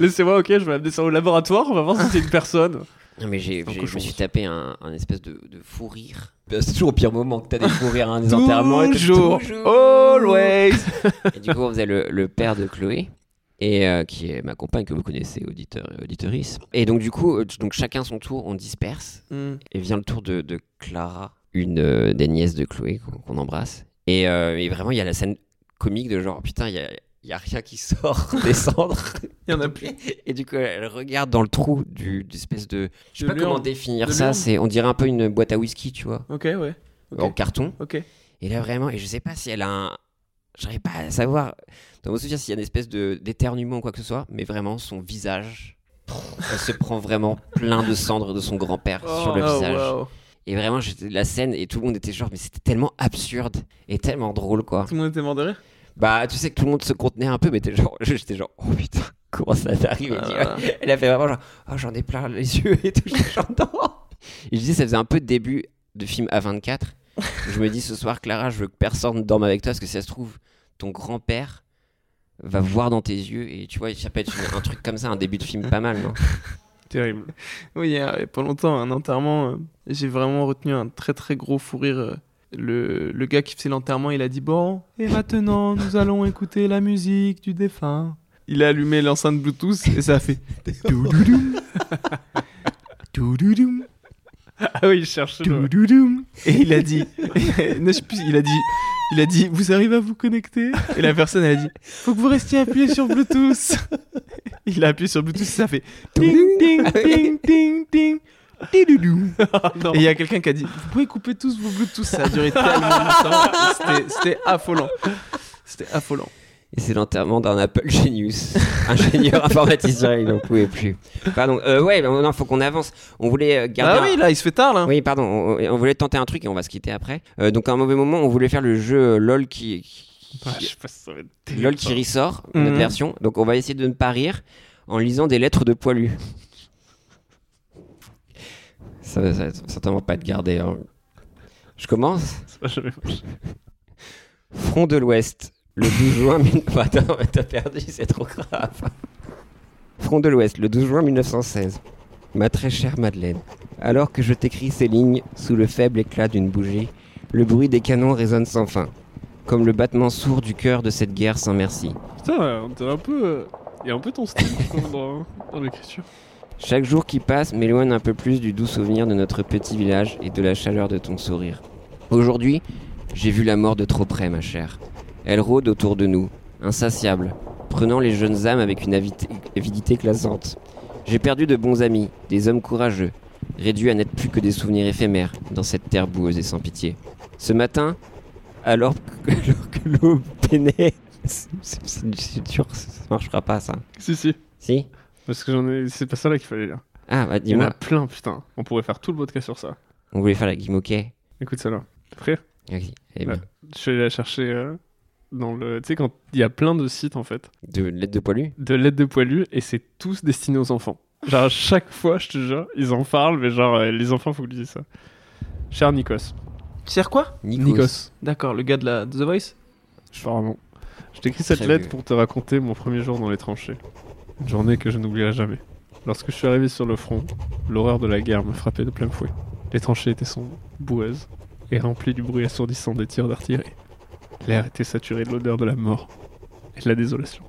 S1: laissez-moi, ok, je vais amener ça au laboratoire, on va voir si c'est une personne.
S2: Non, mais j'ai,
S1: un
S2: j'ai- je
S1: cochon,
S2: me suis
S1: ça.
S2: tapé un, un espèce de, de fou rire. Bah, c'est toujours au pire moment que t'as des fous rires, hein, des enterrements. Et,
S3: Toujours. Oh, Always.
S2: tout. Et du coup, on faisait le, le père de Chloé. Et euh, qui est ma compagne que vous connaissez, auditeur et auditorice. Et donc, du coup, euh, donc chacun son tour, on disperse.
S3: Mm.
S2: Et vient le tour de, de Clara. une euh, des nièces de Chloé qu'on qu'on embrasse. Et, euh, et vraiment, il y a la scène comique de genre, putain, il y a, il y a rien qui sort, descendre.
S3: Il y en a plus.
S2: Et du coup, elle regarde dans le trou du, espèce de. Je sais
S3: De
S2: pas comment
S3: l'urne.
S2: définir
S3: De
S2: ça,
S3: l'urne.
S2: c'est on dirait un peu une boîte à whisky, tu vois,
S3: Ok, ouais. Ok.
S2: en carton.
S3: Ok.
S2: Et là, vraiment, et je sais pas si elle a un. J'arrive pas à savoir, dans mon souvenir, s'il y a une espèce de- d'éternuement ou quoi que ce soit, mais vraiment, son visage. Elle se prend vraiment plein de cendres de son grand-père sur le
S3: Oh,
S2: visage.
S3: wow.
S2: Et vraiment, j'étais- la scène, et tout le monde était genre, mais c'était tellement absurde et tellement drôle, quoi.
S3: Tout le monde était mort de rire.
S2: Bah, tu sais que tout le monde se contenait un peu, mais t'es genre, j'étais genre, oh putain, comment ça t'arrive Et tu vois,
S3: Ah.
S2: Elle a fait vraiment genre, oh j'en ai plein les yeux et tout, j'étais genre, Non. Et je dis, ça faisait un peu début de film A24. je me dis, ce soir, Clara, je veux que personne dorme avec toi, parce que si ça se trouve, ton grand-père va voir dans tes yeux, et tu vois, ça peut être une- un truc comme ça, un début de film pas mal, non
S1: Terrible.
S3: Oui, il y a il y a pas longtemps, un enterrement, euh, j'ai vraiment retenu un très très gros fou rire. euh, Le, le gars qui faisait l'enterrement, il a dit Bon, et maintenant nous allons écouter la musique du défunt. Il a allumé l'enceinte Bluetooth et ça a fait. Doudoudoum. Doudoudoum.
S1: Ah oui, je cherche. le-
S3: Doudoudoum. Et il a dit, Non, je sais plus, il a dit, il a dit, vous arrivez à vous connecter Et la personne elle a dit, faut que vous restiez appuyé sur Bluetooth. Il a appuyé sur Bluetooth, ça fait ding ding ding ding ding. Tidoudou. Et il y a quelqu'un qui a dit Vous pouvez couper tous vos Bluetooth, ça a duré tellement longtemps. C'était- C'était affolant. C'était affolant.
S2: Et c'est l'enterrement d'un Apple Genius, ingénieur informaticien, il n'en pouvait plus. Pardon, euh, ouais, bah, non, faut qu'on avance. On voulait euh, garder.
S3: Ah
S2: un-
S3: oui, là, il se fait tard là.
S2: Oui, pardon, on, on voulait tenter un truc et on va se quitter après. Euh, donc à un mauvais moment, on voulait faire le jeu euh, LOL qui, qui-
S1: Ah, je sais pas si ça va être terrible.
S2: LOL qui ressort, notre
S3: Mhm.
S2: version. Donc on va essayer de ne pas rire en lisant des lettres de poilu. Ça va ça va certainement pas te garder. hein. Je commence
S1: Ça va jamais marcher.
S2: Front de l'Ouest, le 12 juin... mille- Attends, mais t'as perdu, c'est trop grave. Front de l'Ouest, le 12 juin 1916. Ma très chère Madeleine, alors que je t'écris ces lignes sous le faible éclat d'une bougie, le bruit des canons résonne sans fin, comme le battement sourd du cœur de cette guerre sans merci.
S1: Putain, ouais, t'es un peu. euh, Il y a un peu ton style dans- dans, dans l'écriture.
S2: Chaque jour qui passe m'éloigne un peu plus du doux souvenir de notre petit village et de la chaleur de ton sourire. Aujourd'hui, j'ai vu la mort de trop près, ma chère. Elle rôde autour de nous, insatiable, prenant les jeunes âmes avec une avit- avidité classante. J'ai perdu de bons amis, des hommes courageux, réduits à n'être plus que des souvenirs éphémères dans cette terre boueuse et sans pitié. Ce matin, alors que, alors que l'eau peinait... C'est- c'est- C'est dur, ça marchera pas ça.
S1: Si, si.
S2: Si
S1: Parce que j'en ai. C'est pas ça là qu'il fallait lire.
S2: Ah, bah
S1: Il y en
S2: dis-moi,
S1: a plein, putain. On pourrait faire tout le podcast sur ça.
S2: on voulait faire la guimauquet.
S1: Écoute ça là. Frère,
S2: Ok, eh
S1: Ouais.
S2: bien.
S1: je suis allé la chercher euh, dans le. Tu sais, quand il y a plein de sites en fait,
S2: De l'aide de poilu
S1: de l'aide de poilu et c'est tous destiné aux enfants. Genre, à chaque fois, je te jure, ils en parlent, mais genre, euh, les enfants, faut que je dise ça. Cher Nikos.
S3: Cher quoi
S2: Nikos.
S3: D'accord, le gars de, la, de The Voice
S1: Apparemment. Je t'écris cette
S2: Très
S1: lettre
S2: vieux.
S1: pour te raconter mon premier jour dans les tranchées. Une journée que je n'oublierai jamais. Lorsque je suis arrivé sur le front, l'horreur de la guerre me frappait de plein fouet. Les tranchées étaient sombres, boueuses, et remplies du bruit assourdissant des tirs d'artillerie. L'air était saturé de l'odeur de la mort et de la désolation.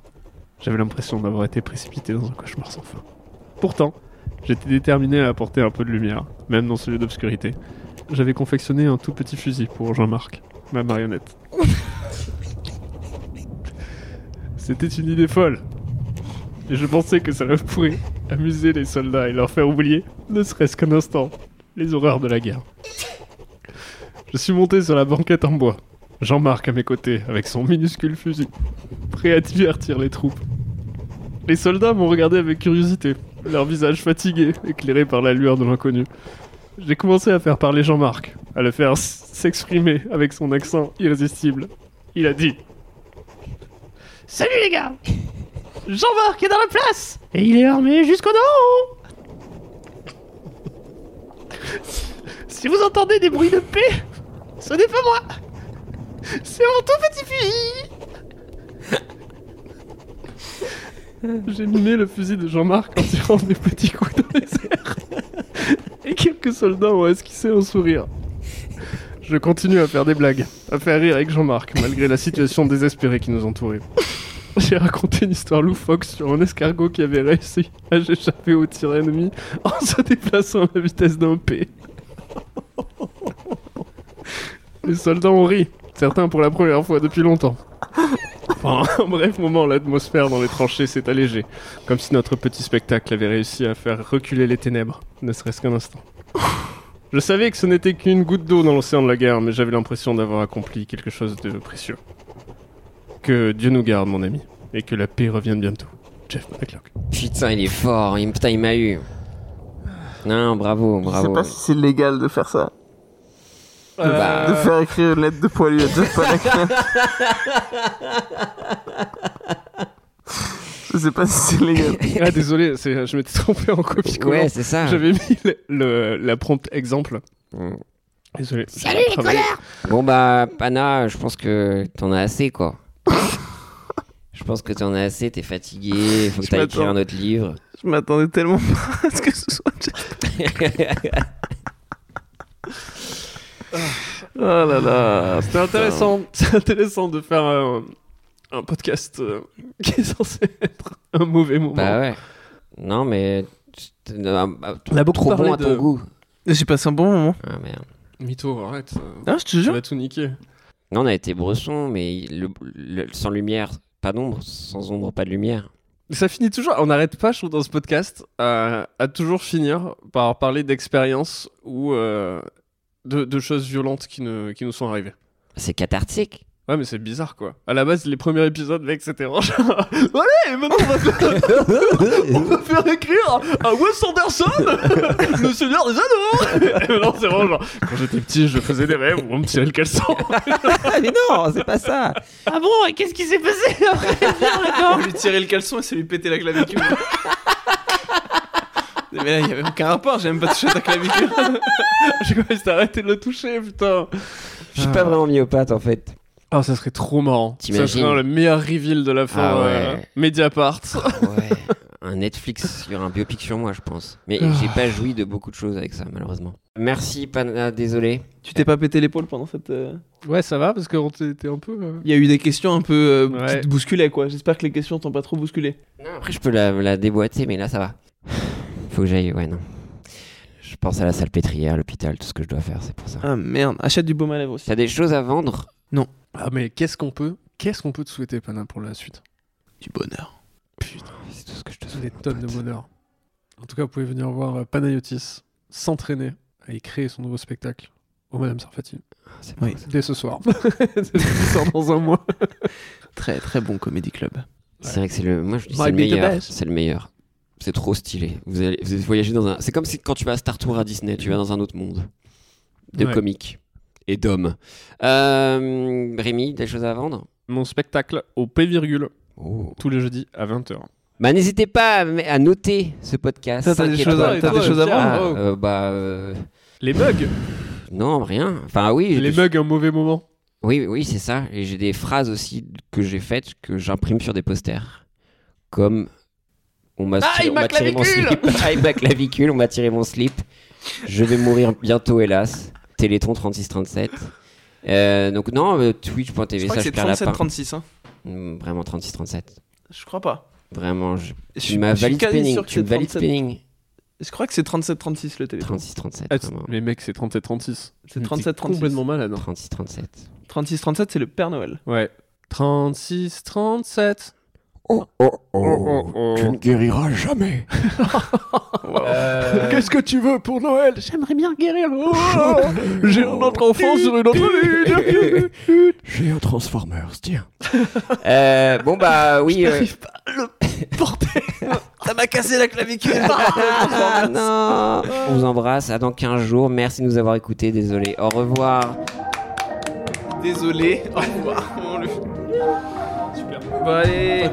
S1: J'avais l'impression d'avoir été précipité dans un cauchemar sans fin. Pourtant, j'étais déterminé à apporter un peu de lumière, même dans ce lieu d'obscurité. J'avais confectionné un tout petit fusil pour Jean-Marc, ma marionnette. C'était une idée folle. Et je pensais que cela pourrait amuser les soldats et leur faire oublier, ne serait-ce qu'un instant, les horreurs de la guerre. Je suis monté sur la banquette en bois. Jean-Marc à mes côtés, avec son minuscule fusil, prêt à divertir les troupes. Les soldats m'ont regardé avec curiosité, leur visage fatigué, éclairé par la lueur de l'inconnu. J'ai commencé à faire parler Jean-Marc, à le faire s- s'exprimer avec son accent irrésistible. Il a dit
S8: Salut les gars Jean-Marc est dans la place Et il est armé jusqu'aux dents Si vous entendez des bruits de paix, ce n'est pas moi C'est mon tout petit fusil
S1: J'ai miné le fusil de Jean-Marc en tirant des petits coups dans les airs. Et quelques soldats ont esquissé un sourire. Je continue à faire des blagues, à faire rire avec Jean-Marc, malgré la situation désespérée qui nous entourait. J'ai raconté une histoire loufoque sur un escargot qui avait réussi à échapper au tir ennemi en se déplaçant à la vitesse d'un P. Les soldats ont ri, certains pour la première fois depuis longtemps. Pendant un bref moment, l'atmosphère dans les tranchées s'est allégée, comme si notre petit spectacle avait réussi à faire reculer les ténèbres, ne serait-ce qu'un instant. Je savais que ce n'était qu'une goutte d'eau dans l'océan de la guerre, mais j'avais l'impression d'avoir accompli quelque chose de précieux. Que Dieu nous garde, mon ami, et que la paix revienne bientôt. Jeff McClock.
S2: Putain, il est fort. Il, putain, il m'a eu. Non, non, bravo,
S9: Je sais
S2: bravo.
S9: pas si c'est légal de faire ça.
S1: Euh,
S3: Euh.
S2: Bah,
S9: De faire écrire une lettre de poilu à Jeff Panaclock. Je sais pas si c'est légal.
S1: Ah, désolé, c'est- je m'étais trompé en copie
S2: ouais, c'est ça.
S1: J'avais mis le, le- la prompte exemple.
S2: Mm.
S1: Désolé.
S7: Salut les
S1: Travailler.
S7: connards
S2: Bon bah Pana, je pense que t'en as assez quoi. je pense que t'en as assez, t'es fatigué, faut que
S9: Je
S2: t'ailles écrire
S9: m'attends.
S2: un autre livre.
S9: Je m'attendais tellement pas à ce que ce soit Jeff. Oh là là.
S1: Ah C'était intéressant. C'est intéressant de faire euh, un podcast euh, qui est censé être un mauvais moment.
S2: bah ouais. Non mais t'es- euh, bah,
S1: On a beaucoup
S2: trop
S1: parlé
S2: bon à ton
S1: de-
S2: goût.
S3: J'ai passé un bon moment.
S2: Ah merde.
S1: Mytho, arrête. euh,
S3: Ah, je te
S1: Tu
S3: jure.
S1: vas tout niquer.
S2: Non, on a été bresson mais le- le- sans lumière, pas d'ombre, sans ombre, pas de lumière.
S1: Ça finit toujours, on n'arrête pas, je trouve, dans ce podcast, à, à toujours finir par parler d'expériences ou euh, de, de choses violentes qui, ne- qui nous sont arrivées.
S2: C'est cathartique.
S1: Ouais, mais c'est bizarre, quoi. À la base, les premiers épisodes, mec, c'était vraiment genre... Allez, maintenant, on va faire, on va faire écrire à Wes Anderson Le Seigneur des Anneaux Non, c'est vraiment genre... Quand j'étais petit, je faisais des rêves où on me tirait le caleçon.
S2: Ah mais non, c'est pas ça.
S8: Ah bon, et qu'est-ce qui s'est passé après
S3: On lui tirait le caleçon et ça lui pétait la clavicule. Mais là, il y avait aucun rapport, j'ai même pas touché ta clavicule.
S1: J'ai cru que c'était arrêté de le toucher, putain
S2: Je suis pas vraiment myopathe en fait.
S1: Ah, ça serait trop marrant. Ça
S2: T'imagines
S1: serait le meilleur reveal de la fin.
S2: Ah ouais.
S1: euh, Mediapart.
S2: Ouais. Un Netflix sur un biopic sur moi, je pense. Mais j'ai pas joui de beaucoup de choses avec ça, malheureusement. Merci, Pana, désolé.
S3: Tu t'es pas pété l'épaule pendant cette. euh,
S1: Ouais, ça va, parce qu'on était un peu...
S3: Il y a eu des questions un peu euh,
S1: Ouais.
S3: qui te bousculaient, quoi. J'espère que les questions t'ont pas trop bousculé.
S2: Non, après, je peux la, la déboîter, mais là, ça va. Faut que j'aille, ouais, non. Je pense à la salpêtrière, à l'hôpital, tout ce que je dois faire, c'est pour ça.
S3: Ah merde, achète du baume à lèvres aussi.
S2: T'as des choses à vendre
S1: Ah, mais qu'est-ce qu'on peut... Qu'est-ce qu'on peut te souhaiter, Pana, pour la suite
S3: Du bonheur.
S2: C'est tout ce que je te
S1: des
S2: souhaite.
S1: tonnes de bonheur. En tout cas, vous pouvez venir voir euh, Panayotis s'entraîner à y créer son nouveau spectacle au Madame Sarfati
S2: C'est
S3: Oui.
S2: pas-
S1: dès ce soir. Il sort dans un mois.
S3: Très très bon comédie club.
S2: C'est vrai que c'est le. Moi, je dis c'est
S1: Might
S2: le
S1: be the
S2: meilleur.
S1: best.
S2: C'est le meilleur. C'est trop stylé. Vous allez, vous allez voyager dans un. C'est comme si quand tu vas à Star Tour à Disney, tu vas dans un autre monde de
S1: Ouais.
S2: comiques et d'hommes. Euh, Rémi, des choses à vendre
S1: Mon spectacle au P virgule
S3: Oh.
S1: tous les jeudis à 20h.
S2: Bah, n'hésitez pas à, à noter ce podcast.
S3: T'as- t'as des
S2: Cinq
S3: choses à-
S2: étoiles.
S3: t'as des
S2: Ah,
S3: choses à
S1: vendre
S2: euh, Bah. euh,
S1: Les bugs
S2: Non, rien. Enfin, oui. j'ai
S1: Les
S2: des-
S1: bugs, un mauvais moment.
S2: Oui, oui, c'est ça. Et j'ai des phrases aussi que j'ai faites que j'imprime sur des posters. Comme on m'a
S3: Aïe,
S2: tiré, on
S3: ma
S2: m'a tiré mon slip. Aïe, ma clavicule, on m'a tiré mon slip. Je vais mourir bientôt, hélas. Téléthon 3637. Euh, donc, non, euh,
S3: Je
S2: twitch.tv,
S3: crois
S2: ça
S3: que
S2: je
S3: c'est
S2: perds la
S3: 37
S2: part.
S3: 36 hein.
S2: Mm, Vraiment 3637.
S3: Je crois pas.
S2: Vraiment, je... tu
S3: Je suis-
S2: m'as
S3: je suis
S2: valide
S3: quasi
S2: spinning.
S3: sûr que
S2: Tu me
S3: c'est
S2: valides
S3: 37.
S2: spinning.
S3: Je crois que c'est 37 36 le téléphone.
S2: 3637.
S1: Ah, tu-
S2: vraiment.
S1: mais mec, c'est 37-36.
S3: C'est
S1: Mais t'es
S3: 37-36.
S1: complètement malade. hein.
S2: 3637.
S3: 36 37 c'est le Père Noël.
S1: Ouais. 36-37.
S2: Oh, oh, Tu ne guériras jamais.
S1: Euh, Qu'est-ce que tu veux pour Noël
S8: J'aimerais bien guérir.
S1: Oh, J'ai un autre enfant sur une autre lune
S2: J'ai un Transformers, tiens. euh, bon bah oui. euh,
S3: Ça m'a cassé la clavicule.
S2: ah, non. On vous embrasse. À dans 15 jours. Merci de nous avoir écoutés. Désolé. Au revoir.
S3: Désolé. Au revoir. On le- Bon, allez.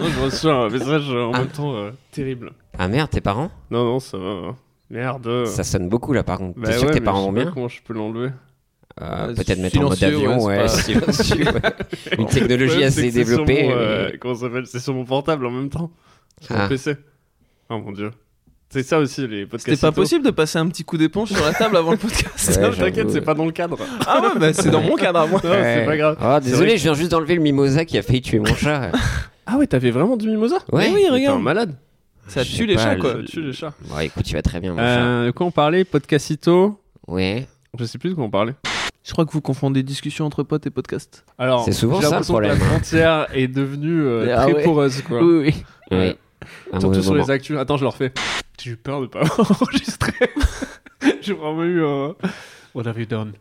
S1: Oh, je reçois un message euh, en même temps euh, terrible.
S2: Ah merde, tes parents
S1: Non, non, ça va. euh, Merde.
S2: Ça sonne beaucoup là par contre.
S1: Bah
S2: T'es sûr
S1: ouais,
S2: que tes
S1: mais
S2: parents
S1: je
S2: vont
S1: sais pas Bah,
S2: bien
S1: Comment je peux l'enlever
S2: Euh,
S3: Euh,
S2: Peut-être mettre en mode
S3: silencieux,
S2: avion,
S3: ouais,
S2: ouais.
S3: c'est
S2: silencieux, ouais. Une technologie
S1: Le problème, c'est
S2: assez
S1: que c'est sur
S2: développée.
S1: mon,
S2: mais-
S1: euh, Comment ça s'appelle C'est sur mon portable en même temps. Sur
S2: Ah.
S1: mon PC. Oh mon dieu. C'est ça aussi les podcasts.
S3: C'était pas possible de passer un petit coup d'éponge sur la table avant le podcast.
S2: Ouais,
S1: T'inquiète,
S2: j'avoue.
S1: c'est pas dans le cadre.
S3: ah ouais, bah c'est dans mon cadre à moi.
S1: Non, c'est pas grave.
S2: Ah,
S1: C'est vrai
S2: désolé, je viens juste d'enlever le mimosa qui a failli tuer mon chat.
S1: Ah ouais, t'avais vraiment du mimosa Eh
S2: Ouais.
S3: Mais oui,
S1: T'es un
S3: regarde.
S1: malade.
S3: Ça
S2: Je
S3: tue
S2: sais
S3: les
S2: pas,
S3: chats,
S2: le-
S3: quoi.
S1: Ça tue les chats.
S2: Ouais, écoute, il va très bien, mon chat.
S1: Euh, de quoi on parlait Podcastito
S2: Ouais.
S1: Je sais plus de quoi on parlait.
S3: Je crois que vous confondez discussion entre potes et podcast.
S1: Alors,
S2: C'est souvent
S1: j'ai
S2: ça, le
S1: l'impression que
S2: problème. hein.
S1: La frontière est devenue euh,
S2: Ah
S1: très
S2: ouais.
S1: poreuse, quoi.
S3: oui.
S2: Ah, Ouais. Un
S1: Euh, Surtout
S2: mauvais
S1: sur les
S2: moment.
S1: actus. Attends, je le refais. J'ai eu peur de pas avoir enregistré. J'ai vraiment eu. un... euh, What have you done